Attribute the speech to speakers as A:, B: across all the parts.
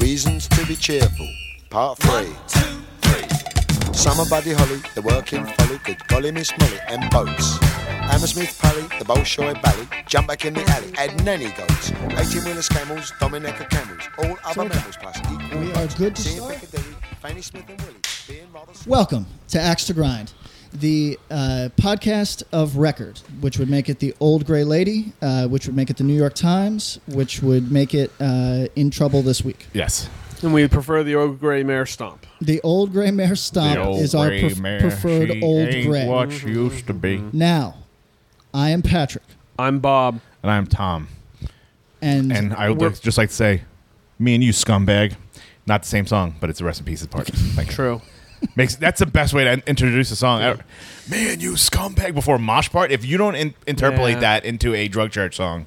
A: Reasons to be cheerful. Part three. Summer Buddy Holly, the working folly, good golly Miss Molly, and boats. Hammersmith Pally, the Bolshoi Bally, jump back in the alley, add nanny goats. 18 wheelers, camels, Dominica camels, all other mammals plus equal.
B: we are
A: rights.
B: good to
A: Seeing
B: start?
A: Piccadilly, Fanny Smith and Willie, being rather smart.
B: Welcome to Axe to Grind, the uh, podcast of record, which would make it the Old Gray Lady, uh, which would make it the New York Times, which would make it uh, in trouble this week.
C: Yes.
D: And we prefer the old gray mare stomp.
B: The Old Gray Mare Stomp is our pref- preferred Old Gray. Mm-hmm.
C: What she used to be. And
B: Now, I am Patrick,
D: I'm Bob.
C: I'm Tom.
B: and,
C: And I would
D: We're-
C: like- just like to say, me and you, scumbag. Not the same song, but it's the rest in pieces part. Thank you.
D: True.
C: Makes that's the best way to in- introduce a song. ever. Man, you scumbag before mosh part. If you don't in- interpolate
D: Yeah.
C: that into a drug church song,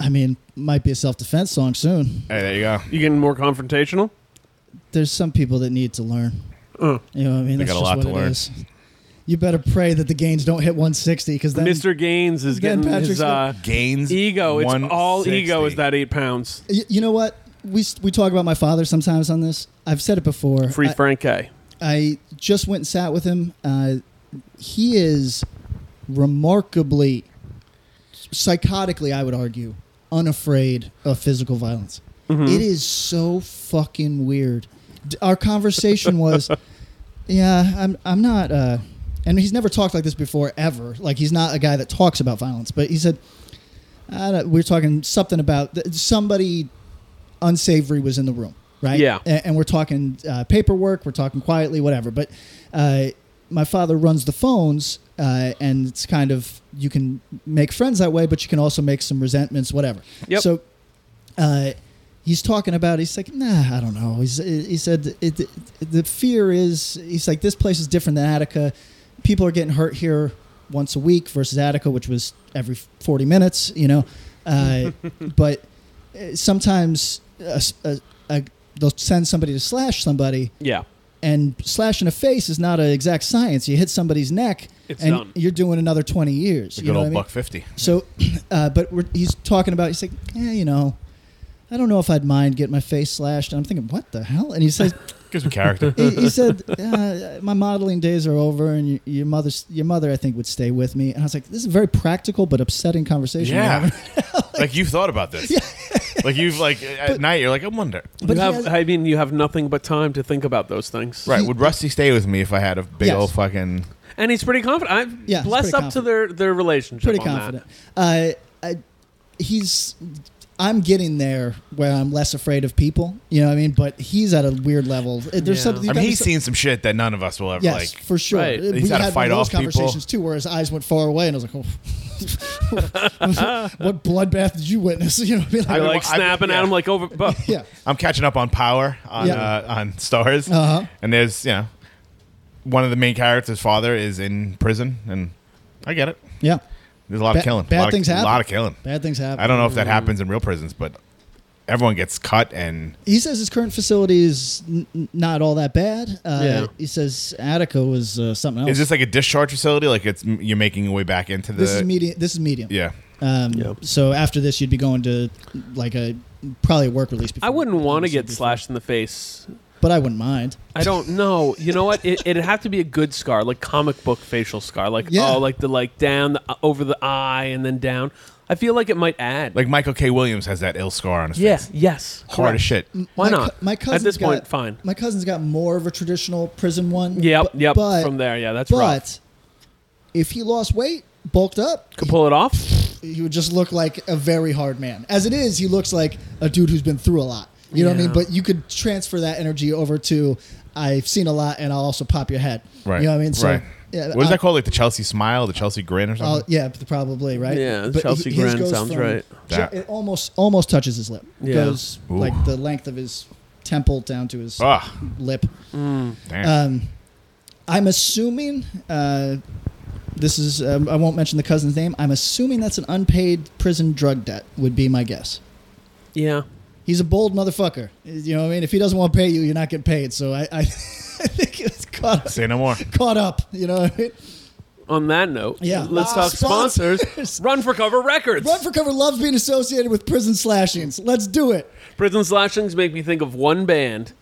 B: I mean, might be a self defense song soon.
C: hey, there you go.
D: You getting more confrontational?
B: There's some people that need to learn. You know what I mean?
C: They
B: That's
C: got a
B: just
C: lot
B: what
C: to
B: it
C: learn.
B: is. You better pray that the gains don't hit 160 because then
D: Mr. Gaines is
B: then
D: getting
B: Patrick's
D: his uh,
C: Gains
D: ego. It's all
C: 160.
D: ego is that eight pounds.
B: Y- you know what we, we talk about my father sometimes on this i've said it before
D: Free
B: I,
D: Franke.
B: I just went and sat with him uh, he is remarkably psychotically i would argue unafraid of physical violence It is so fucking weird D- our conversation was yeah i'm, I'm not uh, and he's never talked like this before ever like he's not a guy that talks about violence but he said I don't, we we're talking something about th- somebody unsavory was in the room, right?
D: Yeah.
B: A- And, we're talking uh, paperwork, we're talking quietly, whatever. But uh, my father runs the phones, uh, and it's kind of you can make friends that way, but you can also make some resentments, whatever.
D: Yep.
B: So uh, he's talking about. He's like, nah, I don't know. He's, he said it, it- the fear is. He's like, this place is different than Attica. People are getting hurt here once a week versus Attica, which was every forty minutes. You know, uh, but uh, sometimes a, a, a, they'll send somebody to slash somebody,
D: Yeah.
B: and slashing a face is not an exact science. You hit somebody's neck,
D: It's
B: and
D: done.
B: you're doing another twenty years.
C: The
B: you
C: good
B: know what
C: old
B: I mean?
C: buck fifty.
B: So, uh, but we're, he's talking about, he's like, yeah, you know, I don't know if I'd mind getting my face slashed. And I'm thinking, what the hell? And he says,
C: Gives me character.
B: he, he said, uh, my modeling days are over and your, your mother's, your mother, I think would stay with me. And I was like, this is a very practical, but upsetting conversation. we're
C: yeah.
B: having.
C: like you've thought about this. like you've like at night you're like I wonder.
B: But
D: you
B: he
D: have,
B: has-
D: I mean, you have nothing but time to think about those things.
C: Right? Would Rusty stay with me if I had a big
B: Yes.
C: old fucking?
D: And he's pretty confident. I'm
B: Yeah, he's
D: blessed
B: pretty
D: up to their, their relationship.
B: pretty
D: on that.
B: confident. Uh, I, he's, I'm getting there where I'm less afraid of people. You know what I mean? But he's at a weird level. Uh, There's
D: Yeah.
B: something.
C: I
B: gotta
C: mean,
B: be
C: he's
B: so-
C: seen some shit that none of us will ever
B: Yes,
C: like.
B: for sure.
D: Right.
B: Uh,
C: He's
B: we
C: had to
B: had
C: fight
B: one of
C: off
B: those conversations
C: people.
B: too, where his eyes went far away, and I was like, "Oh, what bloodbath did you witness?" You know, what I mean?
C: I
D: You're
C: mean,
D: like
C: well, I-
D: snapping
C: yeah.
D: at him like over. But
B: yeah,
C: I'm catching up on Power on
B: Yeah.
C: uh, on Stars,
B: Uh-huh.
C: and there's you know one of the main characters' father is in prison, and I get it.
B: yeah.
C: There's a lot
B: Ba-
C: of killing.
B: bad
C: a lot
B: things
C: of,
B: happen.
C: A lot of killing.
B: Bad things happen.
C: I don't know
D: Mm-hmm.
C: if that happens in real prisons, but everyone gets cut, and
B: He says his current facility is n- n- not all that bad. Uh,
D: Yeah.
B: He says Attica was uh, something else.
C: is this like a discharge facility? Like it's you're making your way back into the.
B: this is medium. This is medium.
C: Yeah.
B: Um,
D: Yep.
B: So after this, you'd be going to like a probably a work release. Before
D: I wouldn't want to
B: before-
D: get slashed in the face.
B: but I wouldn't mind.
D: I don't know. You know what? It, it'd have to be a good scar, like comic book facial scar, like
B: Yeah.
D: oh, like the like down the, uh, over the eye and then down. I feel like it might add.
C: Like Michael K. Williams has that ill scar on his
D: yeah,
C: face.
D: yes,
C: Hard
D: correct.
C: as shit.
B: my
D: Why not?
B: cou- my cousin's
D: at this point,
B: got-
D: fine.
B: My cousin's got more of a traditional prison one.
D: Yep,
B: bu-
D: yep.
B: But,
D: from there, yeah, that's
B: but
D: right.
B: if he lost weight, bulked up,
D: Could pull it off.
B: he would just look like a very hard man. As it is, he looks like a dude who's been through a lot. You know what I mean?
D: Yeah.
B: But you could transfer that energy over to I've seen a lot and I'll also pop your head.
C: Right.
B: You know what I mean? So,
C: right.
B: yeah,
C: what is
B: I-
C: that called? Like the Chelsea smile, the Chelsea grin, or
B: Oh
C: something?
B: yeah, p- probably right.
D: Yeah,
B: he-
D: Chelsea
B: his
D: grin
B: goes
D: sounds
B: from-
D: right.
B: ju-
C: That-
B: It almost almost touches his lip.
D: Yeah.
B: Goes
C: Ooh.
B: like the length of his temple down to his
C: Ah,
B: lip.
D: Mm.
B: Um,
C: damn.
B: I'm assuming uh, this is. Um, I won't mention the cousin's name. I'm assuming that's an unpaid prison drug debt. Would be my guess.
D: Yeah.
B: He's a bold motherfucker. You know what I mean? If he doesn't want to pay you, you're not getting paid. So I, I, I think he was caught up,
C: Say no more.
B: caught up. You know what I mean?
D: On that note,
B: Yeah.
D: let's
B: Ah,
D: talk sponsors.
B: sponsors.
D: Run for cover records.
B: Run for cover loves being associated with prison slashings. Let's do it.
D: Prison slashings make me think of one band,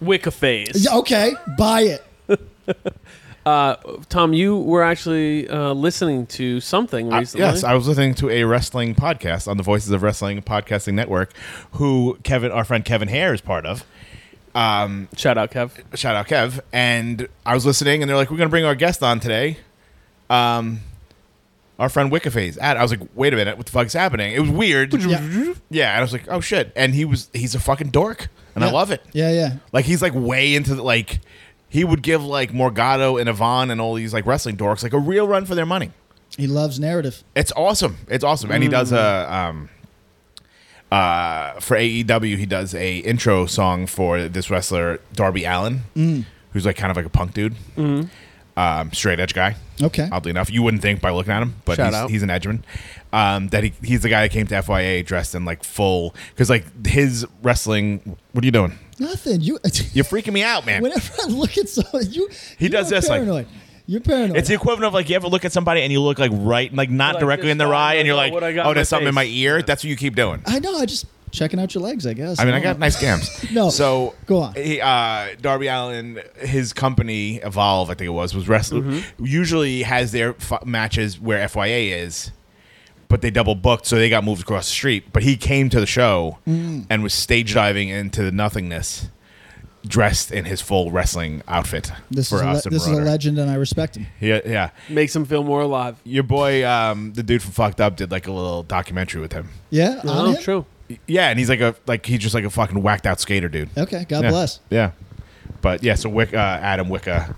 D: Wicca Phase.
B: Mm.
D: Uh,
B: Yeah, oh. Okay, buy it.
D: Tom, you were actually uh, listening to something
C: I-
D: recently.
C: yes, I was listening to a wrestling podcast on the Voices of Wrestling Podcasting Network, who Kevin, our friend Kevin Hare, is part of. Um,
D: Shout out, Kev.
C: Shout out Kev. And I was listening, and they're like, "We're going to bring our guest on today." Um, our friend Wikiface. Ad. I was like, "Wait a minute, what the fuck's happening?" It was weird.
B: Yeah.
C: Yeah, and I was like, "Oh shit!" And he was—he's a fucking dork, and I
B: Yeah.
C: love it.
B: Yeah, yeah.
C: Like he's like way into the, like he would give like Morgado and Yvonne and all these like wrestling dorks like a real run for their money.
B: He loves narrative.
C: It's awesome. It's awesome. And he does
B: Mm.
C: a um uh for AEW he does a intro song for this wrestler Darby Allen,
B: Mm.
C: who's like kind of like a punk dude. Um, straight edge guy.
B: Mm-hmm. Okay.
C: Oddly enough, you wouldn't think by looking at him, but
D: Shout
C: he's,
D: out.
C: he's an edgeman. Um, that he, he's the guy that came to FYA dressed in like full because like his wrestling. What are you doing?
B: Nothing. You.
C: You're freaking me out, man.
B: whenever I look at someone, you.
C: He
B: you
C: does
B: are
C: this, like-
B: paranoid. you're paranoid.
C: It's the equivalent of like you ever look at somebody and you look like right, like not
D: Like
C: directly
D: this
C: in their eye,
D: guy,
C: and you're like,
D: like, oh, what I got in
C: oh,
D: my
C: there's something in my
D: face."
C: ear. That's what you keep doing.
B: I know. I just checking out your legs. I guess.
C: I mean, I got
B: don't
C: nice gams.
B: No,
C: so
B: go on.
C: He, uh, Darby Allen, his company Evolve, I think it was, was wrestling.
D: Mm-hmm.
C: Usually has their f- matches where Fya is, but they double booked, so they got moved across the street. But he came to the show
B: Mm.
C: and was stage diving into the nothingness, dressed in his full wrestling outfit
B: This
C: for
B: is a le-
C: Austin
B: this is a
C: Broder.
B: legend, and I respect him.
C: Yeah, yeah.
D: Makes him feel more alive.
C: Your boy, um, the dude from Fucked Up, did like a little documentary with him.
B: Yeah. on
D: Oh,
B: him?
D: true.
C: Yeah, and he's like a like he's just like a fucking whacked out skater dude.
B: Okay. God
C: yeah.
B: bless.
C: Yeah, but yeah, so Wick, uh, Adam Wicca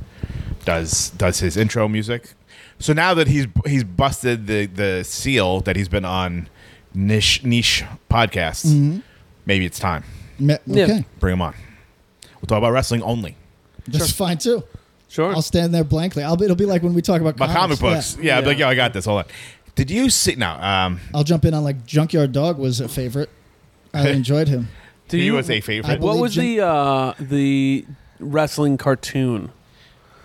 C: does does his intro music. So now that he's he's busted the the seal that he's been on niche niche podcasts,
B: Mm-hmm.
C: maybe it's time
B: Me- Mm. okay.
D: Yeah.
C: bring him on. We'll talk about wrestling only.
B: That's fine too.
D: Sure.
B: I'll stand there blankly. I'll be, it'll be like when we talk about
C: My comic
B: comics.
C: books,
B: Ah, Yeah.
C: yeah, I'd be like
D: Yeah.
C: yo, I got this. Hold on. Did you see? No, um,
B: I'll jump in on like Junkyard Dog was a favorite. I enjoyed him.
D: Do
C: he
D: you-
C: was a favorite.
B: I-
D: What was the uh, the wrestling cartoon?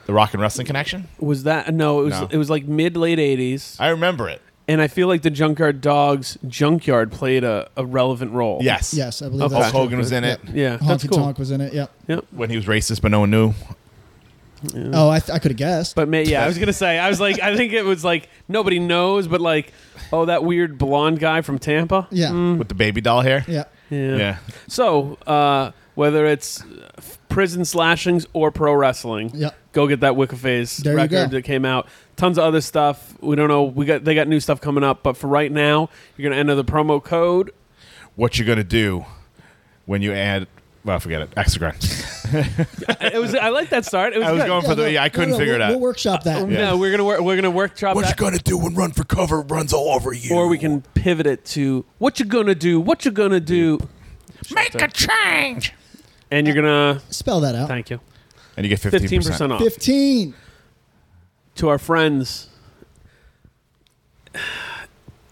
C: the Rock and Wrestling Connection.
D: Was that no? It was
C: No.
D: it was like mid late eighties,
C: I remember it.
D: and I feel like the Junkyard Dogs Junkyard played a, a relevant role.
C: Yes.
B: Yes, I believe
D: Okay.
B: that's
C: Hulk
B: true.
C: Hogan was in it
D: Yeah,
B: Honky
D: that's cool.
B: Tonk was in it. Yep.
C: when he was racist, but no one knew.
B: Oh, I, th- I could have guessed.
D: But ma- yeah, I was gonna say I was like I think it was like nobody knows, but like oh that weird blonde guy from Tampa. Mm.
B: yeah.
C: with the baby doll hair.
B: Yeah.
D: Yeah.
C: Yeah.
D: So uh, whether it's uh, prison slashings or pro wrestling,
B: Yep.
D: go get that Wicca Phase
B: There you
D: record
B: go.
D: that came out. Tons of other stuff. We don't know. We got they got new stuff coming up, but for right now, you're gonna enter the promo code.
C: What you gonna do when you add? Well, forget it. Hexagram.
D: It was I like that start. It was,
C: I was
D: good.
C: going for the. Yeah, I couldn't
B: no, no,
C: figure
B: we'll,
C: it out.
B: We'll workshop that.
D: No, we're gonna work. We're gonna workshop
C: What
D: that,
C: you gonna do when Run for Cover runs all over you?
D: or we can pivot it to what you gonna do. What you gonna do?
C: make a change.
D: And you're gonna
B: Spell that out.
D: thank you.
C: And you get
D: Fifteen
C: fifteen
D: percent
C: percent
D: off
B: Fifteen.
D: to our friends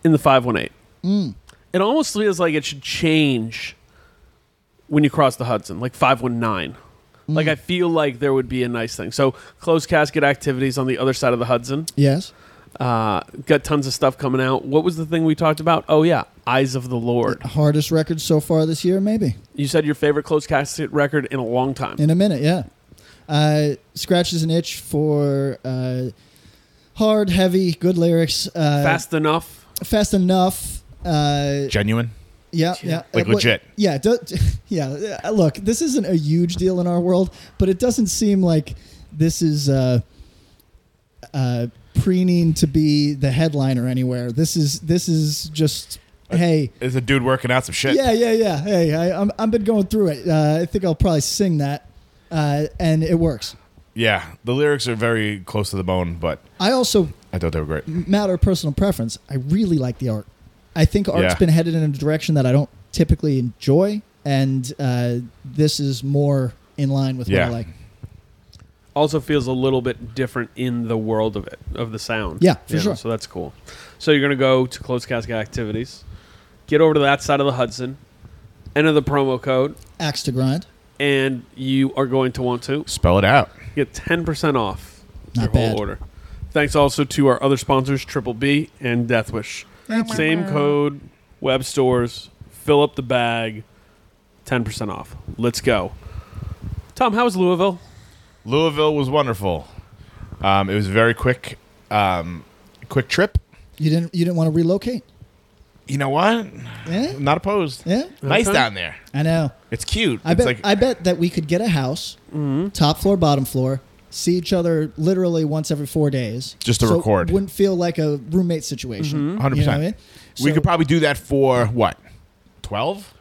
D: in the five one eight. It almost feels like it should change when you cross the Hudson, like five one nine. Like I feel like there would be a nice thing. So closed casket activities on the other side of the Hudson.
B: Yes.
D: Uh, got tons of stuff coming out. What was the thing we talked about? Oh yeah, Eyes of the Lord.
B: Hardest record so far this year, maybe
D: You said your favorite closed casket record in a long time.
B: in a minute. Yeah. Uh, scratches an itch for uh, hard, heavy, good lyrics. Uh,
D: Fast enough.
B: fast enough. Uh,
C: Genuine.
B: Yeah, yeah,
C: Like
B: Uh, what-
C: legit.
B: yeah, do, yeah. uh, Look, this isn't a huge deal in our world, but it doesn't seem like this is uh, uh, preening to be the headliner anywhere. This is this is just hey,
C: There's a dude working out some shit.
B: yeah, yeah, yeah. Hey, I, I'm, I've been going through it. Uh, I think I'll probably sing that, uh, and it works.
C: Yeah, the lyrics are very close to the bone, but
B: I also
C: I thought they were great.
B: matter of personal preference. I really like the art. I think art's
C: Yeah.
B: been headed in a direction that I don't typically enjoy, and uh, this is more in line with
C: Yeah.
B: what I like.
D: also feels a little bit different in the world of it of the sound.
B: Yeah, for
D: You know,
B: sure.
D: So that's cool. So you're gonna go to closed casket activities, get over to that side of the Hudson, enter the promo code,
B: Axe to grind,
D: and you are going to want to
C: Spell it out.
D: get ten percent off
B: Not
D: your whole
B: bad.
D: order. Thanks also to our other sponsors, Triple B and Deathwish.
B: Oh
D: Same code, web stores, fill up the bag, ten percent off. Let's go. Tom, how was Louisville?
C: Louisville was wonderful. Um, it was a very quick, um, quick trip.
B: you didn't you didn't want to relocate?
C: You know what?
B: Yeah,
C: Not opposed.
B: yeah.
C: Nice
D: Okay.
C: down there.
B: I know.
C: It's cute.
B: I
C: it's
B: bet
C: like
B: I bet that we could get a house,
D: Mm-hmm.
B: top floor, bottom floor, see each other literally once every four days,
C: Just to
B: So it
C: record.
B: Wouldn't feel like a roommate situation.
D: Mm-hmm.
C: 100%.
B: You know what I mean?
C: Mm-hmm. we
B: So-
C: could probably do that for what? 12?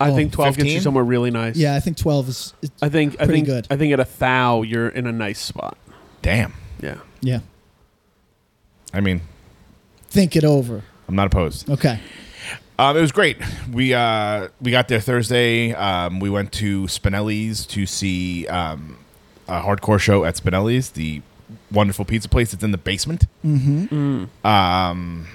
D: I
B: Oh,
D: think twelve gets you
C: 15?
D: somewhere really nice.
B: Yeah, I think twelve is. is-
D: I think I
B: Pretty
D: think
B: good.
D: I think at a thou you're in a nice spot.
C: Damn.
D: Yeah.
B: yeah,
C: I mean,
B: think it over.
C: I'm not opposed.
B: Okay.
C: Um, it was great. We uh, we got there Thursday. Um, we went to Spinelli's to see um, a hardcore show at Spinelli's, the wonderful pizza place that's in the basement. Mm-hmm. Um,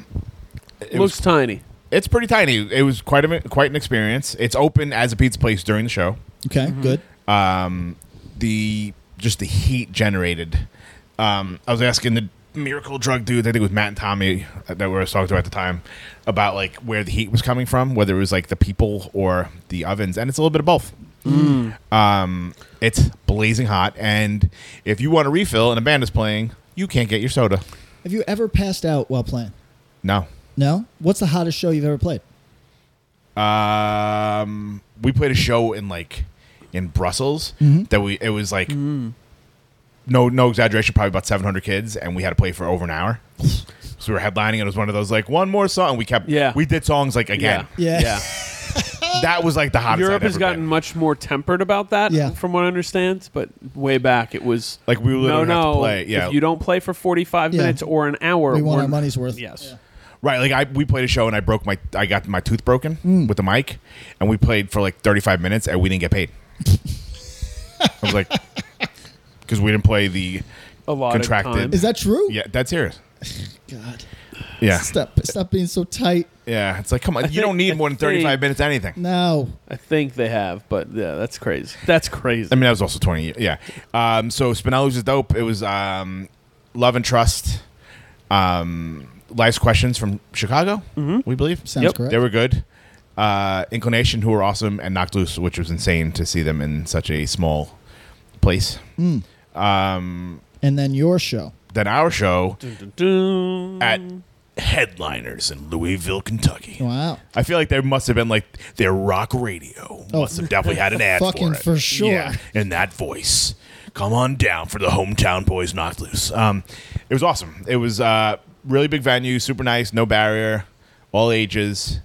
C: it was-
D: Looks tiny.
C: it's pretty tiny. It was quite a quite an experience. It's open as a pizza place during the show.
B: Okay.
D: Mm-hmm.
B: Good.
C: Um, the just the heat generated. Um, I was asking the miracle drug dudes, I think it was Matt and Tommy uh, that we were talking to at the time, about like where the heat was coming from, whether it was like the people or the ovens, and it's a little bit of both. Um, it's blazing hot, and if you want a refill and a band is playing, you can't get your soda.
B: Have you ever passed out while playing?
C: No.
B: No. What's the hottest show you've ever played?
C: Um, we played a show in like in Brussels that we it was like no no exaggeration probably about 700 kids and we had to play for over an hour. So we were headlining and it was one of those like one more song we kept
D: Yeah.
C: we did songs like again.
B: Yeah.
D: Yeah.
C: That was like the hottest
D: Europe
C: I'd
D: has
C: ever
D: gotten
C: been.
D: much more tempered about that,
B: Yeah.
D: from what I understand. But way back, it was
C: Like, we literally
D: no,
C: have to
D: no.
C: play, yeah.
D: If you don't play for forty-five
B: Yeah.
D: minutes or an hour,
B: We want
D: we're-
B: our money's worth.
D: Yes.
C: Right, like I we played a show and I broke my I got my tooth broken
B: Mm.
C: with the mic and we played for like 35 minutes and we didn't get paid. I was like cuz we didn't play the
D: A lot
C: Contracted.
D: of time.
B: Is that true?
C: yeah, that's serious.
B: God.
C: Yeah.
B: Stop. Stop being so tight.
C: Yeah, it's like come on, you
D: think-
C: don't need
D: I
C: more than thirty
D: think-
C: five minutes of anything.
B: No.
D: I think they have, but yeah, that's crazy. That's crazy.
C: I mean, that was also twenty. Yeah. Um, so Spinelli's is dope. It was um, love and trust. Um, life's questions from Chicago, we believe.
B: Sounds
D: Mm-hmm. Yep.
B: correct.
C: They were good. Uh, Inclination, who were awesome, and Knocked Loose, which was insane to see them in such a small place.
B: Mm.
C: Um,
B: and then your show.
C: Then our show
D: Dun, dun.
C: at Headliners in Louisville, Kentucky.
B: Wow.
C: I feel like there must have been like their rock radio must have definitely had an ad
B: Oh, Fucking
C: for it.
B: for sure.
C: Yeah, and that voice. Come on down for the hometown boys knocked loose. Um, it was awesome. It was uh, really big venue, super nice, no barrier, all ages.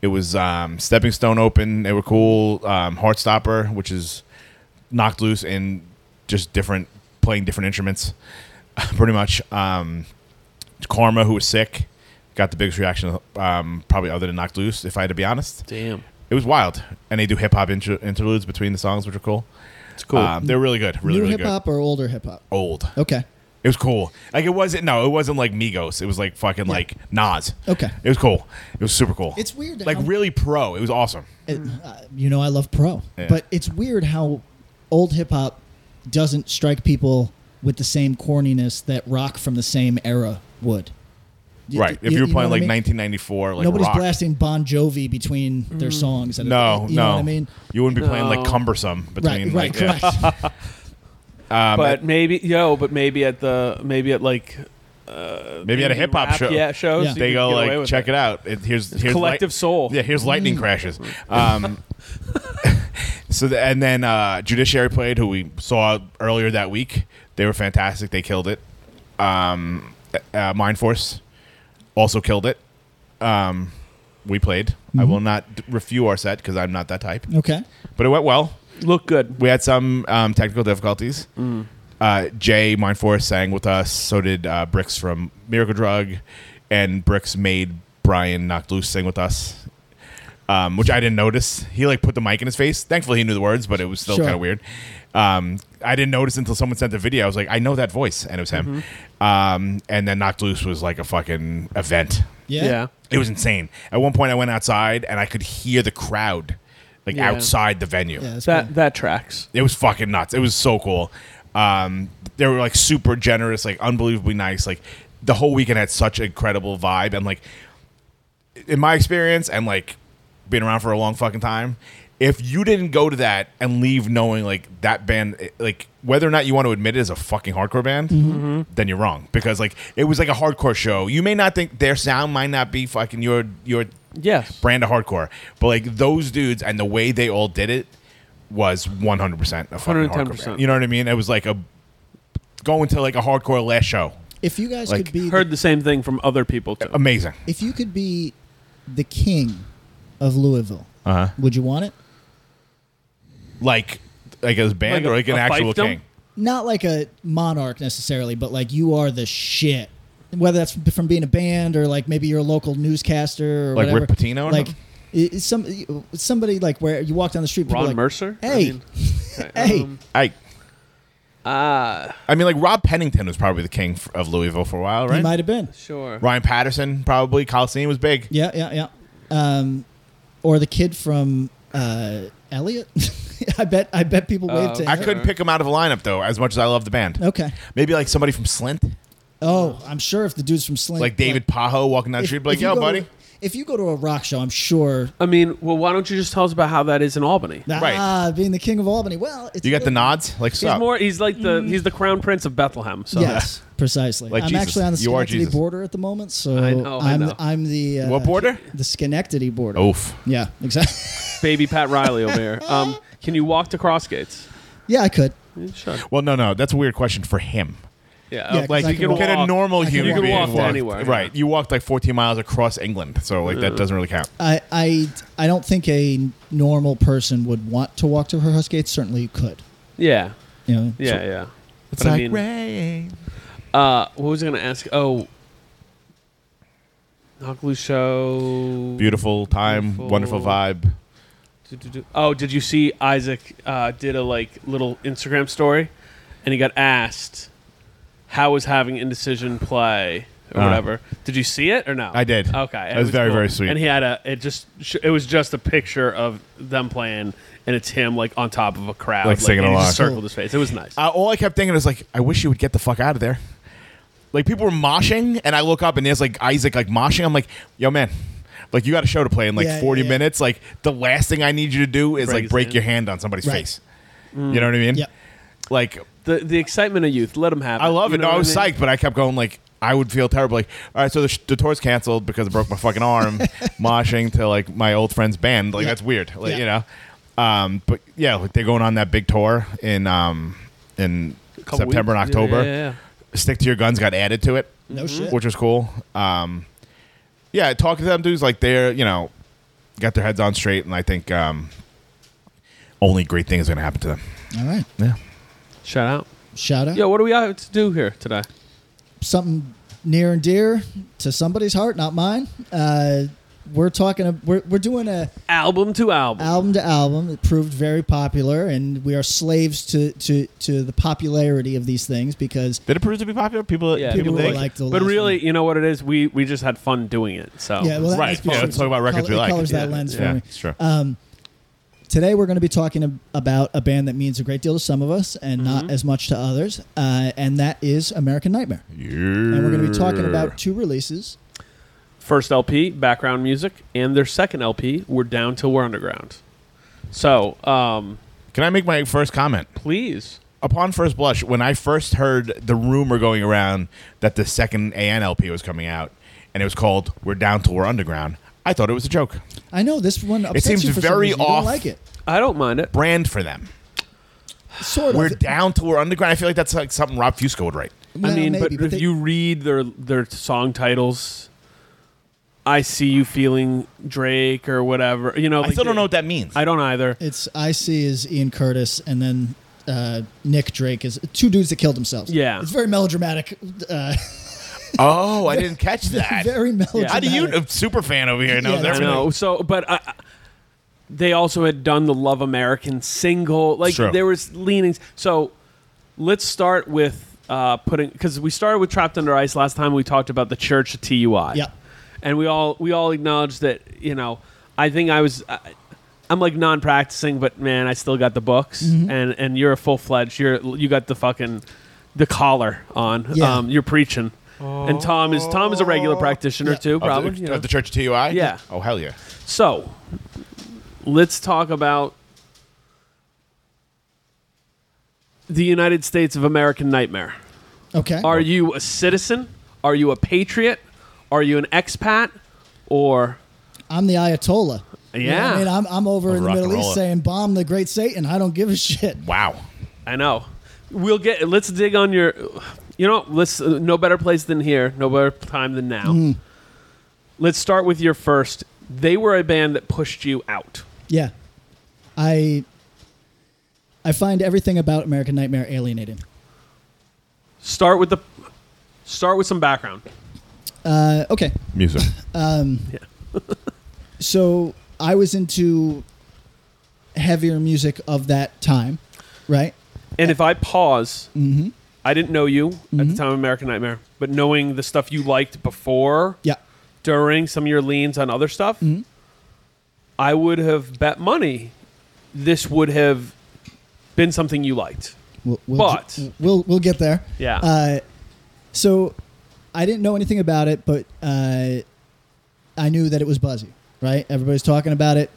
C: It was um, Stepping Stone Open. They were cool. Um, Heartstopper, which is knocked loose and just different playing different instruments, pretty much. Um, Karma, who was sick, got the biggest reaction, um, probably other than Knocked Loose, if I had to be honest.
D: Damn,
C: It was wild. And they do hip hop inter- interludes between the songs, which are cool.
D: it's cool.
C: Uh, they're really good. Really,
B: New
C: really
B: hip hop or older hip hop?
C: good. Old.
B: Okay.
C: It was cool. Like, it wasn't, no, it wasn't like Migos. It was like fucking like Nas.
B: Okay.
C: It was cool. It was super cool.
B: It's weird
C: Like,
B: how-
C: really pro. It was awesome.
B: It, uh, you know, I love pro,
C: Yeah.
B: but it's weird how old hip hop doesn't strike people with the same corniness that rock from the same era would. Y-
C: right.
B: y-
C: If you were
B: know
C: playing
B: what I
C: like
B: mean?
C: 1994, like
B: nobody's
C: rock.
B: blasting Bon Jovi between their songs. at a-
C: no,
B: you
C: no.
B: know what I mean.
C: You wouldn't be playing like
D: Mm. No.
C: cumbersome between
B: right, right,
C: like Um, yeah.
B: correct.
D: but maybe yo, but maybe at the maybe at like uh,
C: maybe at a hip hop
D: rap,
C: show.
D: yeah, shows
B: Yeah.
D: you
C: they
D: could
C: go
D: get away
C: like
D: with
C: check it, out. It, here's here's
D: collective soul. Mm.
C: Yeah, here's lightning crashes. Um, so the, and then uh, Judiciary played, who we saw earlier that week. They were fantastic. They killed it. Um, uh, Mind Force also killed it. Um, we played. I
D: Mm-hmm.
C: will not d- review our set because I'm not that type.
B: Okay.
C: But it went well.
D: Look good.
C: We had some um, technical difficulties. Uh, Jay Mindforce sang with us. So did uh, Bricks from Miracle Drug, and Bricks made Brian Knocked Loose sing with us, um, which I didn't notice. He like put the mic in his face. Thankfully, he knew the words, but it was still
B: Sure.
C: kind of weird. Um, I didn't notice until someone sent the video. I was like, I know that voice, and it was him. Um, and then Knocked Loose was like a fucking event.
B: Yeah.
D: Yeah.
C: It was insane. At one point, I went outside and I could hear the crowd, like
D: Yeah.
C: outside the venue.
B: Yeah, that's
D: That
B: cool.
D: that tracks.
C: It was fucking nuts. It was so cool. Um, they were like super generous, like unbelievably nice. Like the whole weekend had such incredible vibe, and like in my experience, and like being around for a long fucking time, if you didn't go to that and leave knowing like that band, eh, like whether or not you want to admit it is a fucking hardcore band,
B: Mm-hmm.
D: Mm-hmm.
C: then you're wrong because like it was like a hardcore show. You may not think their sound might not be fucking your your
D: Yes.
C: brand of hardcore. But like those dudes and the way they all did it was 100% a fucking hardcore
D: 110%.
C: band. You know what I mean? It was like a going to like a hardcore last show.
B: If you guys
C: Like,
B: could be
D: Heard the same thing from other people too.
C: Amazing.
B: if you could be the king of Louisville,
C: Uh-huh.
B: would you want it?
C: Like like a band
D: Like a-
C: or like an
D: a
C: actual
D: fiefdom?
C: king.
B: Not like a monarch necessarily, but like you are the shit. Whether that's from being a band or like maybe you're a local newscaster or
C: Like
B: whatever.
C: Rick Pitino or
B: like
C: something?
B: i- is some somebody like where you walk down the street, people
D: Ron
B: are like,
D: Mercer. I
B: Hey,
D: mean, um,
B: hey,
C: I
D: Uh.
C: I mean like Rob Pennington was probably the king f- of Louisville for a while,
B: he
C: right?
B: might have been.
D: sure.
C: Ryan Patterson probably Coliseum was big.
B: Yeah, yeah, yeah. Um, or the kid from uh, Elliot. I bet. I bet people waved
D: Oh, Uh,
B: to.
C: I
B: him.
C: couldn't pick him out of a lineup though, as much as I love the band.
B: Okay.
C: Maybe like somebody from Slint,
B: Oh, I'm sure if the dude's from Sling,
C: like David Pajo walking down the
B: if-
C: street, be
B: if
C: like,
B: you
C: "Yo,
B: go to-
C: buddy,
B: if you go to a rock show, I'm sure.
D: I mean, well, why don't you just tell us about how that is in Albany?
B: that
C: Right.
B: Ah, being the king of Albany. Well, it's
C: you got the
B: nod.
C: nods, like
D: He's
C: sup."
D: more. He's like the. He's the crown prince of Bethlehem. So
B: Mm. Yes, precisely.
C: Like
B: I'm
C: Jesus.
B: actually on the
C: You are
B: Schenectady
C: Jesus.
B: border at the moment, so
D: I know, I
B: am
D: know.
B: I'm the uh,
C: What border?
B: The Schenectady border.
C: Oof.
B: Yeah, exactly.
D: baby Pat Riley over here. Um, can you walk to Crossgates?
B: yeah, I could.
D: Sure.
C: Well, no, no, that's a weird question for him.
D: Yeah.
B: Yeah,
D: okay.
B: 'cause
C: Like,
B: I
C: you
B: can
C: can get a
D: walk-
C: normal
D: I can
C: human
D: walk-
C: being
D: You can walk to
C: walked-
D: anywhere,
C: right?
D: yeah.
C: You walked like 14 miles across England, so like that doesn't really count.
B: I, I I don't think a normal person would want to walk to Rehearse Gates. Certainly, you could.
D: yeah.
B: You know,
D: Yeah. yeah.
C: It's
D: But I
C: like
D: mean-
C: rain.
D: Uh, what was I going to ask? Oh, Knock Loose Show.
C: Beautiful time,
D: Beautiful.
C: wonderful vibe.
D: Do, do, do. Oh, did you see Isaac uh, did a like little Instagram story, and he got asked how was having indecision play or
C: Uh.
D: whatever. Did you see it or no?
C: I did.
D: Okay,
C: That
D: it
C: was very, very sweet.
D: And he had a it just sh- it was just a picture of them playing, and it's him like on top of a crowd,
C: Like, singing
D: and he
C: along.
D: just circled his face. It was nice.
C: Uh, all I kept thinking is like, I wish you would get the fuck out of there. Like people were moshing, and I look up and there's like Isaac like moshing. I'm like, yo, man. Like you got a show to play in like
B: Yeah,
C: 40
B: yeah, yeah.
C: minutes. Like the last thing I need you to do is
D: Break
C: like
D: his
C: break
D: hand.
C: your hand on somebody's
B: Right.
C: face. You know what I
D: Mm.
C: mean?
B: Yep.
C: Like
D: the the excitement of youth, let them have.
C: I love
D: You
C: it.
D: know
C: No, I
D: what
C: was
D: mean?
C: psyched, but I kept going like I would feel terrible. Like, all right, so the, sh- the tour's canceled because I broke my fucking arm moshing to like my old friend's band. Like
B: Yeah.
C: that's weird. Like
B: Yeah.
C: you know, um, but yeah, like they're going on that big tour in um in
D: Couple
C: September
D: weeks.
C: and October.
D: Yeah, yeah, Mm-hmm. yeah.
C: Stick to your guns got added to it,
B: no shit.
C: which was cool. Um, yeah, talking to them dudes like they're you know got their heads on straight, and I think um, only great things are gonna happen to them.
B: All right.
C: Yeah.
D: Shout out.
B: Shout out.
D: Yo, what do we have to do here today?
B: something near and dear to somebody's heart, not mine. Uh, we're talking. We're we're doing a
D: Album to album.
B: album to album. It proved very popular, and we are slaves to to to the popularity of these things because
C: Did it prove to be popular? People,
D: Yeah,
B: people
C: people,
B: really
C: think.
B: like the.
D: But
B: last
D: really,
B: one.
D: you know what it is? We we just had fun doing it. So
B: yeah. Well, that
C: Right,
B: must be
C: yeah,
B: true.
C: let's talk about
B: Col-
C: records we
B: it
C: like.
B: Colors that
D: Yeah,
B: lens for
C: yeah,
B: me.
C: it's true.
B: Um, Today we're going to be talking ab- about a band that means a great deal to some of us and
C: Mm-hmm.
B: not as much to others, uh, and that is American Nightmare. And we're going to be talking about two releases.
D: First LP, background music, and their second LP, We're Down Till We're Underground. So, um,
C: Can I make my first comment?
D: please.
C: Upon first blush, when I first heard the rumor going around that the second ANLP was coming out and it was called We're Down Till We're Underground, I thought it was a joke.
B: I know this one upsets
C: seems
B: you for some
C: very
B: reason. You don't
C: off.
B: like it.
D: I don't mind it.
C: Brand for them.
B: Sort
C: We're
B: of.
C: Down Till We're Underground. I feel like that's like something Rob Fusco would write.
D: I
B: Well,
D: mean,
B: maybe,
D: but, if
B: they-
D: you read their their song titles, I see you feeling Drake or whatever. You know,
C: I
D: like
C: still don't
D: the-
C: know what that means.
D: I don't either.
B: It's I see is Ian Curtis and then uh, Nick Drake is two dudes that killed themselves.
D: Yeah.
B: it's very melodramatic. Uh,
C: oh, I didn't catch that.
B: very melodramatic.
C: How do you, a super fan over here, knows
B: Yeah,
D: I
C: everything?
D: know. So, but I, I- they also had done the Love American single. Like
C: True.
D: there was leanings. So let's start with uh, putting because we started with Trapped Under Ice last time. We talked about the Church of TUI.
B: Yep.
D: And we all we all acknowledged that you know I think I was. I, I'm like non-practicing, but man, I still got the books,
B: Mm-hmm.
D: and and you're a full-fledged. You're you got the fucking the collar on.
B: Yeah.
D: Um, you're preaching, and Tom is Tom is a regular practitioner
B: Oh. Yeah.
D: too,
C: Of the-
D: probably.
C: Of the,
D: you know.
C: Church of TUI?
D: Yeah.
C: Oh, hell yeah.
D: So, let's talk about the United States of American Nightmare.
B: Okay.
D: Are you a citizen? Are you a patriot? Are you an expat? Or
B: I'm the Ayatollah. You know what
D: Yeah.
B: I mean, I'm, I'm over in the
C: rock
B: Middle
C: and
B: East
C: roll.
B: saying bomb the great Satan. I don't give a shit.
C: Wow.
D: I know we'll get. Let's dig on your. You know, let's. uh, No better place than here. No better time than now. Let's start with your first. They were a band that pushed you out.
B: Yeah. I I find everything about American Nightmare alienating.
D: Start with the. Start with some background.
B: Uh, okay. Um,
C: Music.
B: So I was into heavier music of that time, right?
D: And if I pause,
B: Mm-hmm.
D: I didn't know you at the time of American Nightmare, but knowing the stuff you liked before,
B: Yeah. Mm-hmm.
D: during some of your leans on other stuff, I would have bet money this would have been something you liked.
B: We'll, we'll,
D: But-
B: we'll we'll get there.
D: Yeah.
B: Uh, so I didn't know anything about it, but uh, I knew that it was Buzzy. Right? Everybody's talking about it.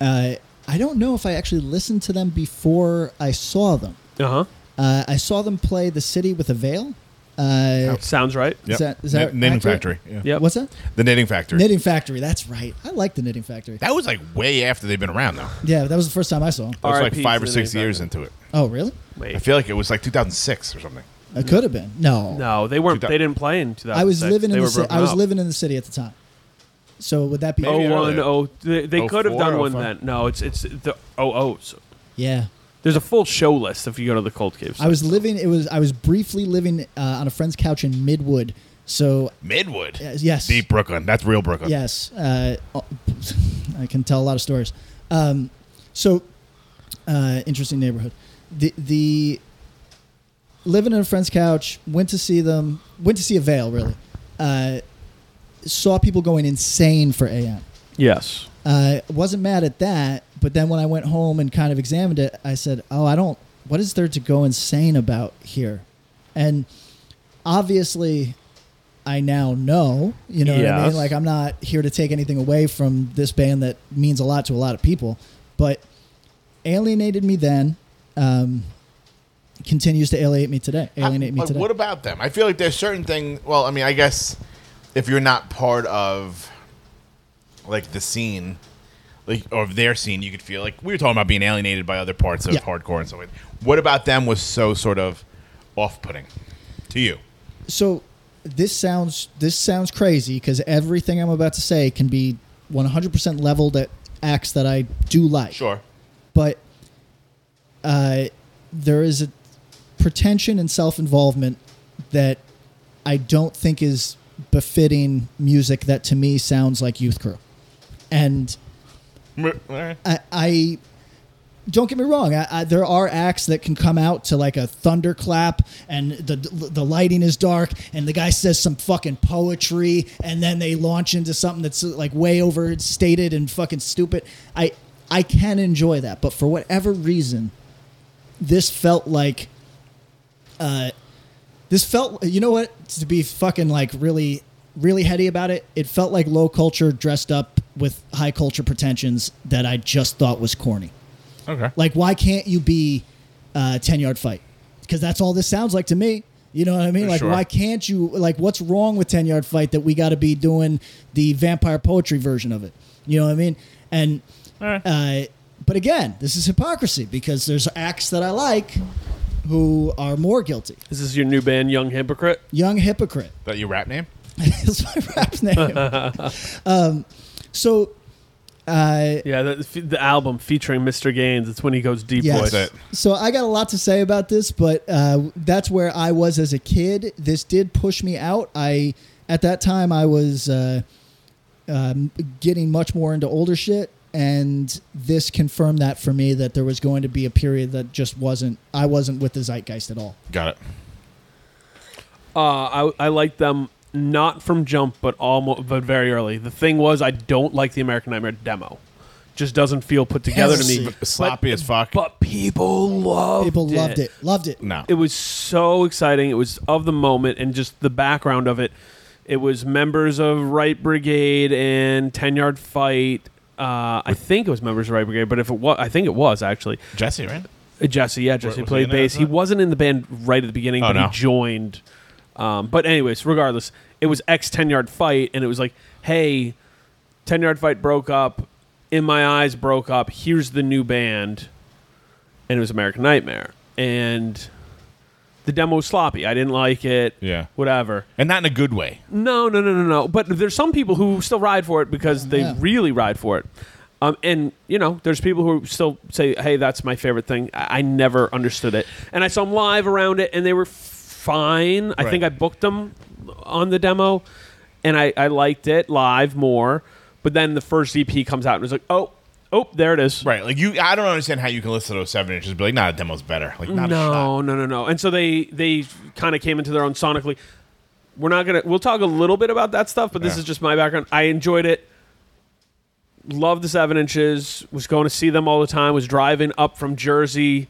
B: Uh, I don't know if I actually listened to them before I saw them.
D: Uh huh.
B: Uh, I saw them play "The City with a Veil." Uh,
D: Sounds right.
C: Yep.
B: that- is that
C: Knitting
B: accurate?
C: Factory. Yeah.
D: Yep.
B: What's that?
C: The Knitting Factory.
B: Knitting Factory. That's right. I like the Knitting Factory.
C: That was like way after they've been around, though. It
B: Yeah, that was the first time I saw them.
C: was like
D: RIP
C: five
D: to
C: or
D: the
C: six
D: Knitting
C: years
D: Factory.
C: into it.
B: Oh, really?
D: Wait.
C: I feel like it was like 2006 or something.
B: It could have been. No.
D: no, they weren't.
C: Two thou-
D: They didn't play in 2006.
B: I was living
D: They
B: in the
D: were
B: ci-
D: broken
B: I was
D: up.
B: living in the city at the time. So would that be?
D: Oh
C: Maybe
D: one
C: earlier.
D: oh. They, they could have
C: 04,
D: done one
C: 05.
D: then. No, it's it's the oh ohs.
B: yeah.
D: There's a full show list if you go to the Cold Cave.
B: I was living. It was. I was briefly living uh, on a friend's couch in Midwood. So
C: Midwood.
B: Yes, yes.
C: Deep Brooklyn. That's real Brooklyn.
B: yes, uh, I can tell a lot of stories. Um, so uh, interesting neighborhood. The the living in a friend's couch. Went to see them. Went to see a veil. Really uh, saw people going insane for AM.
D: Yes.
B: uh, wasn't mad at that. But then when I went home and kind of examined it, I said, "Oh, I don't. What is there to go insane about here?" And obviously, I now know. You know what I
D: Yes.
B: mean? Like I'm not here to take anything away from this band that means a lot to a lot of people, but alienated me then. Um, continues to alienate me today. Alienate me
C: But
B: today.
C: What about them? I feel like there's certain thing. Well, I mean, I guess if you're not part of like the scene, like or of their scene, you could feel like we were talking about being alienated by other parts of
B: Yeah.
C: hardcore and so on. What about them was so sort of off-putting to you?
B: so this sounds this sounds crazy because everything I'm about to say can be 100% leveled at acts that I do like.
C: Sure.
B: But uh, there is a pretension and self-involvement that I don't think is befitting music that to me sounds like youth crew. And I, I don't get me wrong. I, I, there are acts that can come out to like a thunderclap, and the the lighting is dark, and the guy says some fucking poetry, and then they launch into something that's like way overstated and fucking stupid. I I can enjoy that, but for whatever reason, this felt like. Uh, this felt, you know what? To be fucking like really, really heady about it, it felt like low culture dressed up with high culture pretensions that I just thought was corny.
C: Okay.
B: Like, why can't you be a 10 yard fight? Because that's all this sounds like to me. You know what I mean? Like,
C: Sure.
B: why can't you? Like, what's wrong with 10 yard fight that we got to be doing the vampire poetry version of it? You know what I mean? And, uh, but again, this is hypocrisy because there's acts that I like who are more guilty.
D: This is your new band, Young Hypocrite.
B: Young hypocrite.
C: that your rap name?
B: That's my rap's name. um, so, uh,
D: Yeah, the, the album featuring Mr. Gaines. It's when he goes deep
B: Yes.
D: voice.
C: That's it.
B: So I got a lot to say about this, but uh, that's where I was as a kid. This did push me out. I at that time I was uh, um, getting much more into older shit, and this confirmed that for me that there was going to be a period that just wasn't. I wasn't with the zeitgeist at all.
C: Got it.
D: Uh, I, I like them not from Jump, but almost, but very early. The thing was, I don't like the American Nightmare demo. Just doesn't feel put together to me.
B: Heresy.
C: Sloppy as fuck.
D: But people loved
B: People
D: it.
B: loved it. Loved it.
C: no.
D: It was so exciting. It was of the moment and just the background of it. It was members of Right Brigade and Ten Yard Fight. Uh, I think it was members of Right Brigade, but if it was, I think it was actually.
C: Jesse, right?
D: Uh, Jesse, yeah, Jesse
C: was he
D: played
C: in that?
D: bass. He wasn't in the band right at the beginning,
C: Oh,
D: but
C: no.
D: he joined. Um, but anyways, regardless, it was X ten yard fight, and it was like, hey, ten yard fight broke up. In my eyes, broke up. Here's the new band, and it was American Nightmare, and the demo was sloppy. I didn't like it.
C: Yeah.
D: whatever.
C: And not in a good way.
D: No, no, no, no, no. But there's some people who still ride for it because they
B: Yeah.
D: really ride for it. Um, and you know, there's people who still say, "Hey, that's my favorite thing." I, I never understood it, and I saw them live around it, and they were f- fine. I think
C: Right.
D: I booked them on the demo, and I, I liked it live more. But then the first EP comes out, and it's like, "Oh, oh, there it is."
C: Right. Like you I don't understand how you can listen to those seven inches and be like, nah, the demo's better. Like not a shot.
D: no, no, no, no. And so they they kind of came into their own sonically. We're not gonna. We'll talk a little bit about that stuff, but this
C: Yeah.
D: is just my background. I enjoyed it. Loved the Seven Inches. Was going to see them all the time. Was driving up from Jersey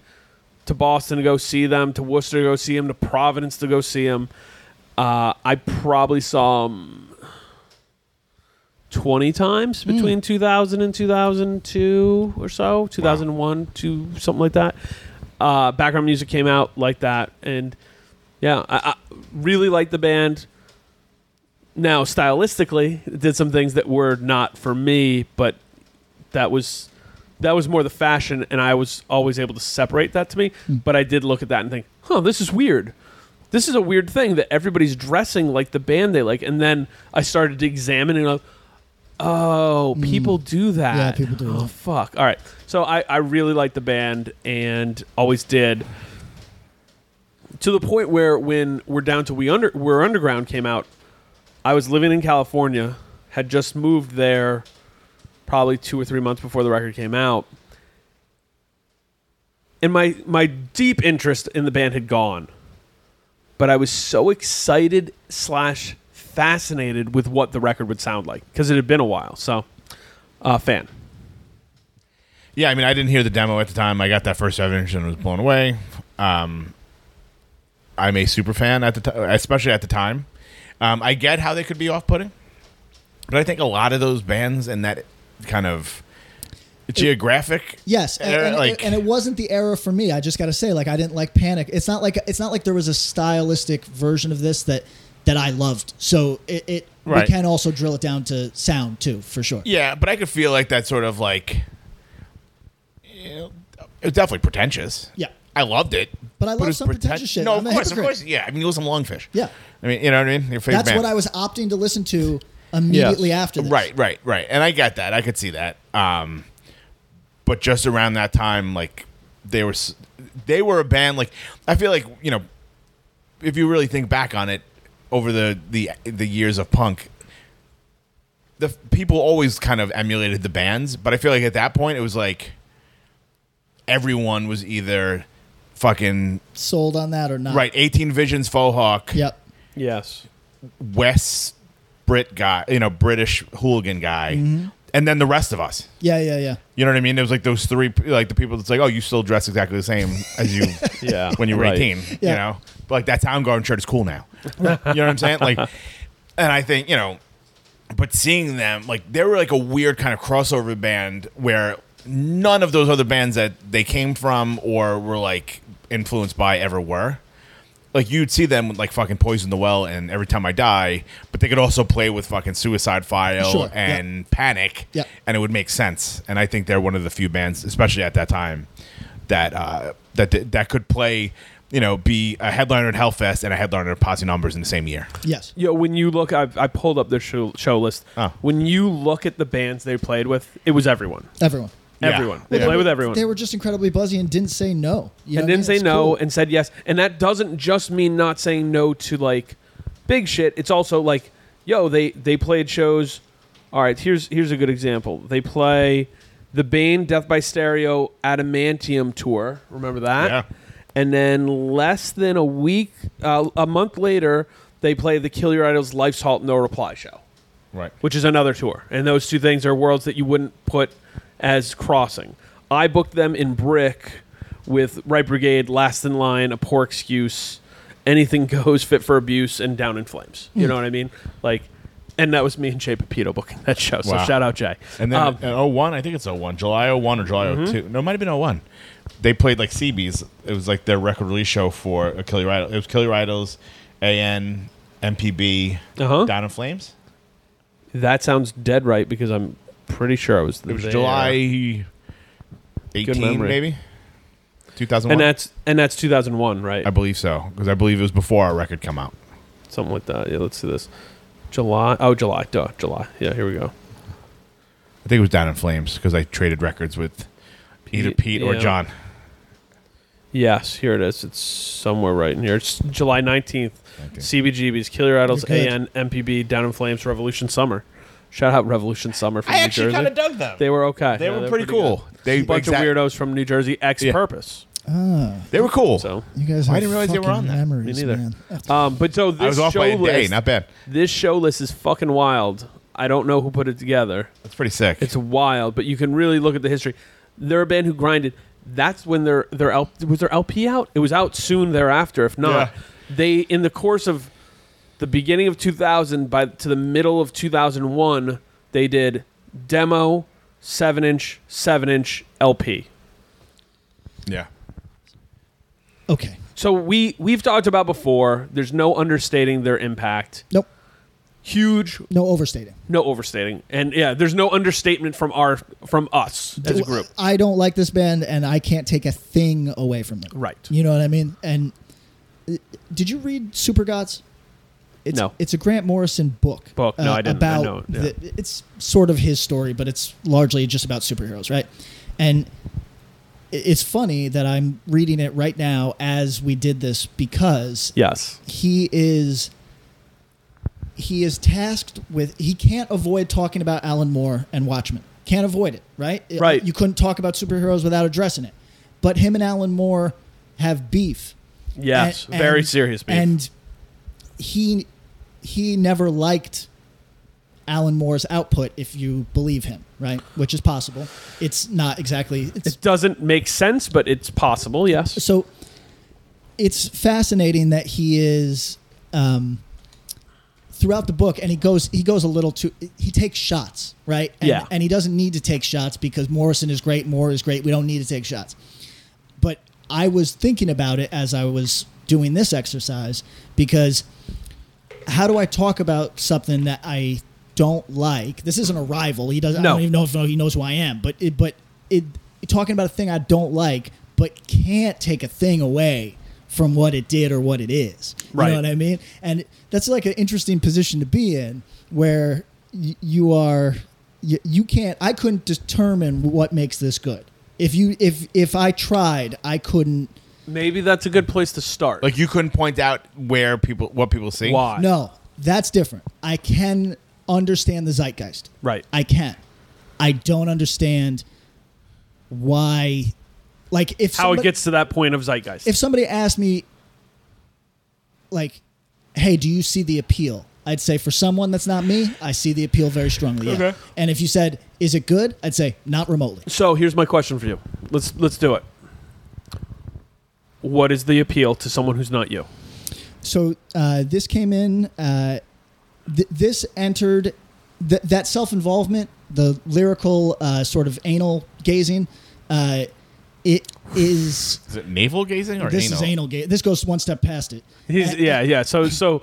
D: to Boston to go see them. To Worcester to go see them. To Providence to go see them. Uh, I probably saw um, them twenty times between two thousand and two thousand two or so. Two thousand one, two something like that uh, background music came out like that, and yeah, I, I really liked the band. Now, stylistically, it did some things that were not for me, but that was that was more the fashion, and I was always able to separate that to me. But I did look at that and think, "Huh, this is weird. This is a weird thing that everybody's dressing like the band they like." And then I started to examine and like, "Oh, people do that.
B: Yeah, people do
D: Oh,
B: that.
D: fuck. All right. So I I really liked the band and always did." To the point where when we're down to we under where underground came out, I was living in California, had just moved there probably two or three months before the record came out. And my my deep interest in the band had gone. But I was so excited slash fascinated with what the record would sound like. Because it had been a while. So uh fan.
C: Yeah, I mean I didn't hear the demo at the time. I got that first seven inch and was blown away. Um I'm a super fan at the time, especially at the time. Um, I get how they could be off-putting, but I think a lot of those bands and that kind of geographic,
B: Yes, and,
C: era,
B: and,
C: like
B: and it wasn't the era for me. I just got to say, like, I didn't like Panic. It's not like it's not like there was a stylistic version of this that that I loved. So it, it
C: Right.
B: we can also drill it down to sound too, for sure.
C: Yeah, but I could feel like that sort of like you know, it was definitely pretentious.
B: Yeah.
C: I loved it,
B: But I love
C: it was
B: some pretentious shit.
C: No,
B: I'm
C: of
B: a
C: course, of
B: hypocrite.
C: course. Yeah, I mean, you listen to Longfish.
B: Yeah.
C: I mean, you know what I mean. Your favorite
B: That's
C: band.
B: what I was opting to listen to immediately after. This.
C: Right, right, right. And I get that. I could see that. Um, but just around that time, like they were, s- they were a band. Like I feel like you know, if you really think back on it, over the the the years of punk, the f- people always kind of emulated the bands. But I feel like at that point, it was like everyone was either fucking
B: sold on that or not?
C: right. Eighteen Visions, Faux Hawk,
B: Yep.
D: Yes.
C: West Brit guy, you know, British hooligan guy, and then the rest of us.
B: Mm-hmm. Yeah, yeah, yeah.
C: You know what I mean? It was like those three, like the people that's like, oh, you still dress exactly the same as you
D: Yeah.
C: when you were
D: Right.
C: 18, you
B: Yeah.
C: know? But like that Soundgarden shirt is cool now. you know what I'm saying? Like, and I think, you know, but seeing them, like, they were like a weird kind of crossover band where none of those other bands that they came from or were like influenced by ever were. Like you'd see them like fucking poison the well and every time I die, but they could also play with fucking Suicide File
B: Sure, yeah.
C: and Panic,
B: Yeah.
C: and it would make sense. And I think they're one of the few bands, especially at that time, that uh, that that could play you know, be a headliner at Hellfest and a headliner at Posse Numbers in the same year.
B: Yes.
D: Yo, when you look, I, I pulled up their show, show list.
C: Oh.
D: When you look at the bands they played with, it was everyone.
B: Everyone.
C: Yeah.
D: Everyone. They
C: Yeah.
D: played with everyone.
B: They were just incredibly buzzy and didn't say no. You know what
D: and
B: I
D: didn't
B: mean?
D: say
B: It's
D: no
B: cool.
D: and said yes. And that doesn't just mean not saying no to like big shit. It's also like, yo, they they played shows. All right, here's here's a good example. They play the Bane Death by Stereo Adamantium tour. Remember that?
C: Yeah.
D: And then less than a week, uh, a month later, they play the Kill Your Idols Life's Halt No Reply show
C: Right.
D: which is another tour. And those two things are worlds that you wouldn't put as crossing. I booked them in Brick with Right Brigade, Last in Line, A Poor Excuse, Anything Goes, Fit for Abuse, and Down in Flames.
C: Hmm.
D: You know what I mean? Like, and that was me and Jay Pepito booking that show. So
C: Wow.
D: shout out Jay.
C: And then
D: Um, Mm-hmm.
C: in 01, I think it's 01, July 01 or July 02. No, it might have been 01. They played like CB's. It was like their record release show for Achille Idol. It was Achille Idol's AN, MPB,
D: Uh-huh.
C: Down in Flames.
D: that sounds dead right because I'm pretty sure I was.
C: It was
D: there.
C: July 18,
D: memory.
C: maybe?
D: And
C: 2001?
D: that's and that's 2001, right?
C: I believe so, because I believe it was before our record come out.
D: Something like that. Yeah, let's do this. July. Oh, July. Duh, July. Yeah, here we go.
C: I think it was Down in Flames, because I traded records with either Pete or
D: yeah.
C: John.
D: Yes, here it is. It's somewhere right in here. It's July 19th. CBGB's Killer Idols,
B: You're good.
D: AN, MPB, Down in Flames, Revolution Summer. Shout out Revolution Summer from New Jersey.
C: dug them.
D: they were okay.
C: They
D: Yeah,
C: were pretty, cool.
D: good.
C: They
D: bunch
C: exact-
D: of weirdos from New Jersey, ex purpose.
C: They were cool.
D: So,
B: You guys
C: I
B: have
C: didn't realize they were
B: fucking
C: on that.
B: Memories,
D: Me neither.
B: Man.
D: um, but so this
C: I was off
D: show
C: by a day.
D: list,
C: Not bad.
D: this show list is fucking wild. I don't know who put it together.
C: That's pretty sick.
D: It's wild, but you can really look at the history. They're a band who grinded. That's when their their L, was their LP out. It was out soon thereafter. If not, they in the course of the beginning of 2000 by to the middle of 2001, they did demo, seven inch, seven inch LP.
C: yeah.
B: Okay.
D: So we we've talked about before. There's no understating their impact.
B: Nope.
D: Huge,
B: No overstating.
D: no overstating, and yeah, there's no understatement from our from us as a group.
B: I don't like this band, and I can't take a thing away from them.
D: Right.
B: You know what I mean? And uh, did you read Super Gods? It's,
D: No.
B: It's a Grant Morrison book. uh,
D: Book. No, I didn't. I
B: About
D: know it. Yeah.
B: the- it's sort of his story, but it's largely just about superheroes, right? And i- it's funny that I'm reading it right now as we did this because
D: Yes.
B: he is he is tasked with he can't avoid talking about Alan Moore and Watchmen. Can't avoid it, right? It-
D: Right.
B: You couldn't talk about superheroes without addressing it. But him and Alan Moore have beef.
D: Yes,
B: And-
D: very
B: and-
D: serious beef.
B: And he he never liked Alan Moore's output if you believe him, right? Which is possible. It's not exactly it's
D: it doesn't make sense, but it's possible. Yes.
B: so it's fascinating that he is um, throughout the book and he goes he goes a little too he takes shots right and,
D: Yeah.
B: and he doesn't need to take shots because morrison is great moore is great we don't need to take shots but i was thinking about it as i was doing this exercise because how do i talk about something that i don't like this isn't a rival he doesn't i
D: No.
B: don't even know if he knows who i am but it but it talking about a thing i don't like but can't take a thing away from what it did or what it is you
D: Right.
B: know what i mean and that's like an interesting position to be in where y- you are you, you can't i couldn't determine what makes this good if you if if i tried i couldn't
D: Maybe that's a good place to start.
C: Like you couldn't point out where people what people see.
D: why?
B: No, that's different. I can understand the zeitgeist.
D: Right.
B: I can. I don't understand why, like, if
D: How
B: somebody-
D: it gets to that point of zeitgeist.
B: if somebody asked me, like, hey, do you see the appeal? I'd say for someone that's not me, I see the appeal very strongly. Yeah.
C: Okay.
B: And if you said, is it good? I'd say not remotely.
D: so here's my question for you. Let's let's do it. What is the appeal to someone who's not you?
B: So uh, this came in. Uh, th- this entered th- that self involvement, the lyrical uh, sort of anal gazing. Uh, it is.
C: Is it navel gazing or
B: this
C: anal?
B: is anal gazing. This goes one step past it.
D: He's,
B: eh.
D: yeah, yeah. So so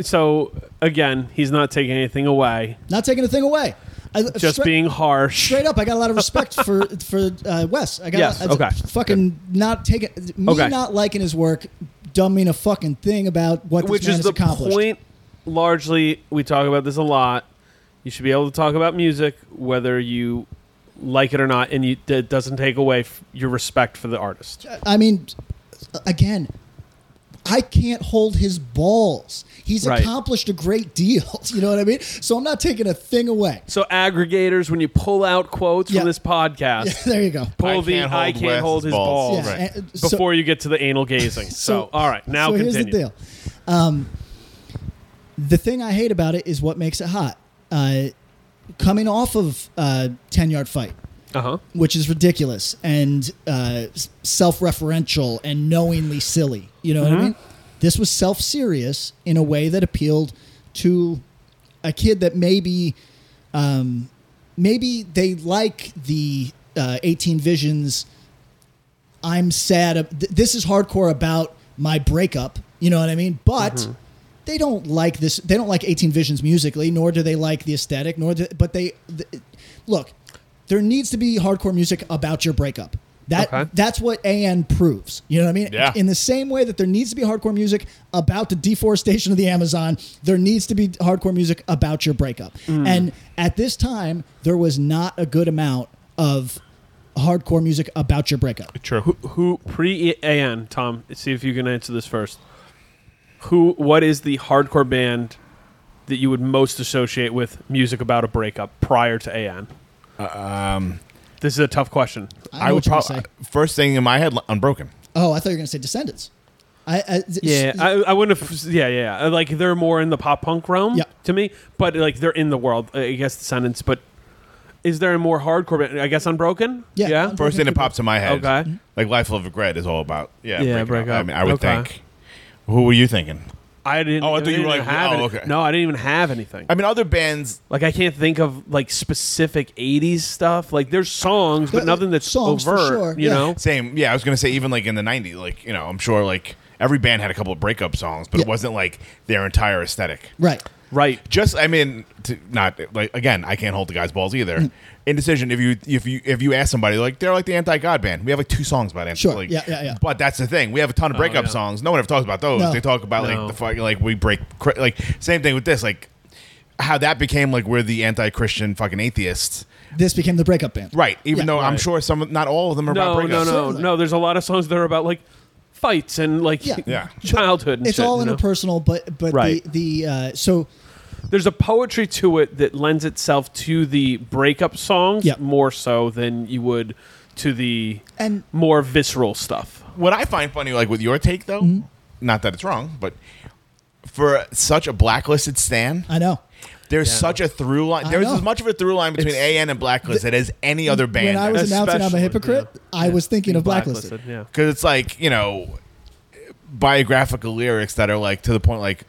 D: so again, he's not taking anything away.
B: Not taking a thing away. I,
D: Just
B: stra-
D: being harsh.
B: Straight up, I got a lot of respect for for uh, Wes. I got
D: Yes,
B: I-
D: okay.
B: fucking not taking me
D: Okay.
B: not liking his work. Don't mean a fucking thing about what
D: which
B: this man
D: is
B: has
D: the
B: accomplished.
D: point largely we talk about this a lot you should be able to talk about music whether you like it or not and you, that doesn't take away f- your respect for the artist
B: I mean, again, I can't hold his balls. He's
D: Right.
B: accomplished a great deal. You know what I mean? So I'm not taking a thing away.
D: so aggregators when you pull out quotes
B: Yeah.
D: from this podcast
B: Yeah, there you go.
C: I
D: pull the
C: can't
D: i
C: hold
D: can't
C: Wes's
D: hold his
C: balls.
D: balls,
B: Yeah,
C: right.
B: and- so-
D: before you get to the anal gazing so, all right now
B: so
D: continue.
B: here's the deal. Um, the thing I hate about it is what makes it hot. Uh, coming off of uh, ten yard fight,
D: uh-huh
B: which is ridiculous and uh, s- self-referential and knowingly silly. You know what
D: Mm-hmm.
B: I mean? This was self-serious in a way that appealed to a kid that maybe, um, maybe they like the uh, 18 Visions. I'm sad. ab- th- this is hardcore about my breakup. You know what I mean? But they don't like this. They don't like 18 Visions musically, nor do they like the aesthetic, nor do, but they th- look. There needs to be hardcore music about your breakup. That
D: Okay.
B: that's what AN proves. You know what I mean?
C: Yeah.
B: In the same way that there needs to be hardcore music about the deforestation of the Amazon, there needs to be hardcore music about your breakup.
D: Mm.
B: And at this time, there was not a good amount of hardcore music about your breakup.
D: Who, who pre an Tom? See if you can answer this first. Who? What is the hardcore band that you would most associate with music about a breakup prior to an?
C: Um,
D: This is a tough question.
B: I, know
C: I would
B: what you're gonna
C: probably
B: say.
C: first thing in my head, Unbroken.
B: Oh, I thought you were going to say Descendants. I, I th-
D: Yeah, I, I wouldn't have. Yeah, yeah. Like they're more in the pop punk realm
B: Yeah.
D: to me, but like they're in the world. I guess the sentence, but is there a more hardcore? Band? I guess Unbroken.
B: Yeah,
D: yeah?
B: Unbroken.
C: First thing that pops in my head,
D: Okay.
C: like Life of Regret is all about. Yeah,
D: Yeah,
C: breaking
D: break
C: up. I
D: up.
C: mean, I would
D: Okay.
C: think. Who were you thinking?
D: I didn't.
C: Oh, I thought you
D: didn't
C: were like,
D: even have
C: oh,
D: any-
C: okay.
D: No, I didn't even have anything.
C: I mean, other bands.
D: Like I can't think of like specific '80s stuff. Like there's songs, but
B: Uh,
D: nothing that's
B: songs for
D: overt.
B: sure,
D: You
B: yeah.
D: know,
C: Same. Yeah, I was gonna say even like in the '90s, like you know, I'm sure like every band had a couple of breakup songs, but
B: Yeah.
C: it wasn't like their entire aesthetic.
B: right.
D: right?
C: Just, I mean, to not like again. I can't hold the guy's balls either.
B: Mm.
C: Indecision. If you if you if you ask somebody, like they're like the anti-god band. We have like two songs about anti.
B: Sure.
C: Like,
B: Yeah, yeah, yeah.
C: But that's the thing. We have a ton of breakup
D: Oh, yeah.
C: songs. No one ever talks about those.
B: No.
C: They talk about
D: No.
C: like the fuck, like we break cri- like same thing with this like how that became like we're the anti-Christian fucking atheists.
B: This became the breakup band.
C: Right. Even
B: Yeah.
C: though I'm
D: Right.
C: sure some not all of them are
D: No,
C: about breakups.
D: no, no,
B: Certainly.
D: no. There's a lot of songs that are about like fights and like
B: Yeah.
C: Yeah.
D: childhood. And
B: It's
D: shit,
B: all
D: you know?
B: interpersonal, but but
D: Right.
B: the the uh, so
D: There's a poetry to it that lends itself to the breakup songs
B: Yeah.
D: more so than you would to the
B: and
D: more visceral stuff.
C: what I find funny, like with your take though,
B: Mm-hmm.
C: not that it's wrong, but for such a blacklisted stan,
B: I know.
C: there's such a through line.
B: I
C: There's
B: know.
C: as much of a through line between AN and blacklist that is any other
B: When I
C: band.
B: was
C: Because
B: announcing I'm a
D: Especially,
B: hypocrite, I was thinking of blacklisted.
D: Yeah.
C: it's like you know, biographical lyrics that are like to the point, like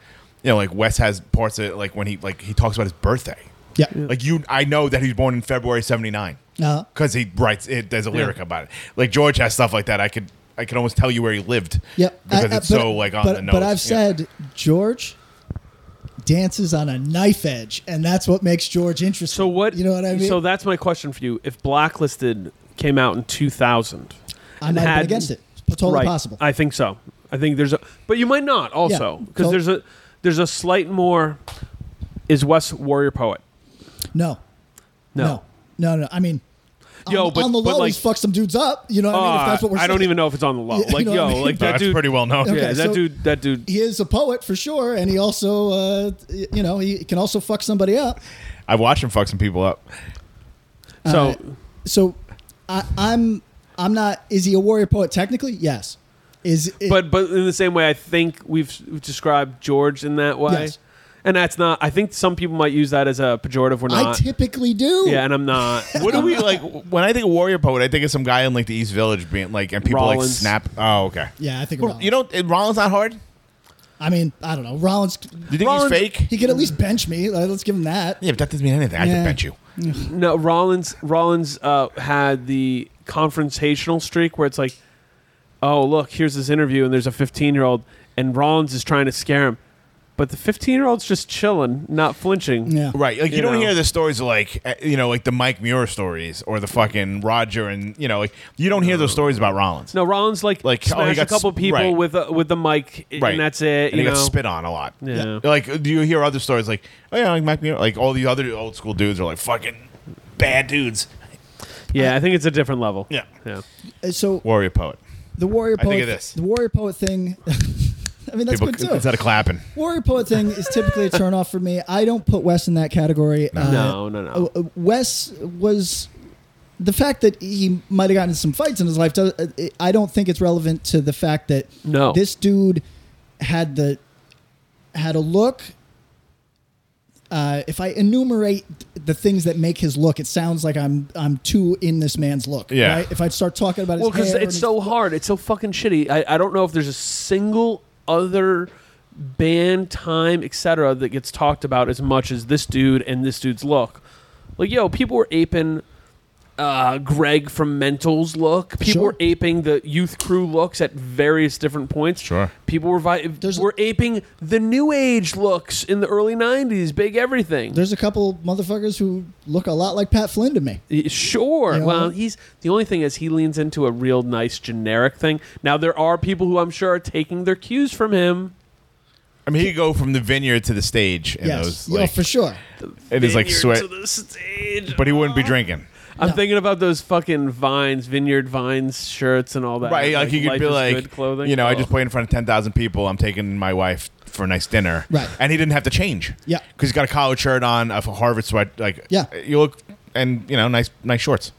C: you know, like Wes has parts of it, like when he like he talks about his birthday.
B: Yeah.
C: Like you, I know that he was born in February '79
B: Uh-huh.
C: because he writes it. There's a lyric about it. Like George has stuff like that. I could, I could almost tell you where he lived.
B: Yep. I-
C: because
B: I-
C: it's so like on
B: but,
C: the nose.
B: But I've
C: Yeah.
B: said George dances on a knife edge, and that's what makes George interesting.
D: So what?
B: You know what I mean?
D: So that's my question for you. If blacklisted came out in 2000,
B: I
D: and
B: might have
D: had-
B: been against it. It's totally
D: Right.
B: possible.
D: I think so. I think there's a, but you might not also
B: Yeah.
D: because
B: So-
D: there's a there's a slight more. Is Wes warrior poet?
B: no.
D: No.
B: No. No. no. I mean.
D: Yo,
B: on,
D: but-
B: on the
D: but,
B: low,
D: like-
B: he's fucked some dudes up. You know what I mean? If
D: Uh,
B: that's what we're
D: I don't
B: saying.
D: even know if it's on the low.
B: You
D: Like
B: know
D: yo,
B: what I mean?
D: like
C: No,
D: that
C: that's
D: dude.
C: pretty well known.
D: yeah,
B: Okay,
D: that
B: so-
D: dude. That dude.
B: He is a poet for sure, and he also, uh, you know, he can also fuck somebody up. Uh,
C: I've watched him fuck some people up.
D: So
B: So, I, I'm, I'm not. Is he a warrior poet technically? Yes. Is it,
D: but but in the same way, I think we've we've described George in that way,
B: Yes.
D: and that's not. I think some people might use that as a pejorative. We're
B: I
D: not.
B: typically do.
D: yeah, and I'm not.
B: Uh,
C: What do we like? When I think of warrior poet, I think of some guy in like the East Village being like, and people like
D: Rollins.
C: snap. Oh, okay.
B: Yeah, I think
C: Well,
B: Rollins.
C: you don't. eh, Rollins not hard. Do
B: I mean, I don't know. Rollins,
C: you think
D: Rollins-
C: he's fake?
B: he could at least bench me. Like, Let's give him that.
C: Yeah, but that doesn't mean anything. I
B: Yeah.
C: can bench you.
D: No, Rollins. Rollins uh, had the confrontational streak where it's like, "Oh, look, here's this interview, and there's a 15 year old, and Rollins is trying to scare him. But the 15 year old's just chilling, not flinching.
B: Yeah.
C: Right. Like you,
D: You
C: don't
D: know.
C: hear the stories of, like uh, you know like the Mike Muir stories or the fucking Roger and you know like you don't hear those stories about Rollins.
D: No, Rollins like,
C: Like,
D: like
C: oh, he
D: smashed
C: got
D: a couple
C: sp-
D: people
C: right.
D: with uh, with the mic,
C: Right.
D: and that's it.
C: And
D: you
C: he
D: know?
C: got spit on a lot.
D: Yeah.
C: Like do you hear other stories like oh yeah like Mike Muir like all these other old school dudes are like fucking bad dudes.
D: Yeah, I think it's a different level.
C: Yeah.
D: yeah.
B: Uh, So
C: Warrior poet.
B: the warrior
C: I
B: poet,
C: think it is.
B: the warrior poet thing. I mean, that's
C: People
B: good too.
C: instead of clapping.
B: Warrior poet thing is typically a turnoff for me. I don't put Wes in that category. No,
D: No, no, no.
B: Wes was the fact that he might have gotten in some fights in his life. does- uh, it- I don't think it's relevant to the fact that
D: No.
B: this dude had the had a look. Uh, if I enumerate the things that make his look, it sounds like I'm I'm too in this man's look.
C: Yeah.
B: Right? If I start talking about his
D: Well, because
B: hair and
D: it's
B: his-
D: so hard. It's so fucking shitty. I, I don't know if there's a single other band, time, etc. that gets talked about as much as this dude and this dude's look. Like, yo, people were aping uh, Greg from Mental's look. People
B: Sure.
D: were aping the youth crew looks at various different points.
C: Sure.
D: People were, vi-
B: There's-
D: were aping the new age looks in the early 90s, big everything.
B: There's a couple motherfuckers who look a lot like Pat Flynn to me.
D: Y- Sure.
B: You know?
D: Well, he's the only thing is he leans into a real nice generic thing. Now there are people who I'm sure are taking their cues from him.
C: I mean, he could go from the vineyard to the stage, and
B: Yes,
C: those like,
B: yeah, for sure.
C: it is like
D: Vineyard
C: sweat,
D: to the stage.
C: but he wouldn't be drinking.
D: I'm thinking about those fucking vines, vineyard vines shirts and all that.
C: Right, like, you could
D: Life
C: be
D: is
C: like,
D: Good clothing.
C: you know, I
D: Oh.
C: just played in front of ten thousand people. I'm taking my wife for a nice dinner,
B: Right.
C: And he didn't have to change,
B: Yeah.
C: because he's got a collared shirt on, a Harvard sweat, like,
B: Yeah.
C: you look, and you know, nice, nice shorts.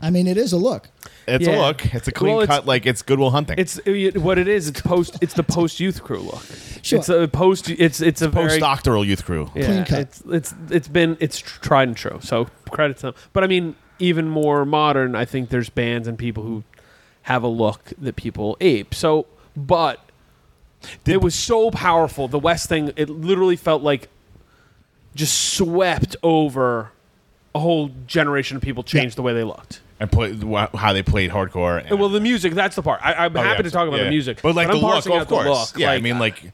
B: I mean, it is a look.
C: It's a
D: Yeah.
C: look. It's a clean
D: Well, it's-
C: cut. Like it's Goodwill Hunting.
D: It's it- what it is. It's post. It's the post youth crew look.
B: Sure.
D: It's a post. It's it's a very
C: postdoctoral youth crew.
D: yeah,
B: Clean cut.
D: It's it's it's been it's tr- tried and true. So credit to them. But I mean, even more modern, I think there's bands and people who have a look that people ape. So, but
C: Did-
D: it was so powerful. The West thing, it literally felt like just swept over a whole generation of people changed the way they looked.
C: and play wh- how they played hardcore. And,
D: Well, the music, that's the part. I, I'm
C: Oh, yeah,
D: happy to talk about
C: yeah.
D: the music.
C: but like
D: I'm
C: the look,
D: parsing
C: of
D: out the
C: course.
D: look.
C: Yeah, I mean, like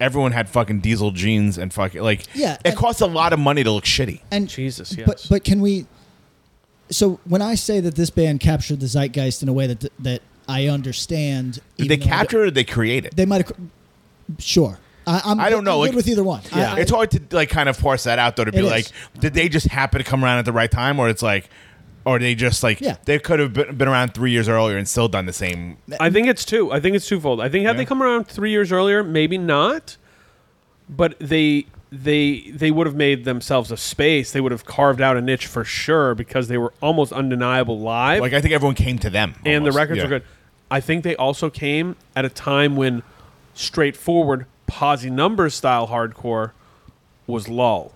C: everyone had fucking diesel jeans and fucking like.
B: Yeah,
C: it
B: and-
C: costs a lot of money to look shitty.
B: And
D: Jesus, yes.
B: But but can we? So when I say that this band captured the zeitgeist in a way that that I understand,
C: Did they
B: even though I don't-
C: capture it or did they create it?
B: They might have. Sure, I, I'm.
C: I don't know.
B: I'm
C: like-
B: good with either one. I- I-
C: it's hard to like kind of parse that out though. To be
B: Uh-huh. It is.
C: like, did they just happen to come around at the right time, or it's like, or they just like
B: Yeah.
C: they could have been, been around three years earlier and still done the same.
D: I think it's two. I think it's twofold. I think had
C: Yeah.
D: they come around three years earlier, maybe not, but they they they would have made themselves a space. They would have carved out a niche for sure because they were almost undeniable live,
C: Like I think everyone came to them,
D: and the
C: almost.
D: records
C: Yeah.
D: were good. I think they also came at a time when straightforward posi numbers style hardcore was low.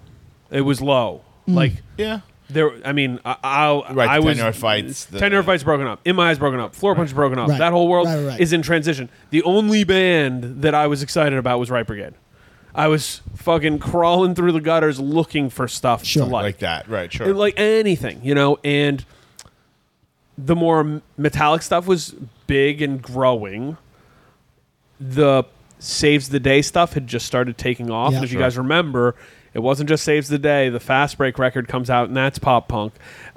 D: It was low. Like
C: Mm. Yeah,
D: there, I mean, I, I,
C: Right,
D: I
C: the
D: was
C: Ten Yard Fights, the-
D: ten yard fights broken up. In my eyes, broken up. Floor punch broken up.
B: Right.
D: That whole world
B: Right, right, right.
D: is in transition. The only band that I was excited about was Right Brigade. I was fucking crawling through the gutters looking for stuff
B: Sure.
D: to
C: like,
D: like,
C: that, right? Sure.
D: like anything, you know. And the more metallic stuff was big and growing, the saves the day stuff had just started taking off.
B: Yeah.
D: and if you
B: Sure.
D: guys remember, it wasn't just saves the day. The fast break record comes out, and that's pop punk.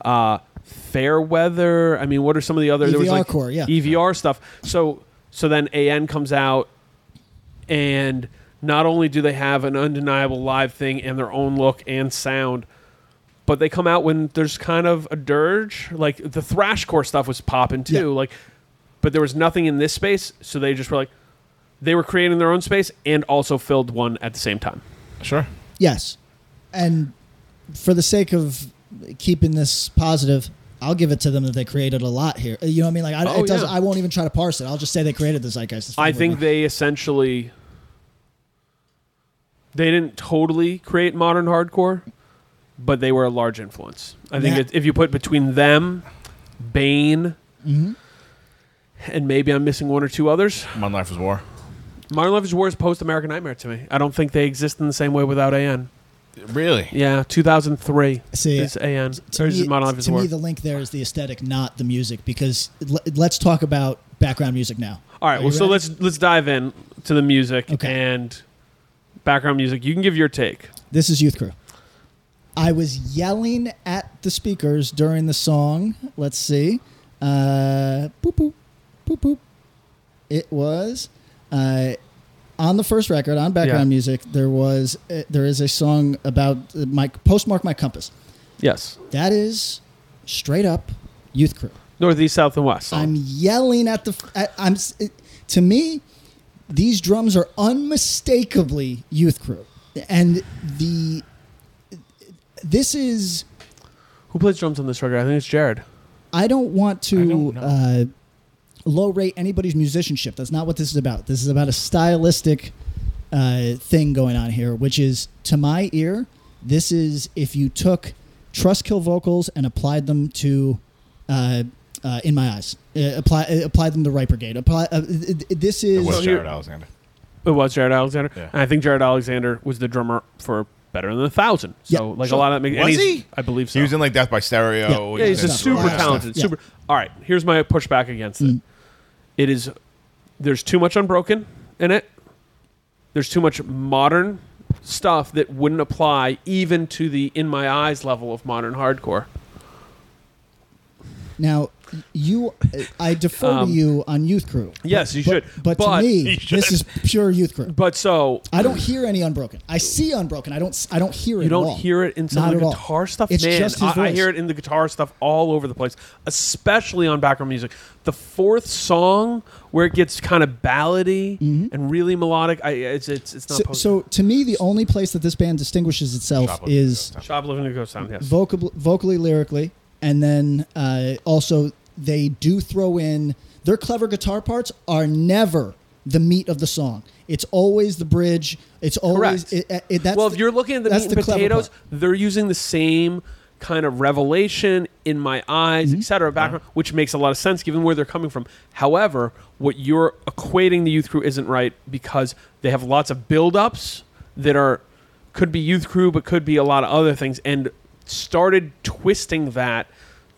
D: Uh, Fairweather. I mean, what are some of the other? there was
B: EVR
D: like
B: E core, yeah.
D: EVR stuff. So so then AN comes out, and not only do they have an undeniable live thing and their own look and sound, but they come out when there's kind of a dirge. Like the thrashcore stuff was popping too.
B: Yeah.
D: Like, but there was nothing in this space, so they just were like, they were creating their own space and also filled one at the same time.
C: sure.
B: yes, and for the sake of keeping this positive. I'll give it to them that they created a lot here. Uh, You know what I mean? Like, I,
D: Oh,
B: it does,
D: yeah.
B: I won't even try to parse it. I'll just say they created the zeitgeist. It's fine
D: I
B: with me.
D: think they essentially they didn't totally create modern hardcore, but they were a large influence. I think
B: Yeah.
D: it, if you put between them, Bane,
B: Mm-hmm.
D: and maybe I'm missing one or two others,
C: Modern Life was War.
D: Modern Love is War is post American Nightmare to me. I don't think they exist in the same way without AN.
C: Really?
D: Yeah, 2003
B: See,
D: is AN.
B: to
D: or is
B: me,
D: it Modern Life is
B: to
D: War.
B: me, the link there is the aesthetic, not the music, because l- let's talk about background music now.
D: All right,
B: Are
D: well,
B: you
D: so
B: ready?
D: let's let's dive in to the music
B: Okay.
D: and background music. You can give your take.
B: This is Youth Crew. I was yelling at the speakers during the song. Let's see. Uh, boop, boop, boop, boop. It was uh, on the first record on background
D: Yeah.
B: music. There was uh, there is a song about uh, my postmark my compass.
D: Yes.
B: That is straight up Youth Crew.
D: Northeast, South, and West.
B: I'm yelling at the. At, I'm. s- It, to me, these drums are unmistakably Youth Crew, and the. This is.
D: Who plays drums on this record? I think it's Jared.
B: I don't want to
C: don't know.
B: uh, low rate anybody's musicianship. That's not what this is about. This is about a stylistic uh, thing going on here, which is, to my ear, this is if you took trust kill vocals and applied them to. Uh, uh, in my eyes, uh, apply uh, apply them to Riper Gate. Apply uh, th- th- this
C: It
B: is
C: was
D: So
C: Jared
D: here-
C: Alexander.
D: It was Jared Alexander.
C: Yeah.
D: And I think Jared Alexander was the drummer for Better Than a Thousand. So,
B: Yeah,
D: like,
B: sure.
D: a lot of that makes and
C: Was
D: he's-
C: he?
D: I believe so.
C: He was in like Death by Stereo.
D: yeah, he's
C: in
D: a
B: Yeah.
D: super
C: lot of stuff.
D: talented.
B: Yeah.
D: Super. All right, here's my pushback against it. It is there's too much unbroken in it. There's too much modern stuff that wouldn't apply even to the in my eyes level of modern hardcore.
B: now. You, I defer
D: Um,
B: to you on Youth Crew.
D: Yes, you
B: But,
D: should.
B: but, to me, this is pure Youth Crew.
D: but so
B: I don't hear any unbroken. I see unbroken. I don't. s- I don't hear it.
D: You
B: at
D: don't
B: all.
D: hear it in some
B: Not
D: of the
B: at all.
D: guitar stuff,
B: It's
D: man.
B: just his
D: I, I
B: voice.
D: hear it in the guitar stuff all over the place, especially on background music. The fourth song where it gets kind of ballady and really melodic. I, it's, it's it's not.
B: Mm-hmm. So,
D: post-
B: so to me, the only place that this band distinguishes itself
C: Shoplifting
B: is
C: Ghost
D: shoplifting the ghost sound. Yes.
B: vocal, vocally, lyrically, and then uh, also they do throw in their clever guitar parts are never the meat of the song. It's always the bridge. It's always
D: Correct.
B: it, it, that's
D: well, if
B: the-
D: you're looking at the
B: that's
D: meat and
B: clever
D: potatoes,
B: part.
D: they're using the same kind of revelation in my eyes,
B: Mm-hmm.
D: et cetera, background,
B: Uh-huh.
D: which makes a lot of sense given where they're coming from. However, what you're equating the youth crew isn't right because they have lots of build-ups that are could be youth crew, but could be a lot of other things, and started twisting that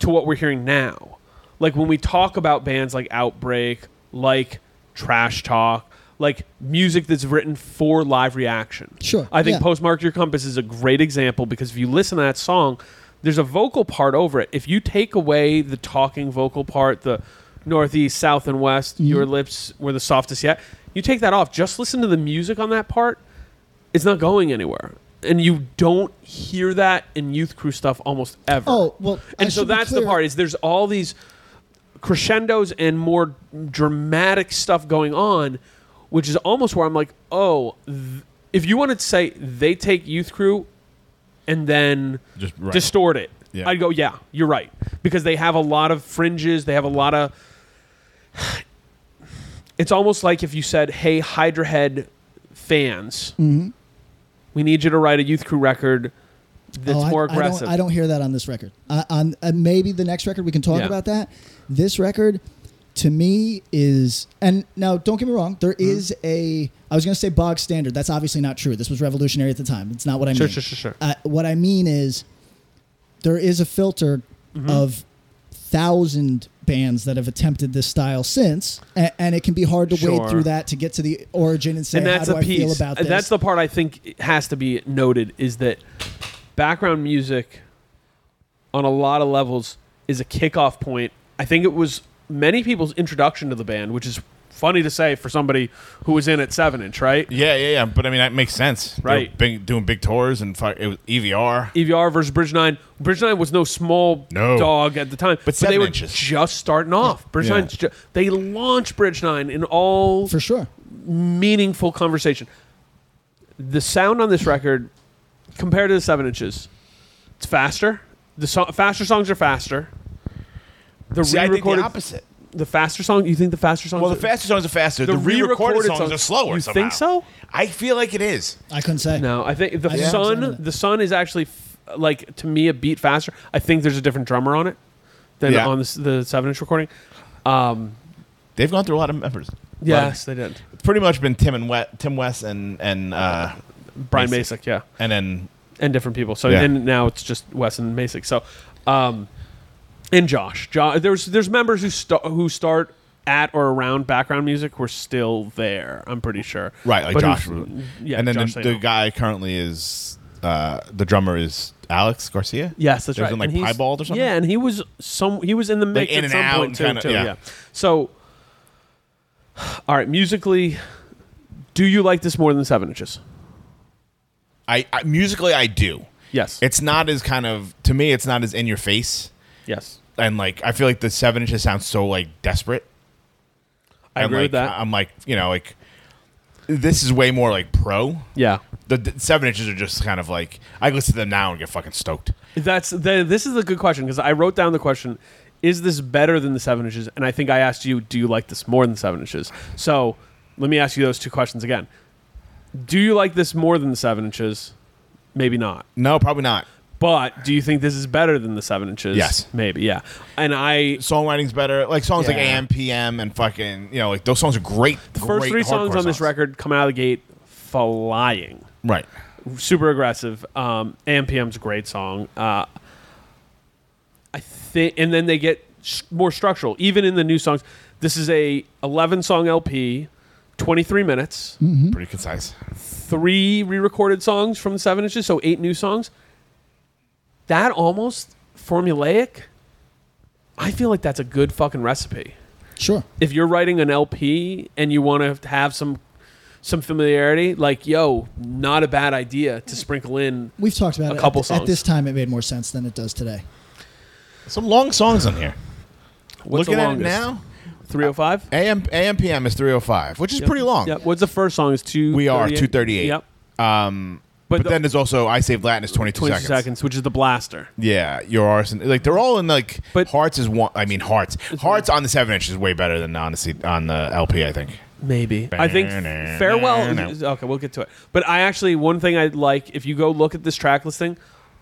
D: to what we're hearing now. Like when we talk about bands like Outbreak, like Trash Talk, like music that's written for live reaction.
B: Sure,
D: I think
B: yeah.
D: Postmark Your Compass is a great example because if you listen to that song, there's a vocal part over it. If you take away the talking vocal part, the northeast, south, and west, your lips were the softest yet, you take that off, just listen to the music on that part, it's not going anywhere. And you don't hear that in youth crew stuff almost ever.
B: Oh, well, I
D: and so
B: should be
D: that's the
B: clear.
D: part is there's all these crescendos and more dramatic stuff going on, which is almost where I'm like, oh, th- if you wanted to say they take youth crew and then
C: Just right.
D: distort it,
C: Yeah.
D: I'd go, yeah, you're right. Because they have a lot of fringes, they have a lot of. It's almost like if you said, hey, Hydra Head fans,
B: Mm-hmm.
D: we need you to write a youth crew record that's
B: Oh, I-
D: more
B: I, don't-
D: aggressive.
B: I don't, hear that on this record. Uh, on uh, maybe the next record we can talk
D: Yeah.
B: about that. This record, to me, is and now don't get me wrong. There
D: Mm-hmm.
B: is a I was going to say bog standard. That's obviously not true. This was revolutionary at the time. It's not what I
D: Sure,
B: mean.
D: sure, sure, sure.
B: Uh, what I mean is there is a filter
D: Mm-hmm.
B: of thousand bands that have attempted this style since, and, and it can be hard to
D: Sure.
B: wade through that to get to the origin and say
D: and that's
B: how do I
D: the piece.
B: feel about
D: and
B: this.
D: That's the part I think has to be noted is that background music on a lot of levels is a kickoff point. I think it was many people's introduction to the band, which is funny to say for somebody who was in at seven inch, right?
C: Yeah, yeah, yeah. But I mean, that makes sense. They were
D: Right.
C: big, doing big tours and fi- it was E EVR.
D: EVR E versus Bridge Nine. Bridge Nine was no small
C: No.
D: dog at the time,
C: But
D: they
C: seven
D: were
C: inches.
D: just starting off. Bridge
C: Yeah.
D: Nine, they launched Bridge Nine in all
B: for sure.
D: meaningful conversation. The sound on this record, compared to the seven inches, it's faster. The so- faster songs are faster. The
C: See, I think the
D: re-recorded,
C: opposite.
D: the faster song. You think the faster songs?
C: Well, the
D: are-
C: faster songs are faster. The,
D: The
C: re-recorded
D: re-recorded
C: songs,
D: songs-
C: are slower.
D: You
C: somehow.
D: think so?
C: I feel like it is.
B: I couldn't say.
D: No, I think the
B: Yeah.
D: sun. The sun is actually f- like to me a beat faster. I think there's a different drummer on it than
C: Yeah.
D: on the, s- the seven inch recording. Um,
C: They've gone through a lot of members.
D: Yes, they did.
C: It's pretty much been Tim and Wet, Tim West and and uh,
D: Brian
C: Masick.
D: Masick, yeah.
C: and then
D: and different people. So
C: Yeah.
D: and now it's just Wes and Masick. So, um, and Josh, Josh, there's there's members who sta- who start at or around background music were still there. I'm pretty sure.
C: Right, like
D: But
C: Josh.
D: who- yeah,
C: and then
D: Josh
C: the,
D: Leno.
C: the guy currently is uh, the drummer is Alex Garcia.
D: Yes, that's
C: He was
D: right.
C: in, like,
D: And he's-
C: Piebald or something?
D: Yeah, and he was some. He was in the mix
C: in
D: at
C: and
D: some
C: out
D: point
C: and
D: too.
C: kinda-
D: too
C: yeah.
D: yeah. So, all right, musically, do you like this more than seven inches?
C: I, I musically I do.
D: Yes.
C: It's not as kind of to me. It's not as in your face,
D: yes,
C: and like I feel like the seven inches sounds so like desperate.
D: I
C: And,
D: agree
C: like,
D: with that.
C: I'm like you know like this is way more like pro.
D: yeah,
C: The, the seven inches are just kind of like I listen to them now and get fucking stoked.
D: that's the, this is a good question because I wrote down the question: Is this better than the seven inches? And I think I asked you, do you like this more than seven inches? So let me ask you those two questions again. Do you like this more than the seven inches? Maybe not.
C: No, probably not.
D: But do you think this is better than the seven inches?
C: Yes.
D: maybe. Yeah, and I
C: Songwriting's better. Like songs like
B: Yeah.
C: AM PM and fucking you know like those songs are great. The
D: first three songs on this record come out of the gate flying,
C: right?
D: super aggressive. Um, AMPM's a great song. Uh, I think, and then they get s- more structural. Even in the new songs, this is a 11 song LP, 23 minutes,
C: Pretty concise.
D: three re-recorded songs from the seven inches, so eight new songs. That almost formulaic. I feel like that's a good fucking recipe
B: Sure.
D: if you're writing an LP and you want to have some some familiarity, like yo, not a bad idea to sprinkle in.
B: We've talked about
D: A
B: it.
D: couple
B: at,
D: songs.
B: at this time, it made more sense than it does today.
C: Some long songs on here.
D: What's
C: Looking
D: the
C: at it
D: longest?
C: now,
D: three hundred five.
C: AM AM PM is 305, which is pretty long.
D: Yep. What's the first song? Is two.
C: We are 238.
D: Yep.
C: Um, but,
D: But the-
C: then there's also I Saved Latin is 22,
D: Twenty
C: seconds.
D: seconds, which is the blaster.
C: Yeah, your arson. Like they're all in like
D: But-
C: Hearts is one. I mean Hearts. Hearts on the seven inch is way better than honestly on the LP. I think.
D: Maybe. I think Farewell. is- Okay, we'll get to it. But I actually, one thing I'd like, if you go look at this track listing,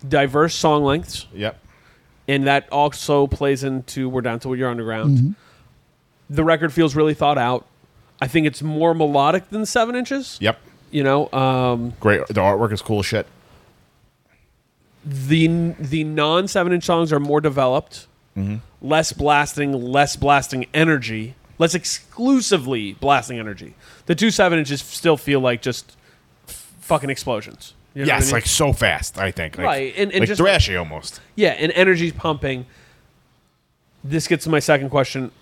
D: diverse song lengths,
C: Yep.
D: and that also plays into We're Down to Your Underground. The record feels really thought out. I think it's more melodic than Seven Inches.
C: Yep.
D: You know, um,
C: Great. The artwork is cool as shit.
D: the the non seven inch songs are more developed,
C: Mm-hmm.
D: less blasting, less blasting energy, less exclusively blasting energy. The two seven inches still feel like just f- fucking explosions. You know what I
C: yes,
D: mean?
C: like so fast. I think. Like,
D: Right, and- and
C: like
D: just-
C: thrashy almost.
D: yeah, and energy's pumping. This gets to my second question.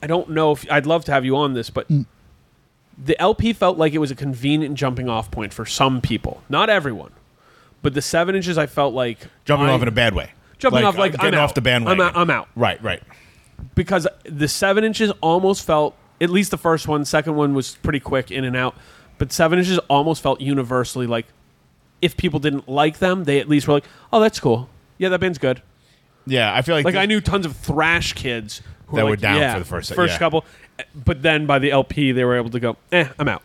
D: I don't know if I'd love to have you on this, but
C: Mm.
D: the LP felt like it was a convenient jumping off point for some people, not everyone. But the seven inches, I felt like
C: Jumping
D: I-
C: off in a bad way.
D: jumping off like
C: getting
D: I'm
C: off
D: out.
C: the bandwagon.
D: I'm out, I'm out
C: Right. Right.
D: because the seven inches almost felt at least the first one. Second one was pretty quick in and out, but seven inches almost felt universally like if people didn't like them, they at least were like, "Oh, that's cool. Yeah, that band's good."
C: Yeah. I feel like
D: Like
C: this-
D: I knew tons of thrash kids who
C: That were
D: like,
C: down
D: yeah,
C: for the first-
D: first
C: yeah.
D: couple, but then by the LP they were able to go, "Eh, I'm out."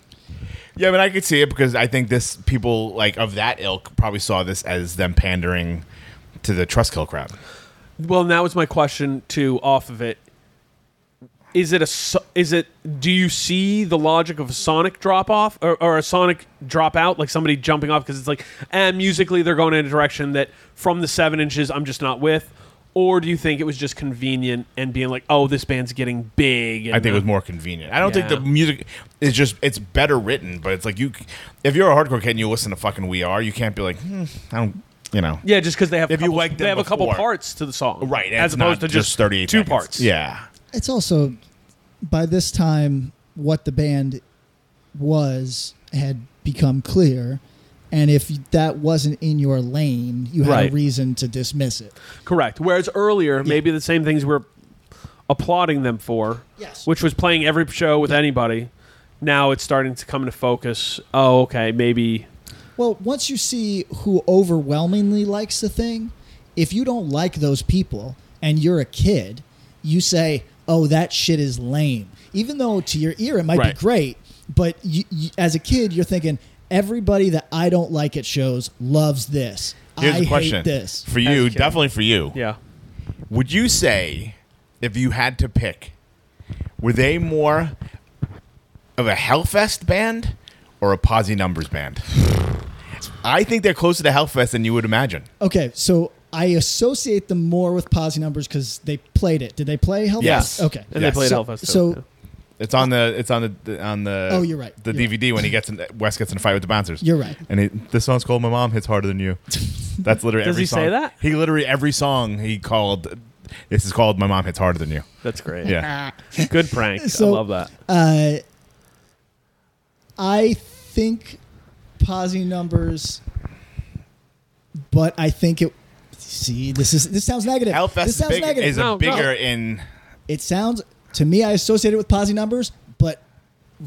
C: Yeah, but I could see it because I think this people like of that ilk probably saw this as them pandering to the trust kill crowd.
D: Well, and that was my question too. Off of it, is it a so- is it? Do you see the logic of a sonic drop off or, or a sonic drop out, like somebody jumping off because it's like, and musically they're going in a direction that from the seven inches I'm just not with, or do you think it was just convenient and being like, oh, this band's getting big? And
C: I think it was more convenient. I don't
D: Yeah.
C: think the music is just it's better written, but it's like you if you're a hardcore kid and you listen to fucking We Are, you can't be like, hmm, I don't, you know.
D: Yeah, just because they have
C: If you
D: couple-
C: liked
D: they
C: them
D: have a couple
C: before.
D: parts to the song,
C: Right,
D: As
C: it's not
D: opposed to just,
C: 38
D: two
C: seconds.
D: parts.
C: Yeah.
B: It's also by this time what the band was had become clear, and if that wasn't in your lane, you had
D: Right.
B: a reason to dismiss it.
D: Correct. Whereas earlier, maybe the same things we're applauding them for,
B: Yes.
D: which was playing every show with anybody. Now it's starting to come into focus. Oh, okay, maybe.
B: Well, once you see who overwhelmingly likes the thing, if you don't like those people and you're a kid, you say, "Oh, that shit is lame." Even though to your ear it might
D: Right.
B: be great, but you, you, as a kid you're thinking, "Everybody that I don't like at shows loves this.
C: Here's
B: I
C: the question.
B: hate this."
C: For you,
D: kid.
C: definitely for you.
D: Yeah.
C: Would you say if you had to pick, were they more of a Hellfest band or a Posy Numbers band? I think they're closer to Hellfest than you would imagine.
B: Uh, Okay, so I associate them more with Posse Numbers because they played it. Did they play Hellfest?
C: Yes.
B: Okay.
D: And
C: Yes.
D: they played
B: so,
D: Hellfest.
B: so
D: yeah.
C: It's on the it's on the- the on the
B: Oh, you're right.
C: the
B: You're
C: DVD when he gets in Wes gets in a fight with the bouncers.
B: You're right.
C: And it, this song's called "My Mom Hits Harder Than You." That's literally
D: Does
C: every
D: he
C: song.
D: say that?
C: He literally every song he called. This is called "My Mom Hits Harder Than You."
D: That's great.
C: Yeah,
D: Good prank.
B: So-
D: I love that.
B: Uh, I think posi numbers, but I think it. See, this is this sounds negative. this
C: Hellfest
B: sounds
C: big,
B: negative.
C: is a
D: No, no.
C: bigger in.
B: it sounds to me. I associate it with posi numbers, but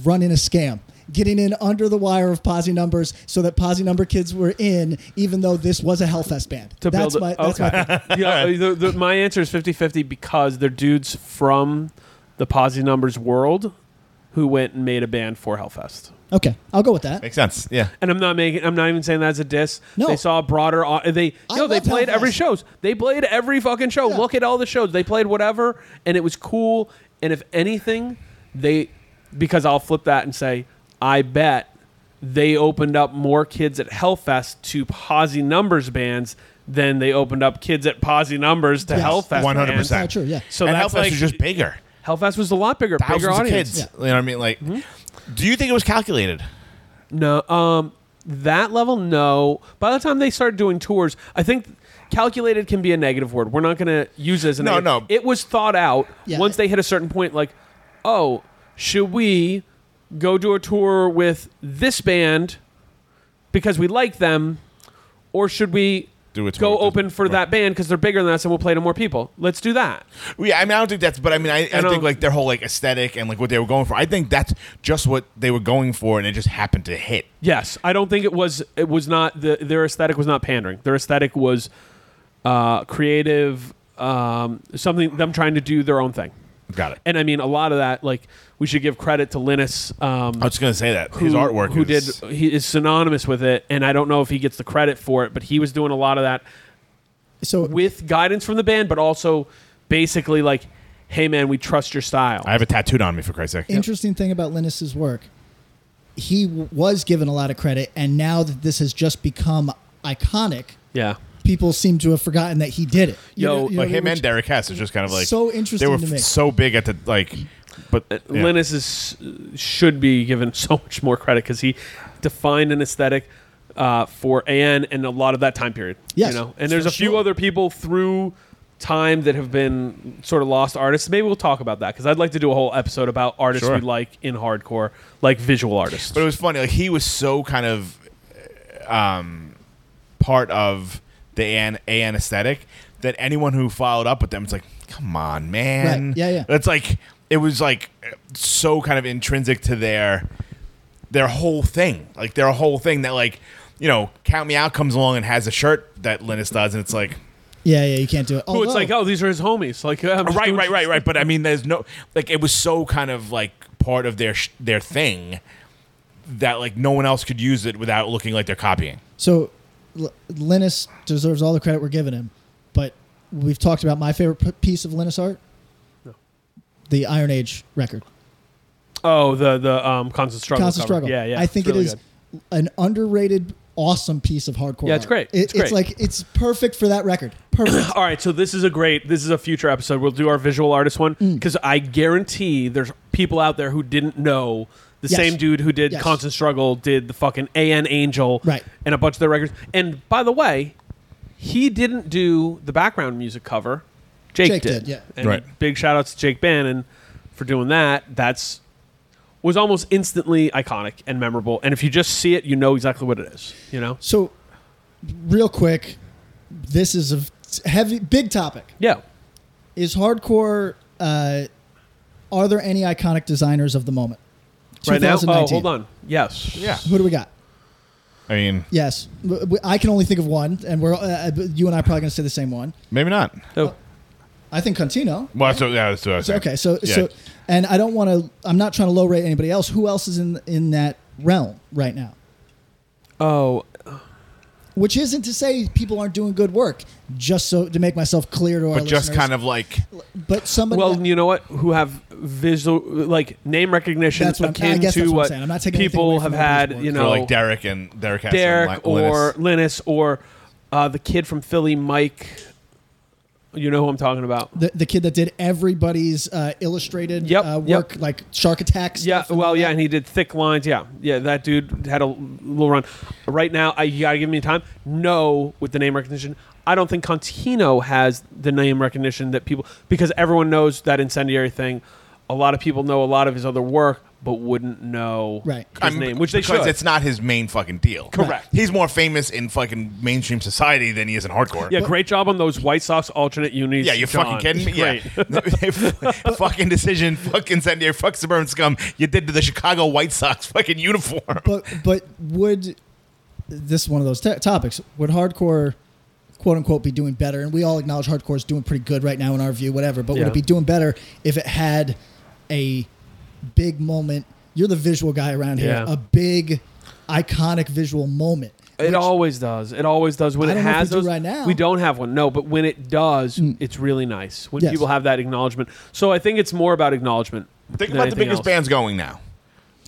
B: running a scam, getting in under the wire of posi numbers, so that posi number kids were in, even though this was a Hellfest band.
D: To
B: that's
D: build
B: my
D: a-
B: that's my
D: okay. yeah, the, the, my answer is 50-50 because they're dudes from the Posse Numbers world who went and made a band for Hellfest.
B: okay. I'll go with that.
C: Makes sense. Yeah.
D: And I'm not making. I'm not even saying that's a diss.
B: No.
D: they saw a broader. au- They
B: I
D: no, they
B: love
D: played every
B: Hellfest.
D: shows. They played every fucking show.
B: Yeah.
D: Look at all the shows they played. Whatever, and it was cool. And if anything, they because I'll flip that and say I bet they opened up more kids at Hellfest to Posse Numbers bands than they opened up kids at Posse Numbers to
B: Yes.
D: Hellfest.
C: One hundred
D: bands.
C: percent.
B: That's true, yeah.
D: So
C: and
D: that's
C: Hellfest
D: like-
C: was just bigger.
D: Hellfest was a lot bigger,
C: Thousands
D: bigger
C: of
D: audience. Mm-hmm.
C: kids. You know what I mean? Like, do you think it was calculated?
D: No, um, that level, no. By the time they started doing tours, I think calculated can be a negative word. We're not going to use it as a
C: No,
D: negative.
C: no.
D: It was thought out
B: Yeah.
D: once they hit a certain point, like, oh, should we go do a tour with this band because we like them, or should we
C: Do a tour
D: go
C: with this-
D: open for that band because they're bigger than us and we'll play to more people? Let's do that.
C: Well, Yeah, I mean, I don't think that's, but I mean, I, I,
D: don't-
C: think like their whole like aesthetic and like what they were going for. I think that's just what they were going for, and it just happened to hit.
D: Yes, I don't think it was. It was not the their aesthetic was not pandering. Their aesthetic was uh, creative. Um, something them trying to do their own thing.
C: Got it.
D: And I mean, a lot of that, like we should give credit to Linus. Um,
C: I was just gonna say that his artwork,
D: who
C: is,
D: did he is synonymous with it, and I don't know if he gets the credit for it, but he was doing a lot of that
B: So
D: with guidance from the band, but also basically like, hey man, we trust your style.
C: I have a tattooed on me for Christ's sake.
B: interesting thing about Linus's work, he w- was given a lot of credit, and now that this has just become iconic,
D: yeah,
B: people seem to have forgotten that he did it. You
D: Yo,
B: know- you know
C: like
B: what I
C: him
B: mean?
C: and Derek Hess is just kind of like
B: So
C: They
B: interesting
C: were
B: to me.
C: f- so big at the like, but yeah.
D: Linus is should be given so much more credit because he defined an aesthetic uh, for AN and a lot of that time period.
B: Yes,
D: you know, and there's
B: for
D: a few
B: sure.
D: other people through time that have been sort of lost artists. Maybe we'll talk about that because I'd like to do a whole episode about artists
C: Sure.
D: we like in hardcore, like visual artists.
C: But it was funny. Like he was so kind of um, part of the AN, AN aesthetic that anyone who followed up with them, it's like, come on, man.
B: Right. Yeah, yeah.
C: It's like it was like so kind of intrinsic to their their whole thing, like their whole thing that like you know, count me out comes along and has a shirt that Linus does, and it's like.
B: yeah, yeah, you can't do it.
D: Who it's
B: Although-
D: like, oh, these are his homies. Like, yeah, I'm just
C: right,
D: doing-
C: right, right, right. But I mean, there's no like it was so kind of like part of their sh- their thing that like no one else could use it without looking like they're copying.
B: So L- Linus deserves all the credit we're giving him, but we've talked about my favorite p- piece of Linus art, the Iron Age record,
D: Oh, the the um, constant struggle.
B: Constant
D: cover.
B: Struggle.
D: Yeah, yeah.
B: I think
D: really
B: it is
D: good.
B: an underrated, awesome piece of hardcore.
D: Yeah, it's
B: art.
D: great.
B: It-
D: It's great.
B: like it's perfect for that record. Perfect.
D: All right, so this is a great. This is a future episode. We'll do our visual artist one
B: Mm.
D: because I guarantee there's people out there who didn't know the
B: Yes.
D: same dude who did
B: Yes.
D: Constant Struggle did the fucking AN Angel
B: Right.
D: and a bunch of their records. And by the way, he didn't do the background music cover. Jake,
B: Jake
D: did.
B: did, yeah.
D: And
C: Right.
D: Big shout outs to Jake Bannon for doing that. That's was almost instantly iconic and memorable. And if you just see it, you know exactly what it is. You know.
B: so, real quick, this is a heavy, big topic.
D: Yeah.
B: Is hardcore? Uh, are there any iconic designers of the moment?
D: Right now. Oh,
B: 2019.
D: hold on. Yes.
C: Yeah,
B: Who do we got?
C: I mean,
B: Yes, W- w- I can only think of one, and we're uh, you and I are probably going to say the same one.
C: maybe not.
D: So,
B: I think Contino.
C: Well, that's what, yeah, that's what I was saying.
B: Okay, so
C: Yeah.
B: so, and I don't want to. I'm not trying to low rate anybody else. Who else is in in that realm right now?
D: oh,
B: Which isn't to say people aren't doing good work. Just so to make myself clear to our
C: but just
B: listeners.
C: kind of like
B: But somebody.
D: Well, you know what? Who have visual like name recognition
B: That's what I'm- I
D: akin
B: guess
D: to
B: that's what I'm
D: what,
B: saying. I'm not taking anything away
D: people
B: from
D: have
B: other people's
D: had,
B: work.
D: you
C: for
D: know,
C: like Derek and Derek Hess
D: Derek
C: and Li- Linus.
D: or Linus or uh, the kid from Philly, Mike. You know who I'm talking about.
B: The, the kid that did everybody's uh, illustrated
D: Yep,
B: uh,
D: yep.
B: work, like Shark Attack
D: Yeah,
B: stuff. and all
D: well, yeah,
B: that.
D: and he did thick lines. Yeah, yeah, that dude had a little run. Right now, I, you gotta give me time. No, with the name recognition, I don't think Contino has the name recognition that people because everyone knows that incendiary thing. A lot of people know a lot of his other work, but wouldn't know
B: Right.
D: his
C: I'm-
D: name, which they
C: because
D: should.
C: It's not his main fucking deal.
D: Correct.
C: He's more famous in fucking mainstream society than he is in hardcore.
D: yeah, great job on those White Sox alternate unis.
C: Yeah, you fucking
D: John.
C: kidding me? Yeah.
D: Great.
C: fucking decision, fucking Sunday, fuck suburban scum. You did to the Chicago White Sox fucking uniform.
B: But but would this is one of those t- topics? Would hardcore, quote unquote, be doing better? And we all acknowledge hardcore is doing pretty good right now in our view, whatever. But would
D: Yeah.
B: it be doing better if it had a big moment? You're the visual guy around here.
D: Yeah.
B: A big, iconic visual moment.
D: It always does. It always does. When
B: I
D: it
B: don't know if
D: has
B: we do
D: those,
B: right now. Mm.
D: we don't have one. No, but when it does, it's really nice when
B: Yes.
D: people have that acknowledgement. So I think it's more about acknowledgement.
C: Think
D: than
C: about the
D: anything
C: biggest
D: else.
C: bands going now.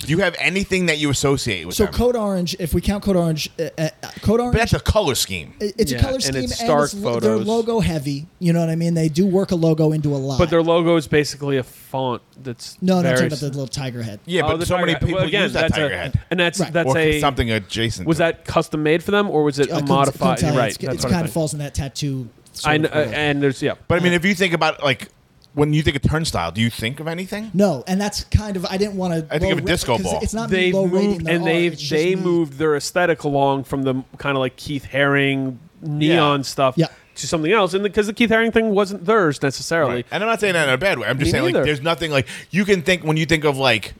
C: Do you have anything that you associate with
B: So
C: them?
B: Code Orange, if we count Code Orange, uh, uh, Code Orange.
C: but that's a color scheme.
B: it- it's
D: Yeah,
B: a color
D: and
B: scheme
D: it's stark
B: lo- they're
D: photos.
B: logo heavy. You know what I mean? They do work a logo into a lot.
D: But their logo is basically a font that's
B: no, no, I'm
D: very,
B: talking about the little tiger head.
C: Yeah,
D: Oh,
C: but
D: the
C: so many
D: tiger head.
C: people
D: well, again,
C: use that
D: that's
C: tiger
D: a,
C: head.
D: And that's
B: Right.
D: that's
C: or
D: a
C: something adjacent.
D: Was
C: to it.
D: that custom made for them, or was it
B: I
D: a
B: couldn't- I couldn't
D: modified?
B: tell you.
D: Right,
B: It's,
D: that's
B: it's
D: what I
B: kind of
D: think.
B: falls in that tattoo. sort
D: I
B: of
D: know,
B: world.
D: and there's yeah.
C: But I mean, if you think about like when you think of Turnstile, do you think of anything?
B: No, and that's kind of I didn't want to.
C: I think of a disco ball.
B: It's not me
D: they've
B: low rating
D: moved
B: their
D: and
B: art,
D: they've
B: it's just
D: they
B: me.
D: moved their aesthetic along from the kind of like Keith Haring neon
C: Yeah.
D: stuff
B: Yeah.
D: to something else, and because the, Keith Haring thing wasn't theirs necessarily.
C: And I'm not saying that in a bad way. I'm just
D: Me
C: saying
D: neither.
C: like there's nothing like you can think when you think of like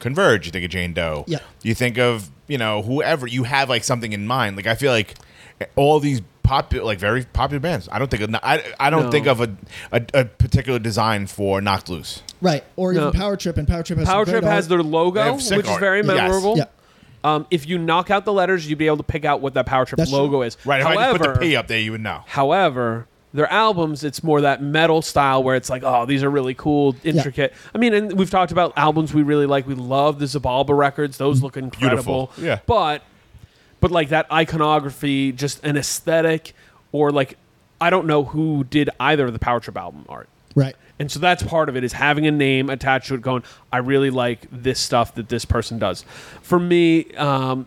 C: Converge, you think of Jane Doe.
B: Yeah.
C: You think of, you know, whoever you have like something in mind. Like I feel like all these popular like very popular bands. I don't think of I, I don't
D: No.
C: think of a, a a particular design for Knocked Loose.
B: right, or
D: No.
B: even Power Trip, and Power Trip has some
D: Power
B: great
D: Trip
B: art.
D: has their
C: They
D: logo,
C: have
D: which
C: sick
D: is
C: art.
D: very
C: Yes.
D: memorable.
B: Yeah.
D: Um, if you knock out the letters, you'd be able to pick out what that Power Trip
B: That's
D: logo
B: true.
D: is.
C: Right. If I just
D: However,
C: put the P up there, you would know.
D: However, their albums, it's more that metal style where it's like, oh, these are really cool, intricate. I mean, and we've talked about albums we really like. We love the Zabalba records; those look incredible.
C: Beautiful. Yeah.
D: but but like that iconography, just an aesthetic, or like I don't know who did either of the Power Trip album art.
B: right.
D: And so that's part of it is having a name attached to it. Going, I really like this stuff that this person does. For me, um,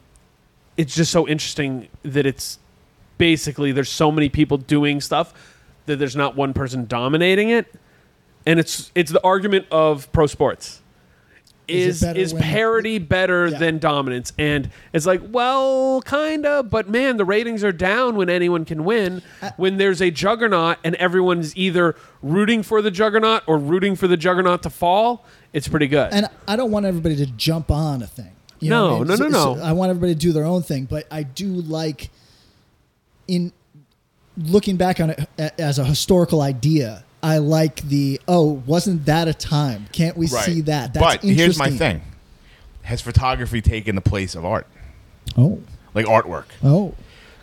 D: it's just so interesting that it's basically there's so many people doing stuff that there's not one person dominating it. And it's it's the argument of pro sports. Is
B: Is it better
D: is
B: when-
D: parody better
B: Yeah.
D: than dominance? And it's like, well, kinda, but man, the ratings are down when anyone can win.
B: Uh,
D: when there's a juggernaut and everyone's either rooting for the juggernaut or rooting for the juggernaut to fall, it's pretty good.
B: And I don't want everybody to jump on a thing. You know
D: No,
B: what I mean?
D: no, no,
B: So-
D: no.
B: so I want everybody to do their own thing, but I do like in looking back on it a- as a historical idea. I like the oh, wasn't that a time? Can't we
C: Right.
B: see that? That's
C: but here's my
B: interesting.
C: thing. Has photography taken the place of art?
B: Oh,
C: Like artwork.
B: oh,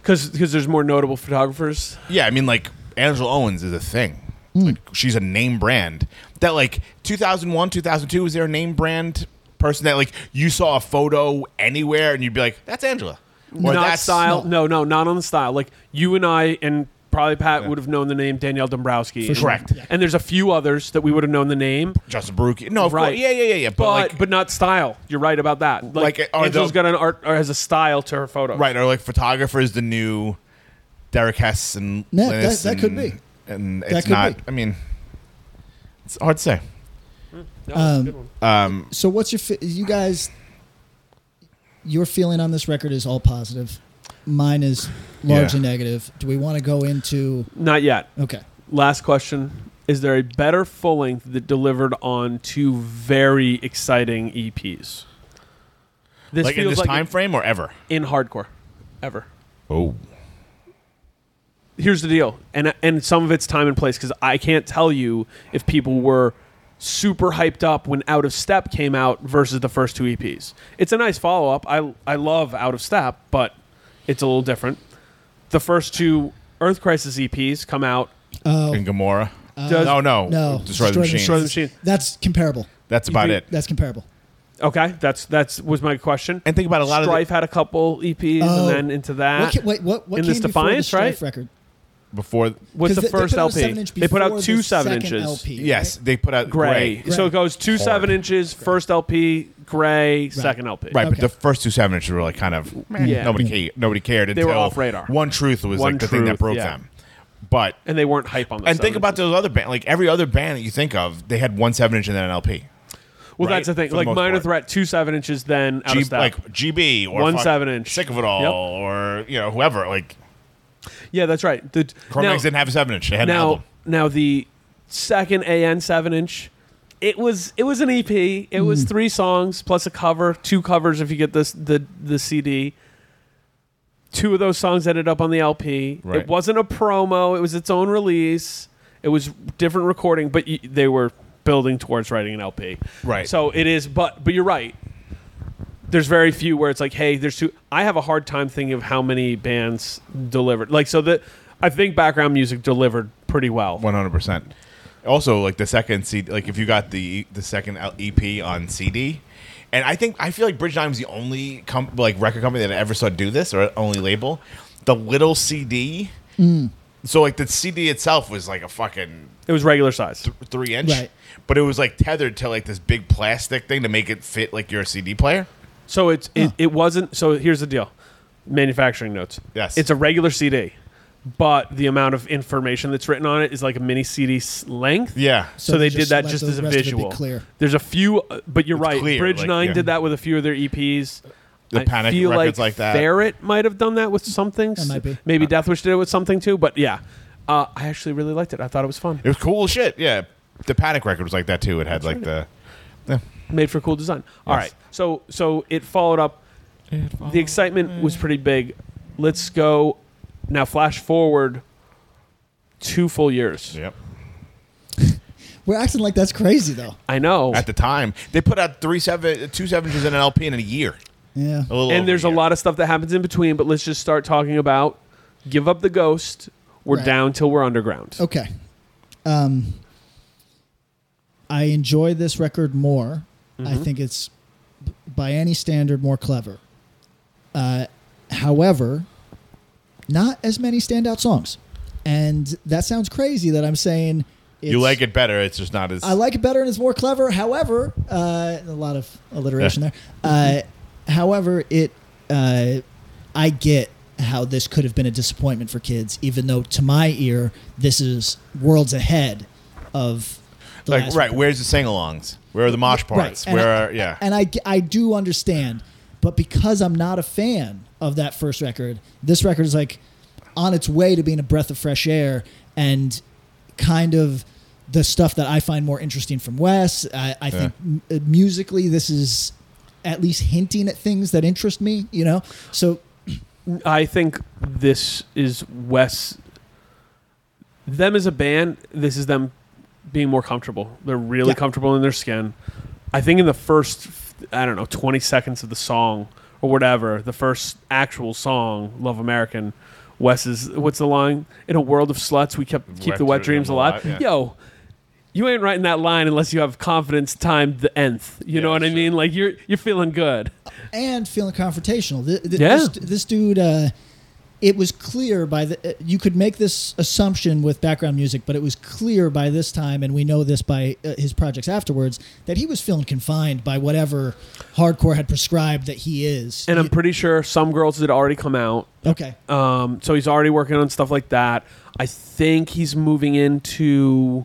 D: Because there's more notable photographers.
C: Yeah, I mean, like Angela Owens is a thing.
B: Hmm.
C: Like she's a name brand. That like 2001, 2002 was there a name brand person that like you saw a photo anywhere and you'd be like, that's Angela. Or
D: not
C: that's
D: style. No. no, not on the style. Like you and I and probably Pat would have known the name Danielle Dombrowski.
C: For
D: And-
C: sure. Correct.
D: And there's a few others that we would have known the name.
C: Justin Baruch. No, of
D: right.
C: course. Yeah, yeah, yeah, yeah. But,
D: But
C: like,
D: but not style. You're right about that. Like,
C: Like,
D: like
C: are
D: Angela's
C: the-
D: got an art or has a style to her photo.
C: right, or like photographers, the new Derek Hess and
B: Yeah, that-
C: Linus
B: that could
C: and-
B: be.
C: And it's
B: That could
C: not.
B: be.
C: I mean, it's hard to say.
B: Um,
C: Uh,
D: No, that's a good one.
C: Um,
B: So what's your fe- you guys? Your feeling on this record is all positive. Mine is largely
C: Yeah.
B: negative. Do we want to go into?
D: Not yet.
B: Okay,
D: Last question. Is there a better full length that delivered on two very exciting E EPs? This
C: like in
D: feels
C: this
D: like
C: time frame or ever.
D: in hardcore, ever.
C: Oh,
D: here's the deal, and and some of it's time and place because I can't tell you if people were super hyped up when Out of Step came out versus the first two EPs. It's a nice follow up. I I love Out of Step, but it's a little different. The first two Earth Crisis EPs come out.
C: and Gamora.
D: Does-
C: no, no,
B: Oh. uh, no.
C: Destroy the machine.
D: Destroy the Machine.
B: That's comparable.
C: That's about
D: think-
C: it.
B: That's comparable.
D: Okay, that's that's was my question.
C: And think about a lot of the-
D: Strife had a couple EPs,
B: Oh.
D: and then into that.
B: What ca- wait, what? What
D: in
B: came
D: this
B: before the
D: Defiance,
B: Strife
D: right?
B: record?
C: before.
D: What's
B: 'Cause
D: the
B: they- they
D: first
B: put out a
D: LP?
B: seven inch
D: they put out
B: before
D: two
B: the
D: seven
B: second
D: inches.
B: LP,
C: Yes,
B: right?
C: they put out
D: Gray.
C: gray.
D: So it goes two
C: Hard.
D: seven inches, first LP, gray, second LP.
C: Right, but
B: Okay.
C: the first two seven inches were like kind of
D: Yeah.
C: nobody ca- nobody cared.
D: Mm. They were
C: until
D: off radar.
C: One Truth was
D: One
C: like the thing that
D: Truth,
C: broke
D: yeah.
C: them. But
D: And they weren't hype on the
C: and think
D: seven
C: about
D: inches.
C: those other band, like every other band that you think of, they had one seven inch and then an LP.
D: Well,
C: right,
D: that's the thing.
C: for the
D: Like
C: most
D: minor
C: part.
D: threat, two seven inches, then out
C: G-
D: of step.
C: like GB or
D: One
C: fuck-
D: seven inch.
C: Sick of it all,
D: Yep.
C: or you know whoever. Like
D: yeah, that's right. The, now,
C: Chromatics didn't have a seven inch; they had an
D: now,
C: album.
D: now the second AN seven inch. It was it was an EP. It was three songs plus a cover, two covers if you get this the the CD. Two of those songs ended up on the LP.
C: Right.
D: It wasn't a promo. It was its own release. It was different recording, but y they were building towards writing an LP.
C: Right.
D: So it is, but but you're right. there's very few where it's like, hey, there's two. I have a hard time thinking of how many bands delivered. Like, so that I think background music delivered pretty well.
C: One hundred percent. Also, like the second CD, like if you got the the second L- EP on CD, and I think I feel like Bridge Dime's the only com- like record company that I ever saw do this or only label the little CD.
B: Hmm.
C: So like the CD itself was like a fucking
D: It was regular size.
C: three inch,
B: Right.
C: but it was like tethered to like this big plastic thing to make it fit like your CD player.
D: So it's it, it wasn't. So here's the deal: manufacturing notes.
C: Yes.
D: it's a regular CD, but the amount of information that's written on it is like a mini CD s- length.
C: Yeah.
D: So,
B: So
D: they
B: they
D: did
B: just
D: that
B: let
D: just
B: the
D: as a
B: rest of it be
D: visual.
B: clear.
D: There's a few, uh, but you're right.
C: clear,
D: Bridge
C: like,
D: Nine
C: yeah.
D: did that with a few of their EPs.
C: The
D: I
C: Panic
D: feel
C: records
D: like
C: like that. Uh,
D: Ferret might have done that with some things.
B: That might be.
D: Maybe Deathwish did it with something too. But yeah, uh, I actually really liked it. I thought it was fun.
C: It was cool as shit. Yeah. The Panic record was like that too. It had like the
D: made for cool design. All
C: Yes.
D: right, so so it followed up. the excitement was pretty big. Let's go now. Flash forward two full years.
C: yep.
B: We're acting like that's crazy though.
D: I know,
C: At the time, they put out three seven, two seven inches and an LP in a year.
B: Yeah.
C: A little
D: and
C: over
D: there's a
C: year.
D: lot of stuff that happens in between. But let's just start talking about give up the ghost. We're
B: Right.
D: down till we're underground.
B: Okay. Um, I enjoy this record more. I think it's, b- by any standard, more clever. Uh, however, not as many standout songs, and that sounds crazy that I'm saying. It's,
C: You like it better. It's just not as.
B: I like it better, and it's more clever. However, uh, a lot of alliteration
C: Yeah.
B: there. Uh, however, it uh, I get how this could have been a disappointment for kids, even though to my ear this is worlds ahead of the
C: like
B: last
C: right.
B: one.
C: Where's the sing-alongs? Where are the mosh parts?
B: And
C: Where
B: I-
C: are yeah?
B: and I g- I do understand, but because I'm not a fan of that first record, this record is like on its way to being a breath of fresh air and kind of the stuff that I find more interesting from Wes. I, I think m- uh, musically, this is at least hinting at things that interest me. You know, so
D: I think this is Wes. Them as a band, this is them being more comfortable. They're really
B: Yeah.
D: comfortable in their skin. I think in the first, I don't know, 20 seconds of the song or whatever, the first actual song, Love American, Wes is, what's the line? In a world of sluts, we kept keep
C: Wet
D: the wet
C: dreams
D: dreams alive.
C: alive, yeah.
D: Yo, you ain't writing that line unless you have confidence timed the nth. You know
C: Yeah,
D: what I
C: sure.
D: mean? Like you're you're feeling good.
B: and feeling confrontational. Th- th-
D: Yeah.
B: This, this dude, uh, it was clear by the. uh, You could make this assumption with background music, but it was clear by this time, and we know this by uh, his projects afterwards, that he was feeling confined by whatever hardcore had prescribed that he is.
D: And I'm pretty sure some girls had already come out.
B: okay.
D: Um, so he's already working on stuff like that. I think he's moving into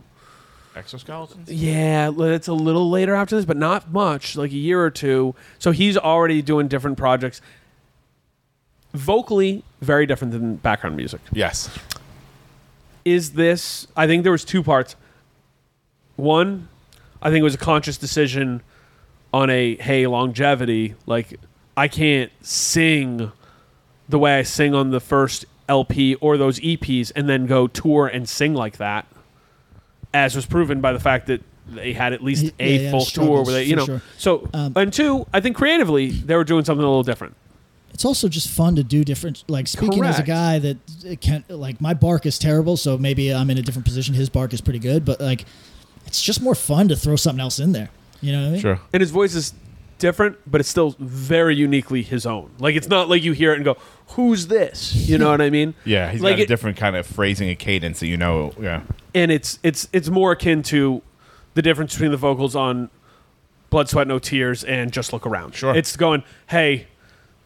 C: Exoskeletons.
D: yeah, l- it's a little later after this, but not much, like a year or two. So he's already doing different projects. Vocally, very different than background music.
C: Yes.
D: Is this? I think there was two parts. One, I think it was a conscious decision on a hey longevity. Like I can't sing the way I sing on the first LP or those EPs and then go tour and sing like that, as was proven by the fact that they had at least
B: Y-
D: a
B: yeah, yeah,
D: full tour
B: struggles,
D: where they, you
B: for
D: know.
B: sure. Um,
D: So, and two, I think creatively they were doing something a little different.
B: It's also just fun to do different. Like speaking as a
D: Correct.
B: guy that uh, can't. Like my bark is terrible, so maybe I'm in a different position. His bark is pretty good, but like, it's just more fun to throw something else in there. You know what I mean?
C: Sure.
D: And his voice is different, but it's still very uniquely his own. Like it's not like you hear it and go, "Who's this?" You know what I mean?
C: Yeah, he's
D: like
C: got a
D: it-
C: different kind of phrasing and cadence that you know. Yeah,
D: and it's it's it's more akin to the difference between the vocals on Blood, Sweat, No Tears and Just Look Around.
C: Sure.
D: It's going, hey,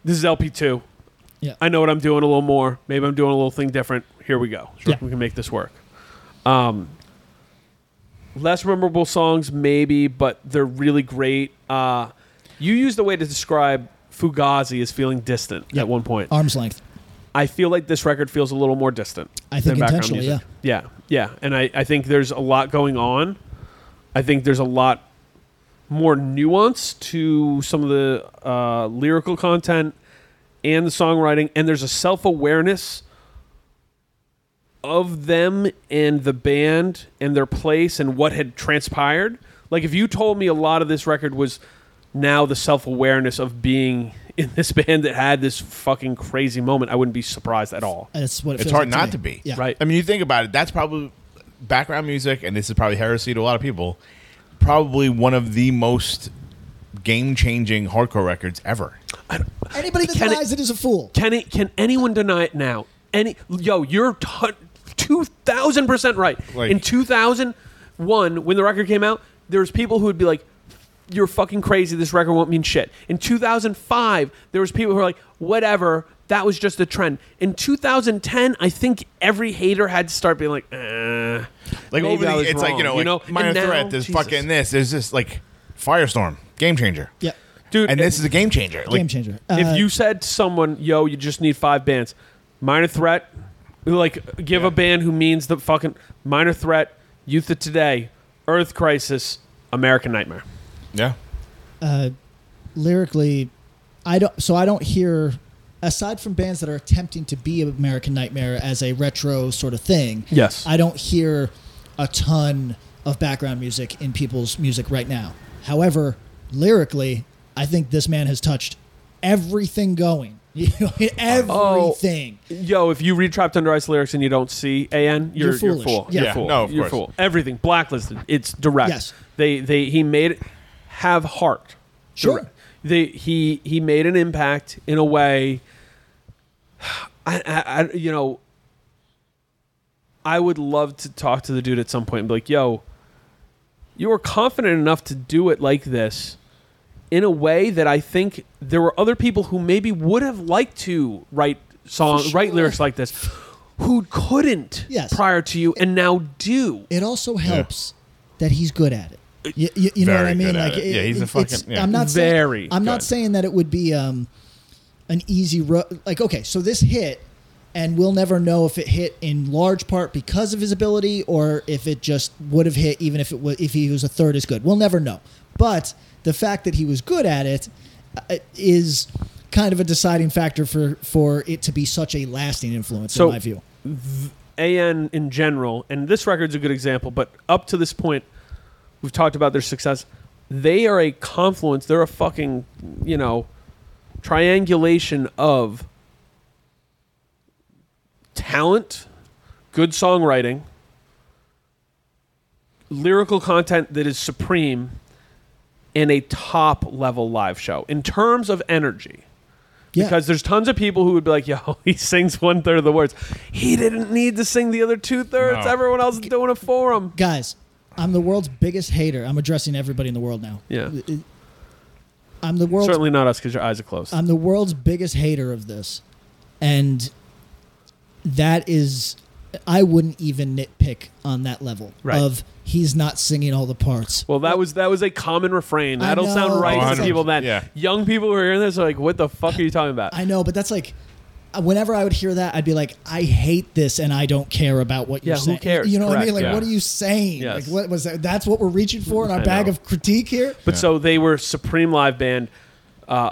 D: this is LP two.
B: Yeah.
D: I know what I'm doing a little more. Maybe I'm doing a little thing different. Here we go.
B: Sure. Yeah.
D: We can make this work. Um, less memorable songs, maybe, but they're really great. Uh, you used the way to describe Fugazi as feeling distant
B: Yeah.
D: at one point.
B: Arm's length.
D: I feel like this record feels a little more distant.
B: I think
D: than background
B: intentionally,
D: music. yeah, yeah, And I, I think there's a lot going on. I think there's a lot more nuance to some of the uh, lyrical content and the songwriting, and there's a self awareness of them and the band and their place and what had transpired. Like if you told me a lot of this record was now the self awareness of being in this band that had this fucking crazy moment, I wouldn't be surprised at all.
B: That's what it
C: it's
B: feels
C: hard
B: like
C: not
B: me.
C: to be.
B: Yeah.
D: Right.
C: I mean, you think about it. That's probably background music, and this is probably heresy to a lot of people. Probably one of the most game-changing hardcore records ever.
B: Anybody that
D: Can it-
B: denies it is a fool.
D: Can it, can anyone deny it now? Any yo, you're two thousand percent right.
C: Like-
D: In two thousand one, when the record came out, there was people who would be like, "You're fucking crazy. This record won't mean shit." In two thousand five, there was people who were like, "Whatever." That was just a trend. In 2010, I think every hater had to start being like, eh,
C: Like
D: maybe
C: over
D: I
C: the,
D: was
C: it's like you
D: wrong,
C: know, like
D: And
C: minor
D: now-
C: threat. There's
D: Jesus.
C: fucking this. There's this like firestorm game changer.
B: Yeah.
D: dude.
C: and
D: it-
C: this is a game changer. Like,
B: Game changer. Uh,
D: if you said to someone, "Yo, you just need five bands," Minor Threat, like give a band who means the fucking Minor Threat, Youth of Today, Earth Crisis, American Nightmare.
C: Yeah.
B: uh, lyrically, I don't. So I don't hear. Aside from bands that are attempting to be American Nightmare as a retro sort of thing,
D: Yes.
B: I don't hear a ton of background music in people's music right now. However, lyrically, I think this man has touched everything going. You know, everything.
D: Oh, Yo, if you read Trapped Under Ice lyrics and you don't see An, you're,
B: You're
D: you're
B: foolish.
D: fool.
B: Yeah.
D: You're
B: Yeah,
D: fool.
C: no, of
D: you're
C: course.
D: fool. Everything blacklisted. It's direct.
B: Yes.
D: They they he made it have heart.
B: Sure.
D: Direct. They he he made an impact in a way. I, I, I you know. I would love to talk to the dude at some point and be like, "Yo, you were confident enough to do it like this." in a way that I think there were other people who maybe would have liked to write song, write lyrics like this, who couldn't
B: Yes.
D: prior to you and now do.
B: It also helps that he's good at it. You, you, you know
C: Uh, Very
B: what I mean?
C: good at
B: Like,
C: it. Yeah, he's a
B: it's-
C: fucking- yeah.
B: I'm not
D: Very
B: Saying, I'm not
D: good.
B: saying that it would be um, an easy road. Like, okay, so this hit, and we'll never know if it hit in large part because of his ability, or if it just would have hit even if it was if he was a third as good. We'll never know. But the fact that he was good at it uh, is kind of a deciding factor for for it to be such a lasting influence
D: So-
B: in my view.
D: AN in general, and this record's a good example, but up to this point, we've talked about their success. They are a confluence, they're a fucking, you know, triangulation of talent, good songwriting, lyrical content that is supreme, and a top level live show in terms of energy
B: Yeah.
D: because there's tons of people who would be like, "Yo, he sings one third of the words. He didn't need to sing the other two thirds.
C: No.
D: Everyone else is doing it for him."
B: guys, I'm the world's biggest hater. I'm addressing everybody in the world now.
D: Yeah,
B: I'm the world's
D: certainly not us because your eyes are closed.
B: I'm the world's biggest hater of this. And that is I wouldn't even nitpick on that level
D: Right.
B: of he's not singing all the parts.
D: well, that was that was a common refrain.
B: I
D: That'll
B: know.
D: sound right to
C: 100%.
D: people. That
C: Yeah.
D: young people who are hearing this are like, "What the fuck are you talking about?"
B: I know, but that's like whenever I would hear that I'd be like I hate this and I don't care about what you're
D: Yeah, who
B: saying.
D: cares?
B: You know what I
D: Correct.
B: mean? Like
C: Yeah.
B: what are you saying?
D: Yes.
B: Like what was that? That's what we're reaching for in our
D: I
B: bag
D: know.
B: of critique here?
D: But so they were supreme live band, uh,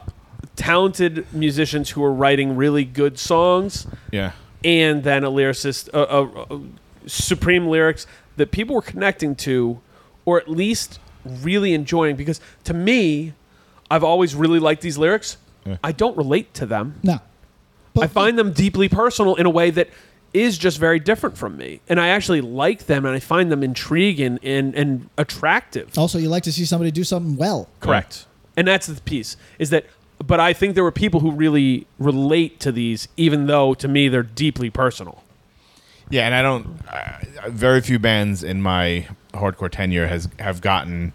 D: talented musicians who were writing really good songs,
C: Yeah.
D: and then a lyricist, uh, uh, uh, supreme lyrics that people were connecting to, or at least really enjoying. Because to me, I've always really liked these lyrics. I don't relate to them.
B: No. But
D: I find them deeply personal in a way that is just very different from me, and I actually like them, and I find them intriguing and and attractive.
B: also you like to see somebody do something well.
D: Correct. and that's the piece is that. But I think there were people who really relate to these, even though to me they're deeply personal.
C: Yeah, and I don't. Uh, very few bands in my hardcore tenure has have gotten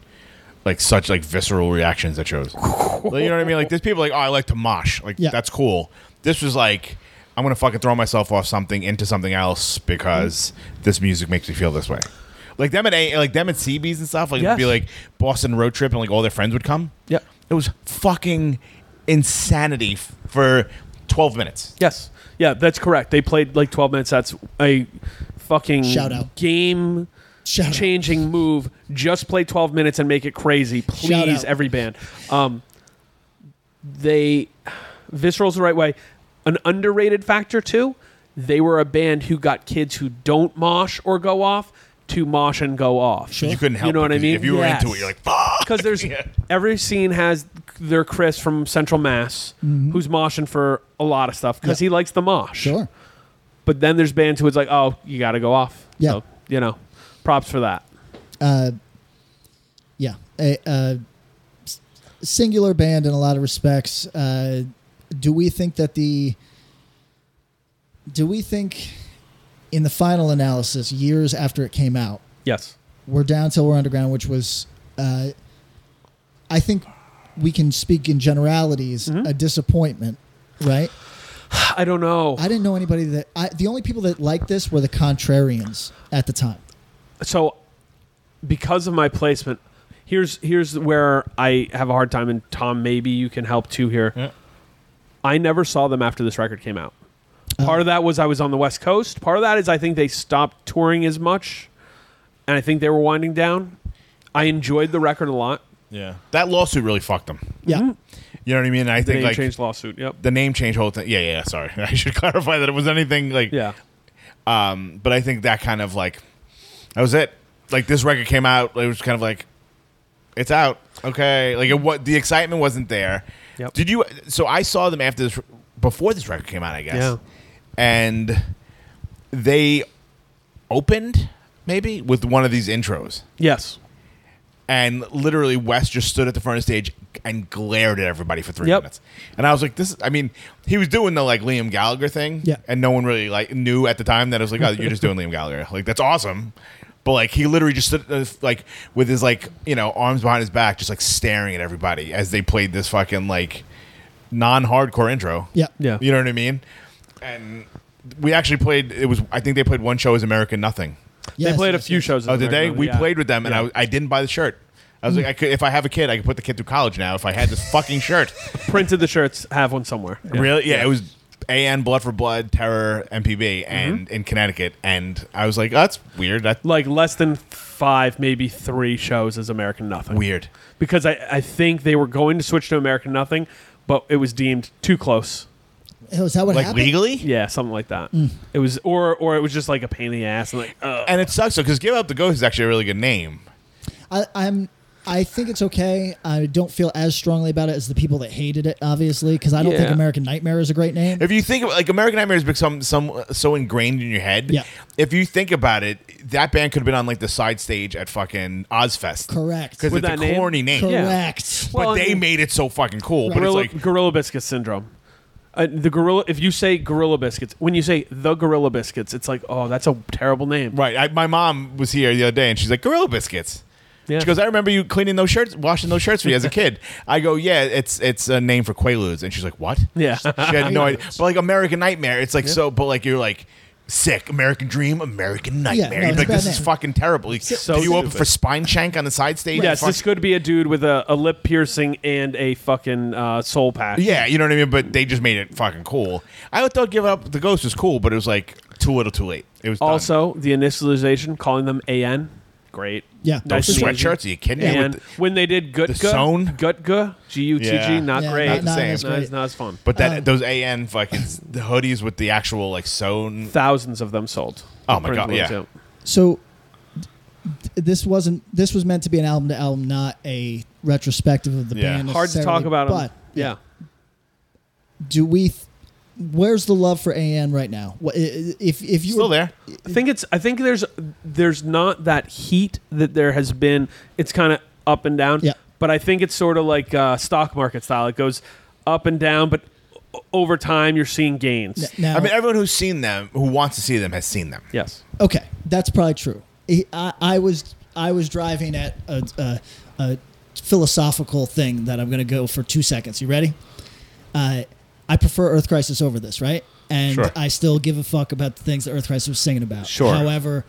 C: like such like visceral reactions at shows. Like, you know what I mean? Like there's people like, oh, I like to mosh. Like
B: Yeah.
C: that's cool. This was like, I'm gonna fucking throw myself off something into something else because this music makes me feel this way. Like them at a like them at CBs and stuff. Like it'd be
D: Yes.
C: like Boston road trip and like all their friends would come.
D: Yep.
C: it was fucking insanity f- for 12 minutes.
D: Yes. Yeah, that's correct. They played like 12 minutes. That's a fucking
B: Shout out.
D: game
B: Shout out.
D: changing move. Just play 12 minutes and make it crazy.
B: Shout
D: Please,
B: out.
D: every band. Um, they, Visceral's the right way. An underrated factor, too. They were a band who got kids who don't mosh or go off to mosh and go off.
B: Sure.
C: You couldn't help.
D: You know
C: it
D: what I
C: 'cause
D: mean?
C: If you were
D: Yes.
C: into it, you're like fuck.
D: Because there's
C: Yeah.
D: every scene has their Chris from Central Mass,
B: Mm-hmm.
D: who's moshing for a lot of stuff because
B: Yeah.
D: he likes the mosh.
B: Sure.
D: But then there's bands who it's like, oh, you got to go off.
B: Yeah.
D: So, you know, props for that.
B: Uh, Yeah. A, a s- singular band in a lot of respects. Uh, do we think that the. Do we think in the final analysis, years after it came out,
D: Yes.
B: we're down till we're underground, which was, uh, I think we can speak in generalities, a disappointment, right?
D: Mm-hmm. I don't know.
B: I didn't know anybody that, I, the only people that liked this were the contrarians at the time.
D: so because of my placement, here's here's where I have a hard time and Tom maybe you can help too here. I never saw them after this record came out.
B: Uh-huh.
D: Part of that was I was on the West Coast. Part of that is I think they stopped touring as much and I think they were winding down. I enjoyed the record a lot.
C: Yeah, that lawsuit really fucked them.
B: Yeah.
C: You know what I mean? I
D: The
C: think
D: name
C: like
D: change lawsuit. Yep.
C: the name change whole thing. Yeah, yeah. yeah, Sorry, I should clarify that it was anything like.
D: Yeah.
C: Um, but I think that kind of like that was it. Like this record came out, it was kind of like it's out. Okay, like it, what the excitement wasn't there.
D: Yep.
C: Did you? So I saw them after this, before this record came out, I guess.
D: Yeah.
C: And they opened maybe with one of these intros.
D: Yes.
C: and literally Wes just stood at the front of the stage and glared at everybody for three
D: Yep.
C: minutes. And I was like, "This." is- I mean, he was doing the like Liam Gallagher thing,
B: Yeah.
C: and no one really like knew at the time that I was like, "Oh, you're just doing Liam Gallagher." Like that's awesome, but like he literally just stood uh, like with his like you know arms behind his back, just like staring at everybody as they played this fucking like non-hardcore intro.
B: Yeah.
D: Yeah.
C: You know what I mean? And we actually played. It was I think they played one show as American Nothing.
D: They
B: Yes,
D: played a
B: yes,
D: few
B: yes.
D: shows. in
C: Oh,
D: the
C: did they?
D: Red Room,
C: We
D: yeah.
C: played with them, and I, I didn't buy the shirt. I was like, I could, if I have a kid, I could put the kid through college now. If I had this fucking shirt,
D: printed the shirts. Have one somewhere. Yeah.
C: really? Yeah, it was AN Blood for Blood, Terror, MPB, and
D: Mm-hmm.
C: in Connecticut, and I was like, oh, that's weird. That's
D: like less than five, maybe three shows as American Nothing.
C: weird.
D: Because I, I think they were going to switch to American Nothing, but it was deemed too close.
B: Oh, is that what
C: Like
B: happened? Mm.
C: legally?
D: Yeah, something like that. It was or or it was just like a pain in the ass and like uh,
C: And it sucks though, because Give Up the Ghost is actually a really good name.
B: I, I'm. I think it's okay. I don't feel as strongly about it as the people that hated it, obviously, because I don't think
D: Yeah.
B: American Nightmare is a great name.
C: If you think of like American Nightmare has become some so ingrained in your head.
B: Yeah.
C: If you think about it, that band could have been on like the side stage at fucking Ozfest.
B: Correct.
C: Because
D: With
C: it's a
D: that name?
C: corny name.
D: Yeah.
B: Correct.
C: But
D: Well, I
C: they
D: mean-
C: made it so fucking cool. But it's
D: gorilla,
C: like
D: gorilla biscuit syndrome. Uh, the gorilla. If you say gorilla biscuits, when you say the gorilla biscuits, it's like oh, that's a terrible name.
C: Right. I, my mom was here the other day and she's like, Gorilla Biscuits.
D: Yeah.
C: She goes, I remember you cleaning those shirts, washing those shirts for you as a kid. I go, yeah, it's it's a name for Quaaludes. And she's like, what?
D: Yeah.
C: She had no idea. But like American Nightmare, it's like so, but like you're like, sick, American Dream, American Nightmare.
B: no,
C: you're
B: it's
C: like,
B: a bad
C: this is
B: name.
C: fucking terrible. Like,
D: So
C: do you open
D: stupid.
C: for Spine Shank on the side stage?
D: Yes,
C: Fuck-
D: this could be a dude with a, a lip piercing and a fucking uh, soul patch.
C: yeah, you know what I mean? But they just made it fucking cool. I thought Give Up the Ghost was cool, but it was like too little too late. It was done.
D: Also, the initialization, calling them AN, great.
B: Yeah.
C: those
D: and easy.
C: sweatshirts, are you kidding me?
D: And
C: With the-
D: when they did Gutka,
C: sewn?
D: Gutka, G U T
C: Yeah.
D: G, not
B: Yeah,
D: great.
B: not-
C: not
D: not,
C: same.
B: as great. Um,
D: as, not as fun.
C: But
D: But
C: that those AN fucking the hoodies with the actual like sewn.
D: thousands of them sold.
C: Oh my
D: Print
C: God,
D: ones
C: yeah.
D: out.
B: So th- this wasn't. This was meant to be an album to album, not a retrospective of the
C: Yeah.
B: band.
D: Hard to talk
B: necessarily,
D: about 'em.
B: But
D: Yeah.
B: do we? Th- where's the love for AN right now? What, i- i- if if you
C: Still
B: were-
C: there?
D: I think it's I think there's there's not that heat that there has been. It's kind of up and down.
B: Yeah.
D: But I think it's sort of like uh, stock market style. It goes up and down, but o- over time you're seeing gains.
B: Now,
C: I mean, everyone who's seen them, who wants to see them, has seen them.
D: Yes.
B: Okay, that's probably true. I, I- I was I was driving at a, a, a philosophical thing that I'm going to go for two seconds. You ready? Uh, I prefer Earth Crisis over this, right? And
C: Sure.
B: I still give a fuck about the things that Earth Crisis was singing about.
C: Sure.
B: However,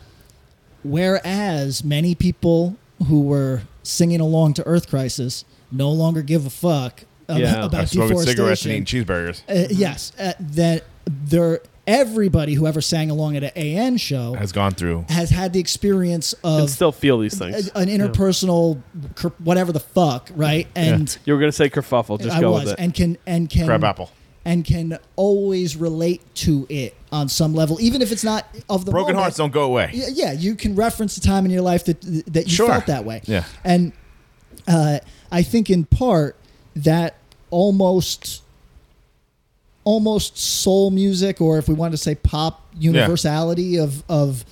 B: whereas many people who were singing along to Earth Crisis no longer give a fuck ab-
D: Yeah.
B: about
C: I've smoking cigarettes
B: deforestation.
C: and eating cheeseburgers.
B: Uh, yes, uh, that there everybody who ever sang along at an AN show
C: Has gone through.
B: has had the experience
D: And
B: of
D: still feel these
B: a-
D: things.
B: an interpersonal cur- whatever the fuck, right? And
D: You were gonna say kerfuffle. Just
B: I
D: go
B: was
D: with it.
B: and can and can
C: Crab apple.
B: and can always relate to it on some level, even if it's not of the
C: Broken
B: moment.
C: hearts don't go away.
B: Y- Yeah, you can reference a time in your life that that you
C: Sure.
B: felt that way.
C: Yeah.
B: and uh, I think in part that almost almost soul music, or if we wanted to say pop universality of of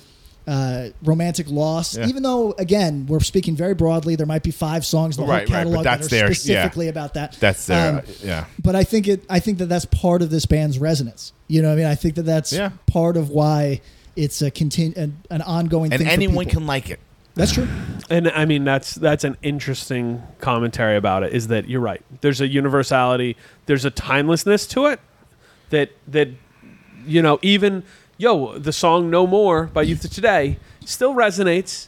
B: uh, romantic loss.
C: Yeah.
B: Even though again we're speaking very broadly, there might be five songs in the
C: Right, right,
B: whole catalog
C: but
B: that
C: that's
B: are
C: their- yeah.
B: specifically about that.
C: That's their.
B: Um,
C: yeah.
B: but I think it. I think that that's part of this band's resonance. You know, what I mean, I think that that's
C: Yeah.
B: part of why it's a continu- an, an ongoing
C: And
B: thing. for
C: anyone
B: people.
C: can like it.
B: That's true.
D: And I mean that's that's an interesting commentary about it is that you're right. There's a universality, there's a timelessness to it that that you know, even yo, the song No More by Youth of Today still resonates,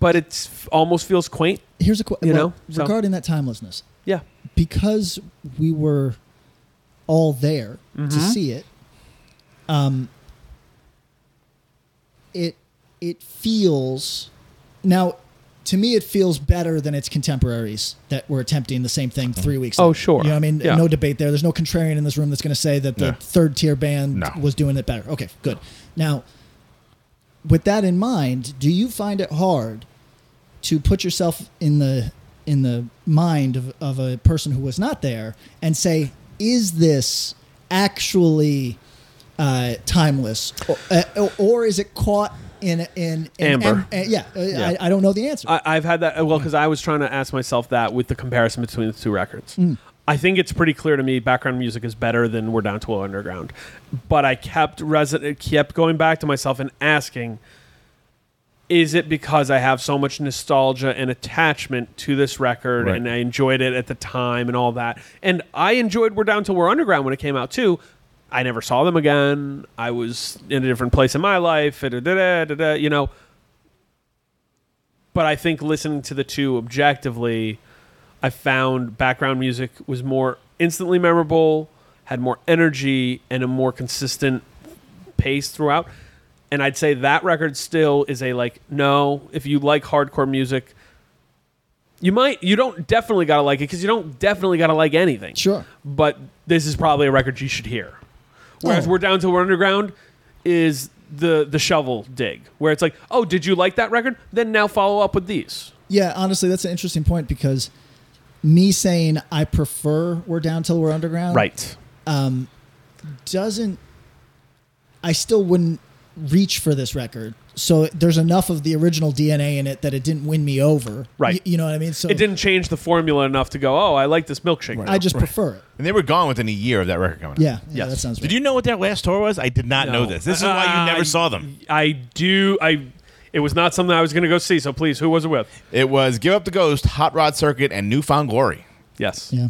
D: but it's almost feels quaint.
B: Here's a question.
D: You know, so-
B: regarding that timelessness,
D: Yeah.
B: because we were all there
D: Mm-hmm.
B: to see it. Um. It it feels now. To me, it feels better than its contemporaries that were attempting the same thing three weeks.
D: Oh,
B: later.
D: sure.
B: You know, what I mean,
D: Yeah.
B: no debate there. There's no contrarian in this room that's going to say that the
C: No.
B: third tier band
C: No.
B: was doing it better. Okay, good. Now, with that in mind, do you find it hard to put yourself in the in the mind of, of a person who was not there and say, is this actually uh, timeless, or, uh, or is it caught in in, in
D: Amber.
B: em- uh, yeah, uh,
D: Yeah.
B: I, I don't know the answer.
D: I, I've had that well because I was trying to ask myself that with the comparison between the two records.
B: Mm.
D: I think it's pretty clear to me background music is better than We're Down to Low Underground, but I kept resident kept going back to myself and asking, is it because I have so much nostalgia and attachment to this record
C: Right.
D: and I enjoyed it at the time and all that? And I enjoyed We're Down to We're Underground when it came out too. I never saw them again. I was in a different place in my life. da- da- da- da- da, You know, but I think listening to the two objectively, I found background music was more instantly memorable, had more energy, and a more consistent pace throughout. And I'd say that record still is a like, no, if you like hardcore music, you might, you don't definitely gotta like it because you don't definitely gotta like anything.
B: Sure.
D: But this is probably a record you should hear. Whereas
B: Oh.
D: we're down to we're underground is the the shovel dig where it's like, oh, did you like that record? Then now follow up with these.
B: yeah, honestly, that's an interesting point because me saying I prefer we're down till we're underground, um,
D: Right.
B: doesn't I still wouldn't reach for this record. So there's enough of the original DNA in it that it didn't win me over.
D: Right.
B: Y- You, know what I mean? So
D: It didn't change the formula enough to go, oh, I like this milkshake. now."
B: I just prefer it.
C: And they were gone within a year of that record coming out.
B: Yeah. Yeah,
D: Yes.
B: that sounds right.
E: Did you know what their last tour was? I did not know this. This is why
D: Uh,
E: you
D: I-
E: never saw them.
D: I do. I. It was not something I was going to go see. So please, who was it with?
C: It was Give Up the Ghost, Hot Rod Circuit, and Newfound Glory.
D: uh. Yes.
B: yeah.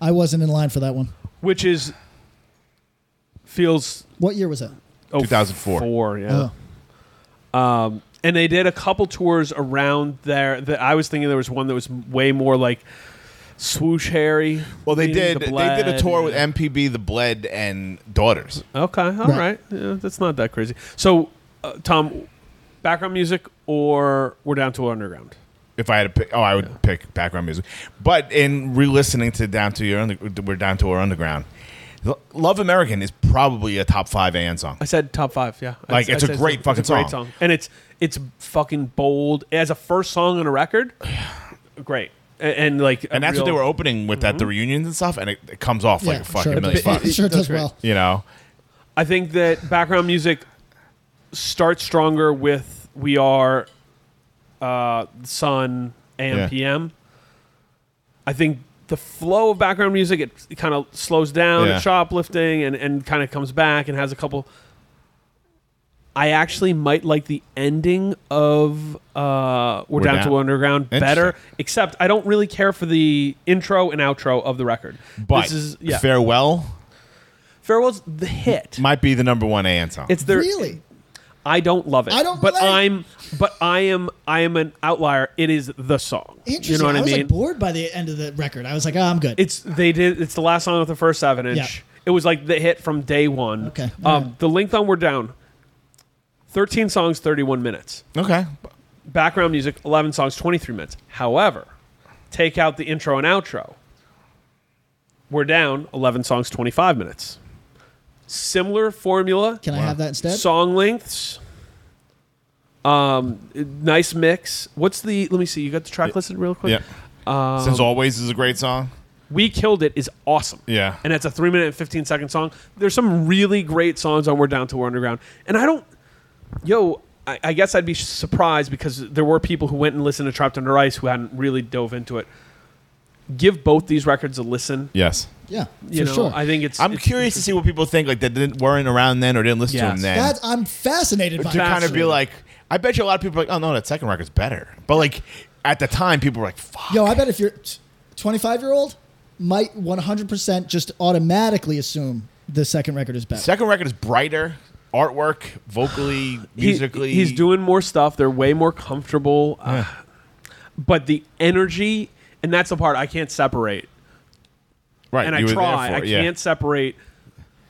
B: I wasn't in line for that one.
D: Which is feels
B: What year was that?
D: oh,
C: 2004.
D: Four. Yeah. Um,
B: Oh.
D: and they did a couple tours around there that I was thinking there was one that was way more like swoosh Harry.
C: Well, they did.
D: meaning the
C: they did a
D: Bled.
C: tour with MPB, The Bled, and Daughters.
D: Okay, all right.
B: Right.
D: Yeah, that's not that crazy. So, uh, Tom, background music or we're down to underground?
C: If I had to pick, oh, I would pick background music. But in re-listening to Down to Your, Under- we're Down to Our Underground. Lo- Love American is probably a top five AN song.
D: I said top five. Yeah, I-
C: Like,
D: I
C: it's a
D: said
C: great fucking
D: it's a great
C: song.
D: song, and it's it's fucking bold as a first song on a record. Great, and, and like, a
C: and that's what they
D: real- Mm-hmm.
C: were opening with at the reunions and stuff, and it, it comes off like
B: yeah,
C: a fucking
B: sure.
C: million
B: it, it-
C: bucks.
B: it sure does
D: That's right.
B: well.
C: You know,
D: I think that background music starts stronger with "We Are," uh, "Sun," and
C: Yeah.
D: "PM," I think the flow of background music it, kind of slows down
C: Yeah.
D: at shoplifting and and kind of comes back and has a couple. I actually might like the ending of uh, We're, Down,
C: Down.
D: to Underground better,
C: Interesting.
D: except I don't really care for the intro and outro of the record.
C: But
D: this is yeah.
C: farewell
D: Farewell's the hit.
C: might be the number one AM song.
D: it's their
B: really?
D: I don't love it.
B: I don't
D: But
B: relate.
D: I'm. But I am. I am an outlier. It is the song.
B: Interesting.
D: You know what I,
B: was
D: mean?
B: like bored by the end of the record. I was like, oh, I'm good.
D: it's they did. It's the last song of the first seven inch.
B: Yeah.
D: It was like the hit from day one.
B: Okay.
D: Um, the length on "We're Down." Thirteen songs, thirty-one minutes.
C: okay.
D: Background music, eleven songs, twenty-three minutes. However, take out the intro and outro. We're down eleven songs, twenty-five minutes. Similar formula.
B: Can I have that instead?
D: Song lengths. Um, nice mix. What's the? Let me see. You got the track listed real quick. Um,
C: Yeah. Since always is a great song.
D: We Killed It is awesome.
C: Yeah.
D: And it's a three minute and 15 second song. There's some really great songs on We're Down to We're Underground. And I don't, yo, I, I guess I'd be surprised because there were people who went and listened to Trapped Under Ice who hadn't really dove into it. Give both these records a listen.
C: Yes.
B: yeah,
D: You
B: for
D: know,
B: sure.
D: I think it's.
C: I'm
D: it's-
C: curious to see what people think like that didn't weren't around then or didn't listen to
D: Yes.
C: him then.
B: That I'm fascinated by.
C: to
B: that.
C: kind of be like, I bet you a lot of people are like, oh no, that second record's better. But like at the time, people were like, fuck.
B: Yo, I bet if you're 25 year old, might 100% just automatically assume the second record is better.
C: second record is brighter, artwork, vocally,
D: he-
C: musically.
D: he's doing more stuff. They're way more comfortable. Uh, but the energy, and that's the part I can't separate.
C: right.
D: and I
C: you were there
D: try.
C: for
D: I
C: it, yeah.
D: can't separate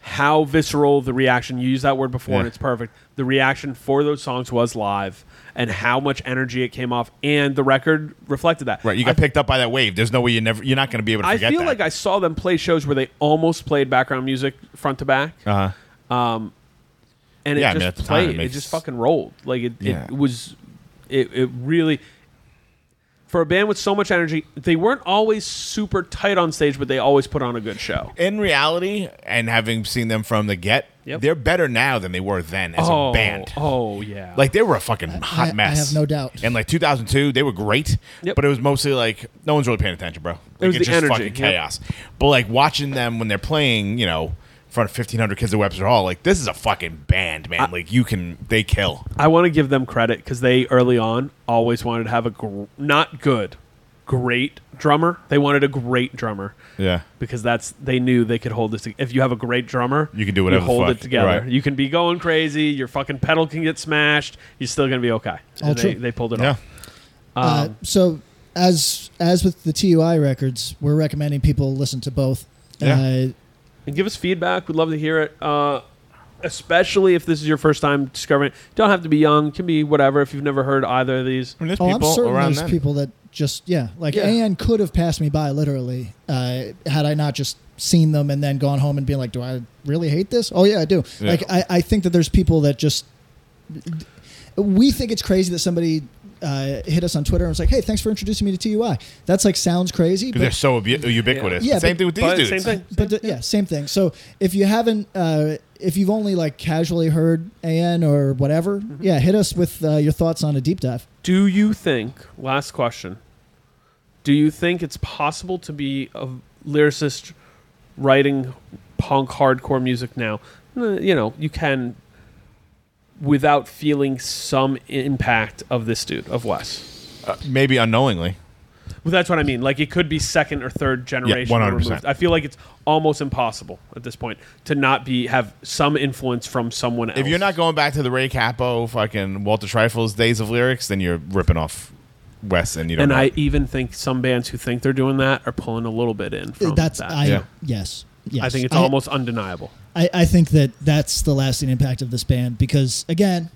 D: how visceral the reaction. You used that word before, and
C: Yeah.
D: it's perfect. The reaction for those songs was live, and how much energy it came off, and the record reflected that.
C: Right, you got picked up by that wave. There's no way you never. You're not going to be able to
D: I
C: forget
D: feel
C: that.
D: like I saw them play shows where they almost played background music front to back, Um,
C: Uh-huh.
D: and it
C: yeah, I mean,
D: just
C: at the time, it
D: played. it
C: makes-
D: just fucking rolled. Like it,
C: Yeah.
D: it was, it, it really. For a band with so much energy, they weren't always super tight on stage, but they always put on a good show.
C: In reality, and having seen them from the get,
D: Yep.
C: they're better now than they were then as
D: oh,
C: a band.
D: oh yeah,
C: Like they were a fucking
B: I-
C: hot
B: I
C: mess.
B: have no doubt.
C: And like 2002, they were great,
D: Yep.
C: but it was mostly like no one's really paying attention, bro. Like,
D: was
C: it's
D: the
C: just
D: energy,
C: fucking
D: yep.
C: chaos. But like watching them when they're playing, you know, in front of 1500 kids at Webster Hall, like this is a fucking band, man. like you can, they kill.
D: I want to give them credit because they early on always wanted to have a gr- not good, great drummer. They wanted a great drummer.
C: Yeah.
D: Because that's they knew they could hold this. to- If you have a great drummer,
C: You can do whatever the
D: hold
C: fuck,
D: it together.
C: right.
D: You can be going crazy. Your fucking pedal can get smashed. You're still gonna be okay.
B: All
D: And they,
B: true.
D: they pulled it
C: Yeah.
D: off. Um,
B: uh, so, as as with the TUI records, we're recommending people listen to both.
C: Yeah.
B: Uh,
D: And give us feedback. We'd love to hear it. Uh, especially if this is your first time discovering. it. Don't have to be young. Can be whatever. If you've never heard either of these,
C: I mean, there's
B: oh, I'm
C: people
B: certain
C: around
B: there's
C: then.
B: people that just yeah, like
D: Yeah.
B: Anne could have passed me by literally uh, had I not just seen them and then gone home and been like, do I really hate this? Oh yeah, I do.
C: Yeah.
B: Like I, I think that there's people that just we think it's crazy that somebody. Uh, hit us on Twitter and was like, "Hey, thanks for introducing me to TUI." That's like sounds crazy,
C: Because they're
B: but
C: so ubi- ubiquitous.
B: Yeah,
C: same
B: but-
C: thing with these
D: But
C: dudes.
D: same thing.
B: but the, yeah, same thing. So if you haven't, uh, if you've only like casually heard AN or whatever,
D: Mm-hmm.
B: yeah, hit us with uh, your thoughts on a deep dive.
D: Do you think, last question, do you think it's possible to be a lyricist writing punk hardcore music now? Eh, You know, you can without feeling some impact of this dude, of Wes.
C: Uh, Maybe unknowingly.
D: Well, that's what I mean. Like, it could be second or third generation.
C: 100%.
D: removed. I feel like it's almost impossible at this point to not be have some influence from someone else.
C: If you're not going back to the Ray Capo, fucking Walter Trifles days of lyrics, then you're ripping off Wes and you don't
D: and
C: know.
D: I
C: it.
D: even think some bands who think they're doing that are pulling a little bit in. From
B: Uh, That's
D: that.
B: I
C: Yeah.
B: yes, yes.
D: I think it's almost undeniable.
B: I, I think that that's the lasting impact of this band because, again,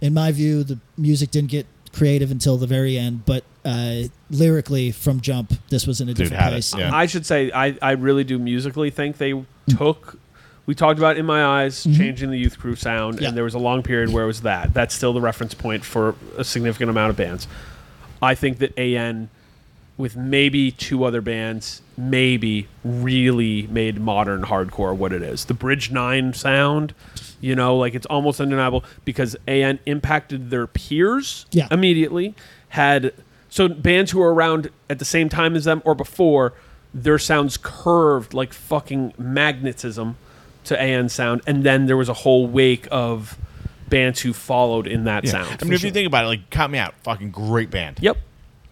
B: in my view, the music didn't get creative until the very end, but uh, lyrically from jump, this was in a different
C: had it,
B: place.
C: yeah.
D: I should say I, I really do musically think they took we talked about in my eyes changing the youth crew sound
B: Mm-hmm. Yeah.
D: and there was a long period where it was that that's still the reference point for a significant amount of bands i think that an with maybe two other bands maybe really made modern hardcore what it is the bridge nine sound you know like it's almost undeniable because an impacted their peers
B: Yeah.
D: immediately had So bands who are around at the same time as them or before, their sounds curved like fucking magnetism to AN sound, and then there was a whole wake of bands who followed in that sound.
C: I mean, if you think about it, like, count me out. Fucking great band.
D: yep,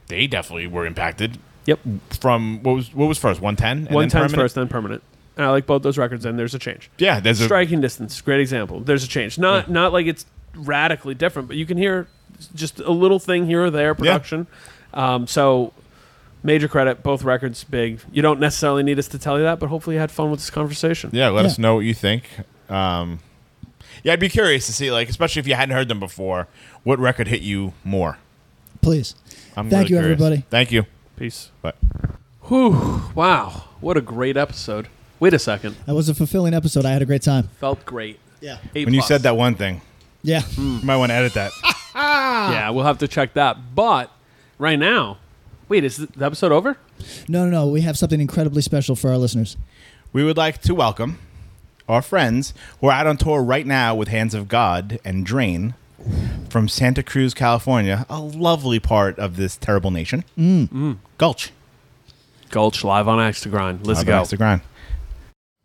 C: They definitely were impacted
D: yep.
C: from what was what was first one ten.
D: One time's first, then permanent. And I like both those records, and there's a change.
C: Yeah, there's a-
D: striking distance. Great example. There's a change. Not not like it's radically different, but you can hear just a little thing here or there production. Um, so major credit, both records big. You don't necessarily need us to tell you that, but hopefully you had fun with this conversation.
C: Yeah, let us
B: Yeah.
C: know what you think. Um, yeah, I'd be curious to see, like, especially if you hadn't heard them before, what record hit you more.
B: Please.
C: I'm
B: Thank
C: really
B: you,
C: curious.
B: everybody.
C: Thank you.
D: Peace.
C: But
D: Whew. Wow. What a great episode. Wait a second.
B: That was a fulfilling episode. I had a great time.
D: Felt great.
B: Yeah.
D: Eight
C: when you
D: plus.
C: said that one thing,
B: Yeah.
C: you might want to edit that.
D: yeah, we'll Ah. have to check that. But right now, wait, is the episode over?
B: No, no, no. We have something incredibly special for our listeners.
C: we would like to welcome our friends who are out on tour right now with Hands of God and Drain from Santa Cruz, California, a lovely part of this terrible nation. Mm. Gulch.
D: Gulch live on Axe to Grind. Let's
C: Live
D: go.
C: on Instagram.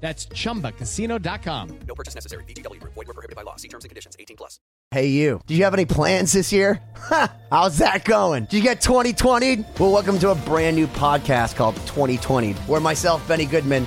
F: That's chumbacasino.com.
G: No purchase necessary. VGW Group. Void were prohibited by law. See terms and conditions. 18 plus.
H: Hey, you. Do you have any plans this year? Ha! How's that going? Did you get 2020? Well, welcome to a brand new podcast called 2020, where myself, Benny Goodman,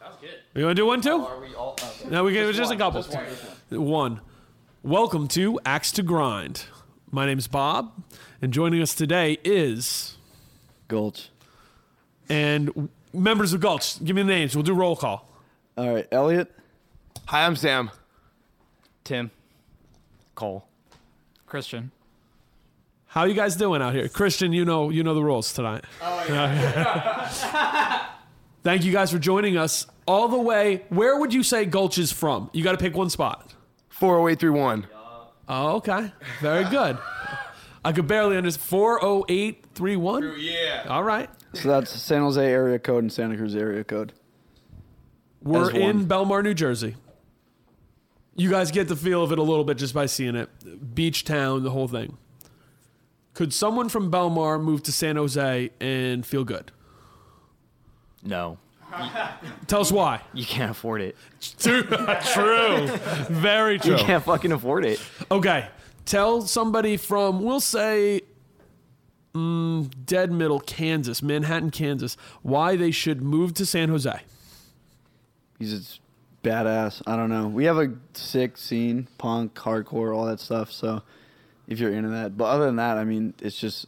D: That was good. You want to do one too? are we all? No, we can, just, just a couple. one. Welcome to Axe to Grind. My name's Bob, and joining us today is
I: Gulch.
D: and w- members of Gulch. Give me the names. We'll do roll call.
I: All right, Elliot.
J: Hi, I'm Sam.
I: Tim.
J: Cole. Christian.
D: How you guys doing out here, Christian? You know, you know the rules tonight. Oh yeah. Thank you guys for joining us all the way. Where would you say Gulch is from? You got to pick one spot.
J: 40831.
D: Oh, okay. Very good. I could barely oh understand. 40831? Yeah. All right.
I: So that's San Jose area code and Santa Cruz area code.
D: We're
I: As one.
D: in Belmar, New Jersey. You guys get the feel of it a little bit just by seeing it. Beach town, the whole thing. Could someone from Belmar move to San Jose and feel good?
I: No,
D: Tell us why.
I: you can't afford it.
D: True. true. Very true.
I: Can't fucking afford it.
D: Okay. Tell somebody from, we'll say, mm, dead middle Kansas, Manhattan, Kansas, why they should move to San Jose.
I: He's just badass. I don't know. We have a sick scene, punk, hardcore, all that stuff. So if you're into that, but other than that, I mean, it's just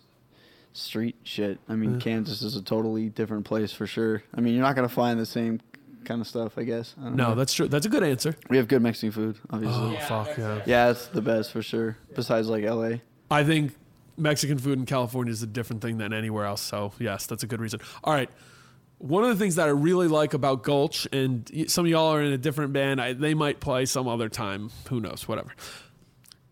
I: street shit. I mean, Kansas is a totally different place for sure. I mean, you're not gonna find the same kind of stuff, I guess. I don't
D: No,
I: know.
D: that's true. That's a good answer.
I: we have good Mexican food, obviously.
D: Oh, fuck yeah.
I: Yeah, it's the best for sure. Besides like LA.
D: I think Mexican food in California is a different thing than anywhere else. So, yes, that's a good reason. All right. One of the things that I really like about Gulch, and y- some of y'all are in a different band, I, they might play some other time. Who knows? Whatever.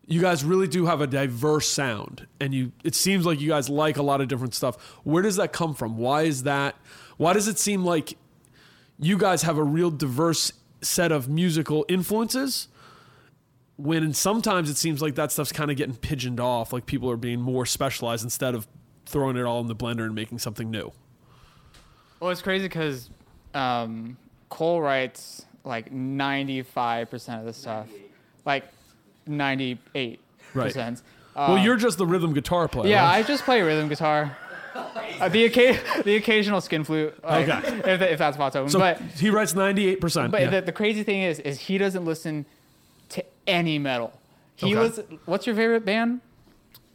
D: You guys really do have a diverse sound, and you. It seems like you guys like a lot of different stuff. Where does that come from? Why is that? Why does it seem like you guys have a real diverse set of musical influences. When sometimes it seems like that stuff's kind of getting pigeoned off, like people are being more specialized instead of throwing it all in the blender and making something new.
K: Well, it's crazy because um, Cole writes like 95% of the stuff, like 98%.
D: Right.
K: Um,
D: well, you're just the rhythm guitar player.
K: Yeah,
D: right?
K: I just play rhythm guitar. Uh, the, occa- the occasional skin flute, like,
D: Okay.
K: if, if that's what's open.
D: so
K: but
D: he writes ninety eight percent.
K: But the, the crazy thing is, is he doesn't listen to any metal. He
L: Okay.
K: was. What's your favorite band?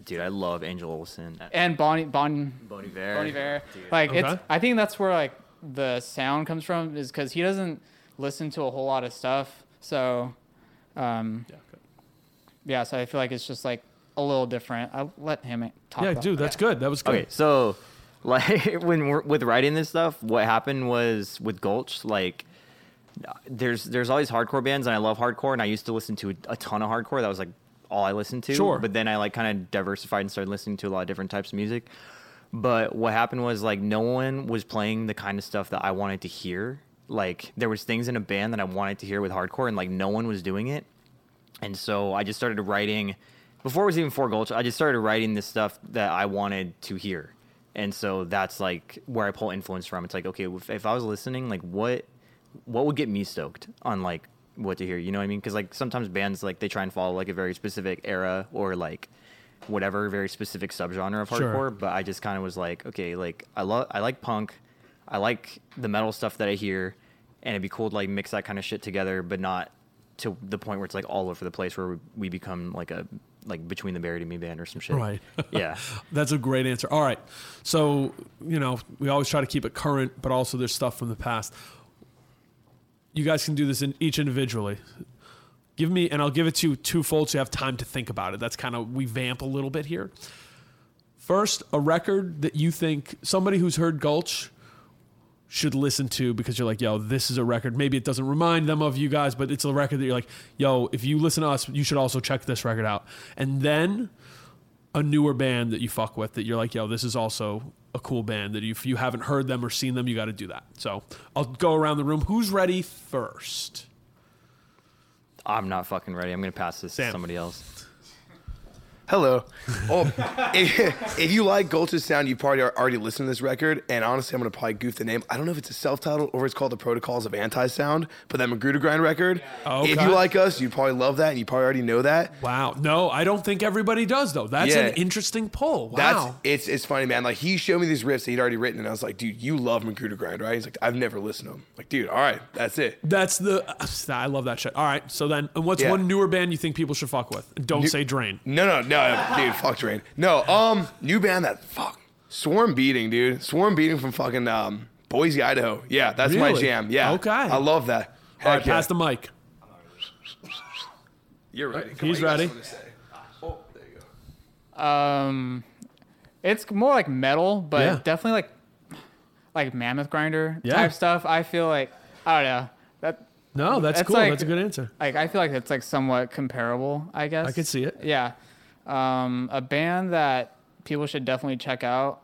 L: Dude, I love Angel Olsen.
K: And Bonnie, Bon,
L: Bon Iver.
K: Bon Iver.
L: Dude.
K: Like it's.
L: Okay.
K: I think that's where like the sound comes from, is because he doesn't listen to a whole lot of stuff. So, um, yeah. So I feel like it's just like a little different. I will let him talk.
D: Yeah,
K: about
D: dude,
K: that.
D: that's good. That was good.
L: Okay, so like when we're with writing this stuff, what happened was with Gulch, like there's there's all these hardcore bands, and I love hardcore, and I used to listen to a, a ton of hardcore. That was like all I listened to.
D: Sure.
L: But then I like kind of diversified and started listening to a lot of different types of music. But what happened was like no one was playing the kind of stuff that I wanted to hear. Like there was things in a band that I wanted to hear with hardcore, and like no one was doing it. And so I just started writing before it was even for Gulch, I just started writing this stuff that I wanted to hear. And so that's like where I pull influence from. It's like, okay, if, if I was listening, like what what would get me stoked on like what to hear, you know what I mean? Cuz like sometimes bands like they try and follow like a very specific era or like whatever very specific subgenre of hardcore,
D: Sure.
L: but I just kind of was like, okay, like I love I like punk. I like the metal stuff that I hear and it'd be cool to like mix that kind of shit together, but not to the point where it's like all over the place where we- we become like a like between the buried and me band or some shit.
D: Right.
L: Yeah.
D: That's a great answer. All right. So, you know, we always try to keep it current, but also there's stuff from the past. You guys can do this in each individually. Give me, and I'll give it to you twofold so you have time to think about it. That's kind of, we vamp a little bit here. First, a record that you think somebody who's heard Gulch should listen to because you're like, yo, this is a record. Maybe it doesn't remind them of you guys, but it's a record that you're like, yo, if you listen to us, you should also check this record out. And then a newer band that you fuck with that you're like, yo, this is also a cool band that if you haven't heard them or seen them, you got to do that. So I'll go around the room. Who's ready first?
L: I'm not fucking ready. I'm gonna pass this to somebody else.
M: Hello. Oh, if, if you like Gulch's sound, you probably are already listened to this record. And honestly, I'm gonna probably goof the name. I don't know if it's a self-titled or it's called "The Protocols of Anti-Sound," but that Magruder Grind record.
D: Okay.
M: If you like us, you probably love that, and you probably already know that.
D: Wow. No, I don't think everybody does though. That's
M: Yeah.
D: an interesting poll. Wow.
M: That's it's it's funny, man. Like he showed me these riffs that he'd already written, and I was like, dude, you love Magruder Grind, right? He's like, I've never listened to him. Like, dude, all right, that's it.
D: That's the I love that shit. All right, so then, and what's
M: Yeah.
D: one newer band you think people should fuck with? And Don't
M: New-
D: say Drain.
M: No, no, no, dude, fuck Drain. No, um, new band that fuck Swarm Beating, dude. Swarm Beating from fucking um Boise, Idaho. Yeah, that's my
D: Really?
M: jam. Yeah,
D: Okay.
M: I love that.
D: All
M: Heck
D: right, pass the mic.
M: You're ready.
D: He's ready.
K: Um, it's more like metal, but
D: Yeah.
K: definitely like like Mammoth Grinder
D: Yeah.
K: type stuff. I feel like I don't know that.
D: No, that's cool.
K: like-
D: that's a good answer.
K: Like I feel like it's like somewhat comparable. I guess
D: I could see it.
K: Yeah, um, a band that people should definitely check out.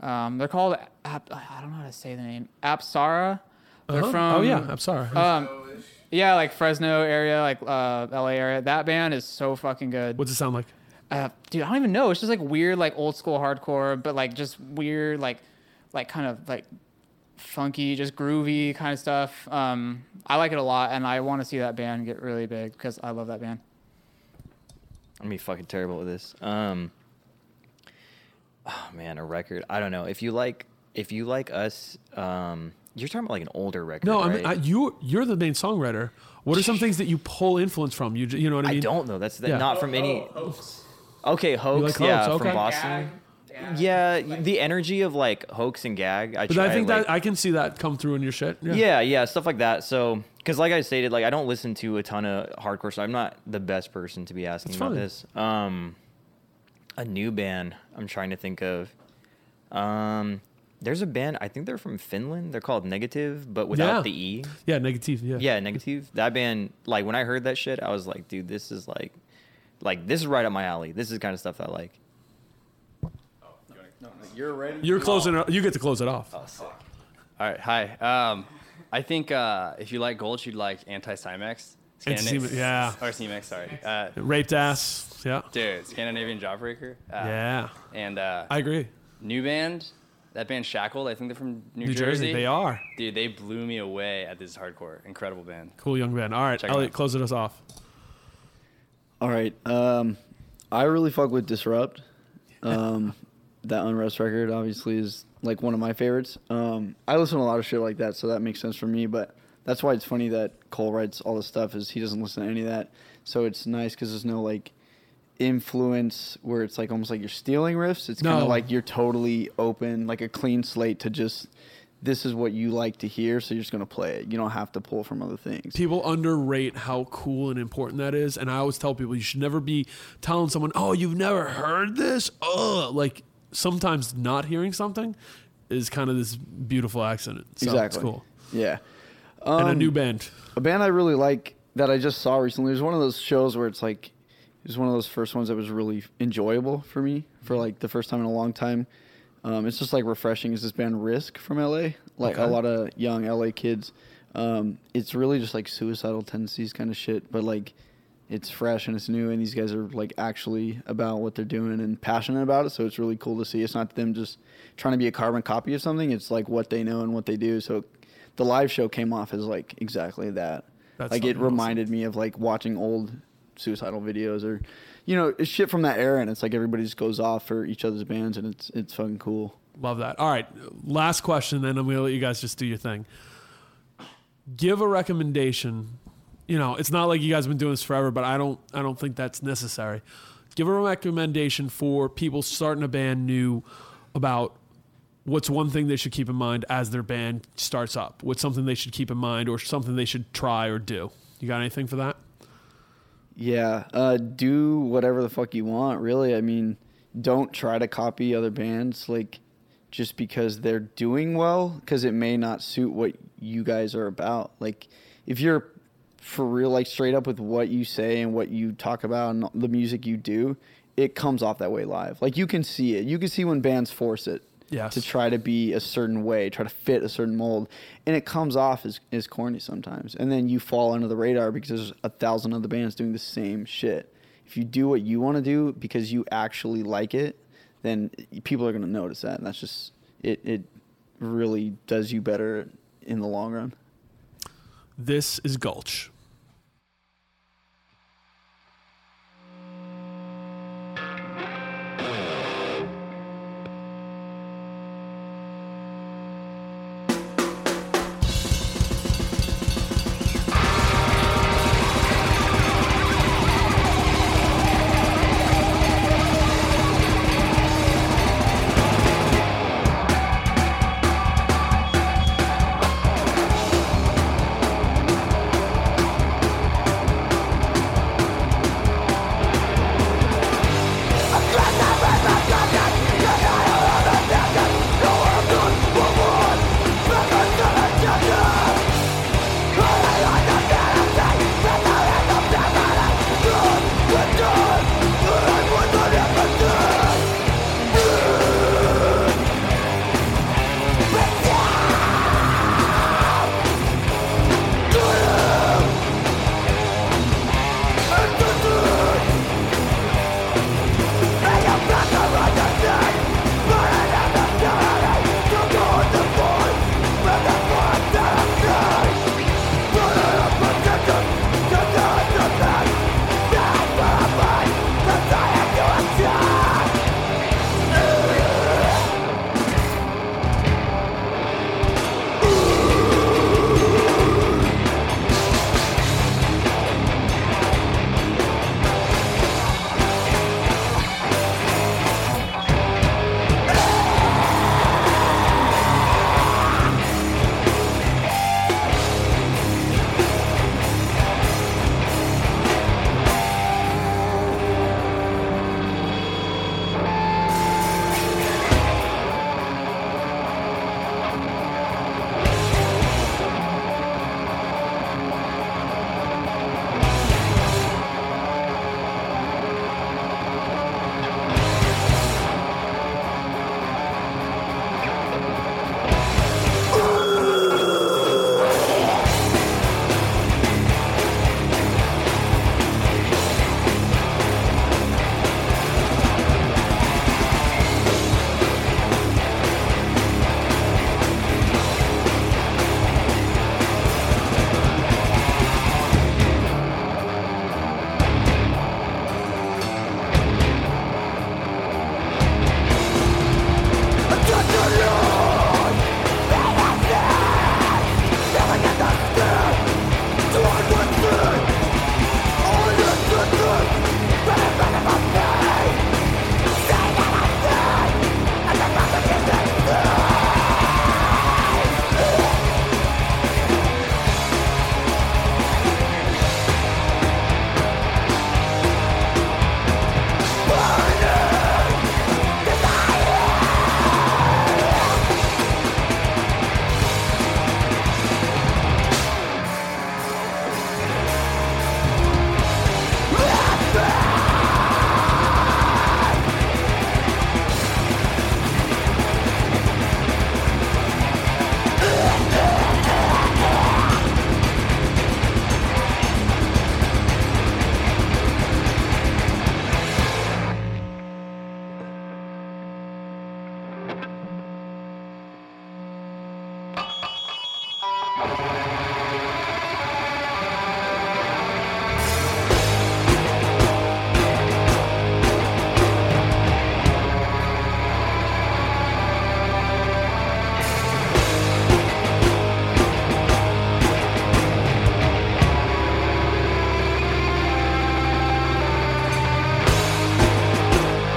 K: Um, they're called Ap- I don't know how to say the name. Apsara. They're
D: Uh-huh.
K: from
D: Oh, yeah, Apsara.
K: Um, yeah, like Fresno area, like uh, LA area. That band is so fucking good.
D: What's it sound like?
K: Uh, dude, I don't even know. It's just like weird, like old school hardcore, but like just weird, like like kind of like funky, just groovy kind of stuff. Um, I like it a lot, and I want to see that band get really big because I love that band.
L: I'm gonna be fucking terrible at this. Um Oh man, a record. I don't know. If you like if you like us, um you're talking about like an older record.
D: No, I
L: right?
D: mean I, you. You're the main songwriter. What are some things that you pull influence from? You j- you know what I mean? I
L: don't know. That's not from any- Okay,
D: like
L: hoax,
D: Hoax,
L: yeah,
D: okay.
L: from Boston. Yeah, the energy of like hoax and gag. I
D: but
L: try,
D: I think
L: like,
D: that I can see that come through in your shit.
L: Yeah. yeah, stuff like that. So, because like I stated, like I don't listen to a ton of hardcore, so I'm not the best person to be asking
D: That's
L: about
D: fine.
L: this. Um, a new band I'm trying to think of. Um, there's a band I think they're from Finland. They're called Negative, but without
D: Yeah.
L: the e.
D: Yeah, negative. Yeah.
L: Yeah, Negative. That band, like when I heard that shit, I was like, dude, this is like, like this is right up my alley. This is the kind of stuff that I like.
N: You're ready.
D: You're closing. it You get to close it off.
N: All right. Hi. Um, I think uh, if you like Gulch, you'd like Anti Cymex.
D: And
N: Scandina-
D: Cymex, yeah.
N: Or Cymex, sorry. Uh,
D: Raped ass. Yeah.
N: dude, Scandinavian Jawbreaker. Uh,
D: Yeah.
N: And uh,
D: I agree.
N: New band, that band Shackled, I think they're from New,
D: New Jersey, they are.
N: Dude, they blew me away at this hardcore. Incredible band.
D: Cool young man. All right,
N: Check 'em
D: Elliot,
N: out.
D: closing us off.
O: All right. Um, I really fuck with Disrupt. Um, that Unrest record obviously is like one of my favorites. Um, I listen to a lot of shit like that, so that makes sense for me. But that's why it's funny that Cole writes all this stuff is he doesn't listen to any of that. So it's nice because there's no like influence where it's like almost like you're stealing riffs. It's kind
D: No.
O: of like you're totally open, like a clean slate to just this is what you like to hear, so you're just gonna play it. You don't have to pull from other things.
D: People underrate how cool and important that is, and I always tell people you should never be telling someone, "Oh, you've never heard this." Ugh. Like sometimes not hearing something is kind of this beautiful accident. So It's
O: Exactly.
D: cool.
O: Yeah. Um,
D: And a new band.
O: A band I really like that I just saw recently. It was one of those shows where it's like, it was one of those first ones that was really enjoyable for me
D: Mm-hmm.
O: for like the first time in a long time. Um, it's just like refreshing. Is this band Risk from LA? Like a
D: Okay.
O: lot of young LA kids. Um, it's really just like suicidal tendencies kind of shit, but like it's fresh and it's new, and these guys are like actually about what they're doing and passionate about it. So it's really cool to see. It's not them just trying to be a carbon copy of something. It's like what they know and what they do. So the live show came off as like exactly that.
D: That's
O: like it
D: fucking awesome.
O: reminded me of like watching old suicidal videos or you know it's shit from that era, and it's like everybody just goes off for each other's bands, and it's it's fucking cool.
D: Love that. All right, last question, then I'm going to let you guys just do your thing. Give a recommendation. You know, it's not like you guys have been doing this forever, but I don't, I don't think that's necessary. Give a recommendation for people starting a band new about what's one thing they should keep in mind as their band starts up. What's something they should keep in mind, or something they should try or do. You got anything for that?
O: Yeah, uh, do whatever the fuck you want, really. I mean, don't try to copy other bands, like, just because they're doing well, because it may not suit what you guys are about. Like, if you're for real, like, straight up with what you say and what you talk about and the music you do, it comes off that way live. Like, you can see it. You can see when bands force it
D: Yes.
O: to try to be a certain way, try to fit a certain mold, and it comes off as, as corny sometimes. And then you fall under the radar because there's a thousand other bands doing the same shit. If you do what you want to do because you actually like it, then people are going to notice that, and that's just it. It really does you better in the long run.
D: This is Gulch.
P: Thank
Q: Thank you.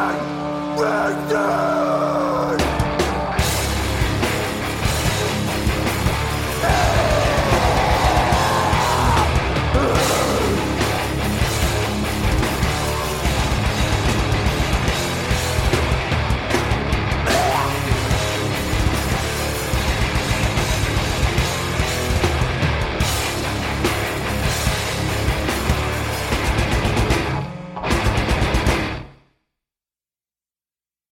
R: Thank you!